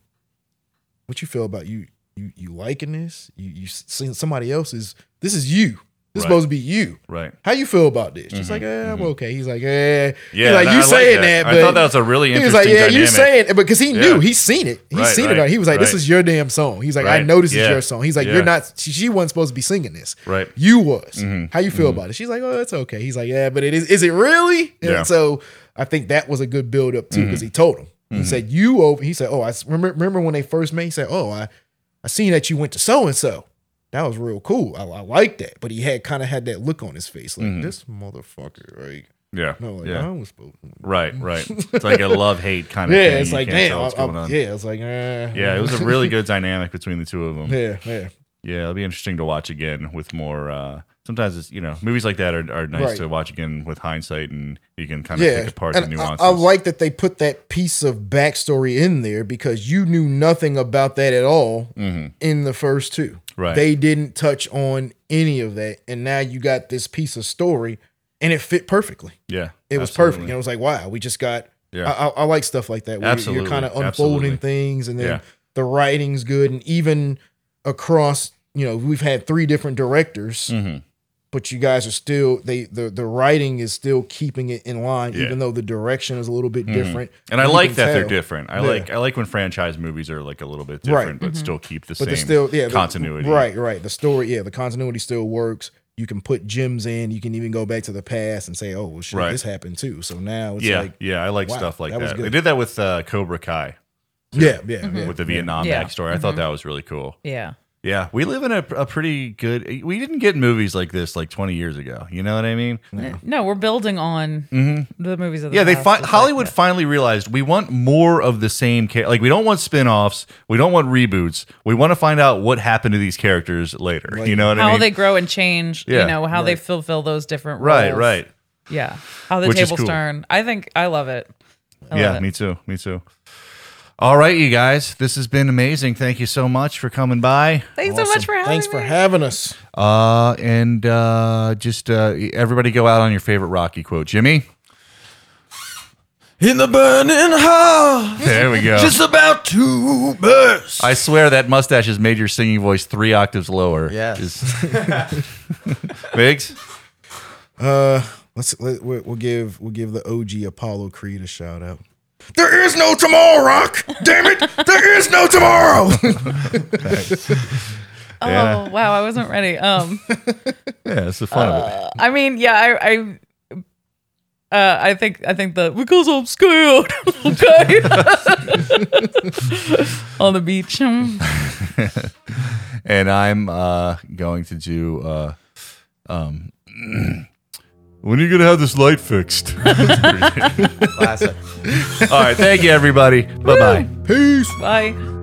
[SPEAKER 4] what you feel about you? You you liking this? You you seeing somebody else's? This is you. This is
[SPEAKER 1] Right.
[SPEAKER 4] supposed to be you.
[SPEAKER 1] Right.
[SPEAKER 4] How you feel about this? She's like, eh, I'm okay. He's like, eh.
[SPEAKER 1] Yeah.
[SPEAKER 4] He's like
[SPEAKER 1] no,
[SPEAKER 4] you
[SPEAKER 1] I
[SPEAKER 4] saying
[SPEAKER 1] that.
[SPEAKER 4] that,
[SPEAKER 1] I
[SPEAKER 4] but-
[SPEAKER 1] thought that was a really
[SPEAKER 4] he was
[SPEAKER 1] interesting
[SPEAKER 4] like, yeah,
[SPEAKER 1] dynamic.
[SPEAKER 4] you saying it because he knew
[SPEAKER 1] Yeah.
[SPEAKER 4] he's seen it. He's
[SPEAKER 1] Right,
[SPEAKER 4] seen
[SPEAKER 1] right,
[SPEAKER 4] it. He was like, this
[SPEAKER 1] right.
[SPEAKER 4] is your damn song. He's like, I
[SPEAKER 1] Right.
[SPEAKER 4] know this is
[SPEAKER 1] Yeah.
[SPEAKER 4] your song. He's like,
[SPEAKER 1] Yeah.
[SPEAKER 4] you're not. She, she wasn't supposed to be singing this.
[SPEAKER 1] Right.
[SPEAKER 4] You was.
[SPEAKER 1] Mm-hmm.
[SPEAKER 4] How you feel about it? She's like, oh, it's okay. He's like, yeah, but it is. Is it really?
[SPEAKER 1] Yeah.
[SPEAKER 4] And
[SPEAKER 1] Mm-hmm.
[SPEAKER 4] so I think that was a good build up too because he told him. He said, you over. He said, oh, I s- remember, remember when they first met. He said, oh, I, I seen that you went to so and so. That was real cool. I, I like that. But he had kind of had that look on his face, like this motherfucker, right?
[SPEAKER 1] Yeah.
[SPEAKER 4] No, like
[SPEAKER 1] Mm-hmm. yeah.
[SPEAKER 4] I was supposed. to-
[SPEAKER 1] Right. Right. It's like a love hate kind of
[SPEAKER 4] yeah,
[SPEAKER 1] thing.
[SPEAKER 4] it's
[SPEAKER 1] You
[SPEAKER 4] like
[SPEAKER 1] can't
[SPEAKER 4] damn.
[SPEAKER 1] tell
[SPEAKER 4] I-
[SPEAKER 1] what's
[SPEAKER 4] I-
[SPEAKER 1] going on.
[SPEAKER 4] Yeah, it's like eh.
[SPEAKER 1] Yeah, it was a really good dynamic between the two of them.
[SPEAKER 4] yeah, yeah.
[SPEAKER 1] Yeah, it'll be interesting to watch again with more. Uh, sometimes it's you know movies like that are, are nice
[SPEAKER 4] Right.
[SPEAKER 1] to watch again with hindsight, and you can kind of
[SPEAKER 4] Yeah,
[SPEAKER 1] pick apart
[SPEAKER 4] and
[SPEAKER 1] the
[SPEAKER 4] I,
[SPEAKER 1] nuances.
[SPEAKER 4] I like that they put that piece of backstory in there because you knew nothing about that at all in the first two.
[SPEAKER 1] Right.
[SPEAKER 4] Mm-hmm. they didn't touch on any of that, and now you got this piece of story, and it fit perfectly.
[SPEAKER 1] yeah,
[SPEAKER 4] It was perfect, and it was like, wow, we just got.
[SPEAKER 1] Yeah.
[SPEAKER 4] I, I, I like stuff like that. Where
[SPEAKER 1] Absolutely,
[SPEAKER 4] you're kind of unfolding
[SPEAKER 1] absolutely.
[SPEAKER 4] things, and then
[SPEAKER 1] Yeah.
[SPEAKER 4] the writing's good, and even across, you know, we've had three different directors.
[SPEAKER 1] Mhm.
[SPEAKER 4] but you guys are still they the the writing is still keeping it in line,
[SPEAKER 1] Yeah. Mm-hmm.
[SPEAKER 4] even though the direction is a little bit different.
[SPEAKER 1] And I
[SPEAKER 4] You
[SPEAKER 1] like
[SPEAKER 4] can
[SPEAKER 1] that they're
[SPEAKER 4] tell.
[SPEAKER 1] different. I
[SPEAKER 4] Yeah.
[SPEAKER 1] like I like when franchise movies are like a little bit
[SPEAKER 4] Right.
[SPEAKER 1] different, but still keep the
[SPEAKER 4] but
[SPEAKER 1] same
[SPEAKER 4] they're still yeah the-
[SPEAKER 1] continuity.
[SPEAKER 4] right, right. The story, yeah, the continuity still works. You can put gems in. You can even go back to the past and say, "Oh, well, shit,
[SPEAKER 1] Right.
[SPEAKER 4] this happened too." So now it's
[SPEAKER 1] yeah,
[SPEAKER 4] like,
[SPEAKER 1] yeah. I like
[SPEAKER 4] wow,
[SPEAKER 1] stuff like
[SPEAKER 4] that
[SPEAKER 1] that.
[SPEAKER 4] was
[SPEAKER 1] They
[SPEAKER 4] good.
[SPEAKER 1] did that with uh, Cobra Kai
[SPEAKER 4] yeah, yeah,
[SPEAKER 5] Mm-hmm.
[SPEAKER 4] yeah.
[SPEAKER 1] with the Vietnam
[SPEAKER 5] Yeah.
[SPEAKER 1] backstory. I thought that was really cool.
[SPEAKER 5] Yeah.
[SPEAKER 1] Yeah, we live in a, a pretty good. We didn't get movies like this like 20 years ago. You know what I mean?
[SPEAKER 5] No, we're building on
[SPEAKER 4] Mm-hmm.
[SPEAKER 5] the movies of the
[SPEAKER 1] Yeah, they
[SPEAKER 5] past.
[SPEAKER 1] fi-
[SPEAKER 5] It's like
[SPEAKER 1] Hollywood
[SPEAKER 5] that.
[SPEAKER 1] finally realized we want more of the same cha- like we don't want spin-offs, we don't want reboots. We want to find out what happened to these characters later. you know what
[SPEAKER 5] how
[SPEAKER 1] I mean?
[SPEAKER 5] they grow and change,
[SPEAKER 1] Yeah,
[SPEAKER 5] you know, how they fulfill those different roles.
[SPEAKER 1] right, right.
[SPEAKER 5] Yeah. How the
[SPEAKER 1] Which is
[SPEAKER 5] tables
[SPEAKER 1] cool.
[SPEAKER 5] turn. I think I love it. I love
[SPEAKER 1] Yeah,
[SPEAKER 5] it.
[SPEAKER 1] me too. Me too. All right, you guys, this has been amazing. Thank you so much for coming by.
[SPEAKER 5] Thanks so much for having
[SPEAKER 4] Thanks
[SPEAKER 5] me.
[SPEAKER 4] for having us.
[SPEAKER 1] Uh, and uh, just uh, everybody go out on your favorite Rocky quote. Jimmy?
[SPEAKER 3] In the burning heart,
[SPEAKER 1] There we go.
[SPEAKER 3] just about to burst.
[SPEAKER 1] I swear that mustache has made your singing voice three octaves lower.
[SPEAKER 3] Yes.
[SPEAKER 1] Just- Biggs?
[SPEAKER 4] Uh, let's let, we'll we'll give we'll give the OG Apollo Creed a shout out. There is no tomorrow, Rock. Damn it, there is no tomorrow.
[SPEAKER 5] Oh, wow. I wasn't ready. Um,
[SPEAKER 1] Yeah, it's the fun of it.
[SPEAKER 5] I mean, yeah, I, I, uh, I think, I think the because I'm scared, okay, on the beach. Mm.
[SPEAKER 1] and I'm uh, going to do. Uh, um, when are you gonna have this light fixed? All
[SPEAKER 3] Classic.
[SPEAKER 1] right, thank you, everybody. Bye bye.
[SPEAKER 4] Peace.
[SPEAKER 5] Bye.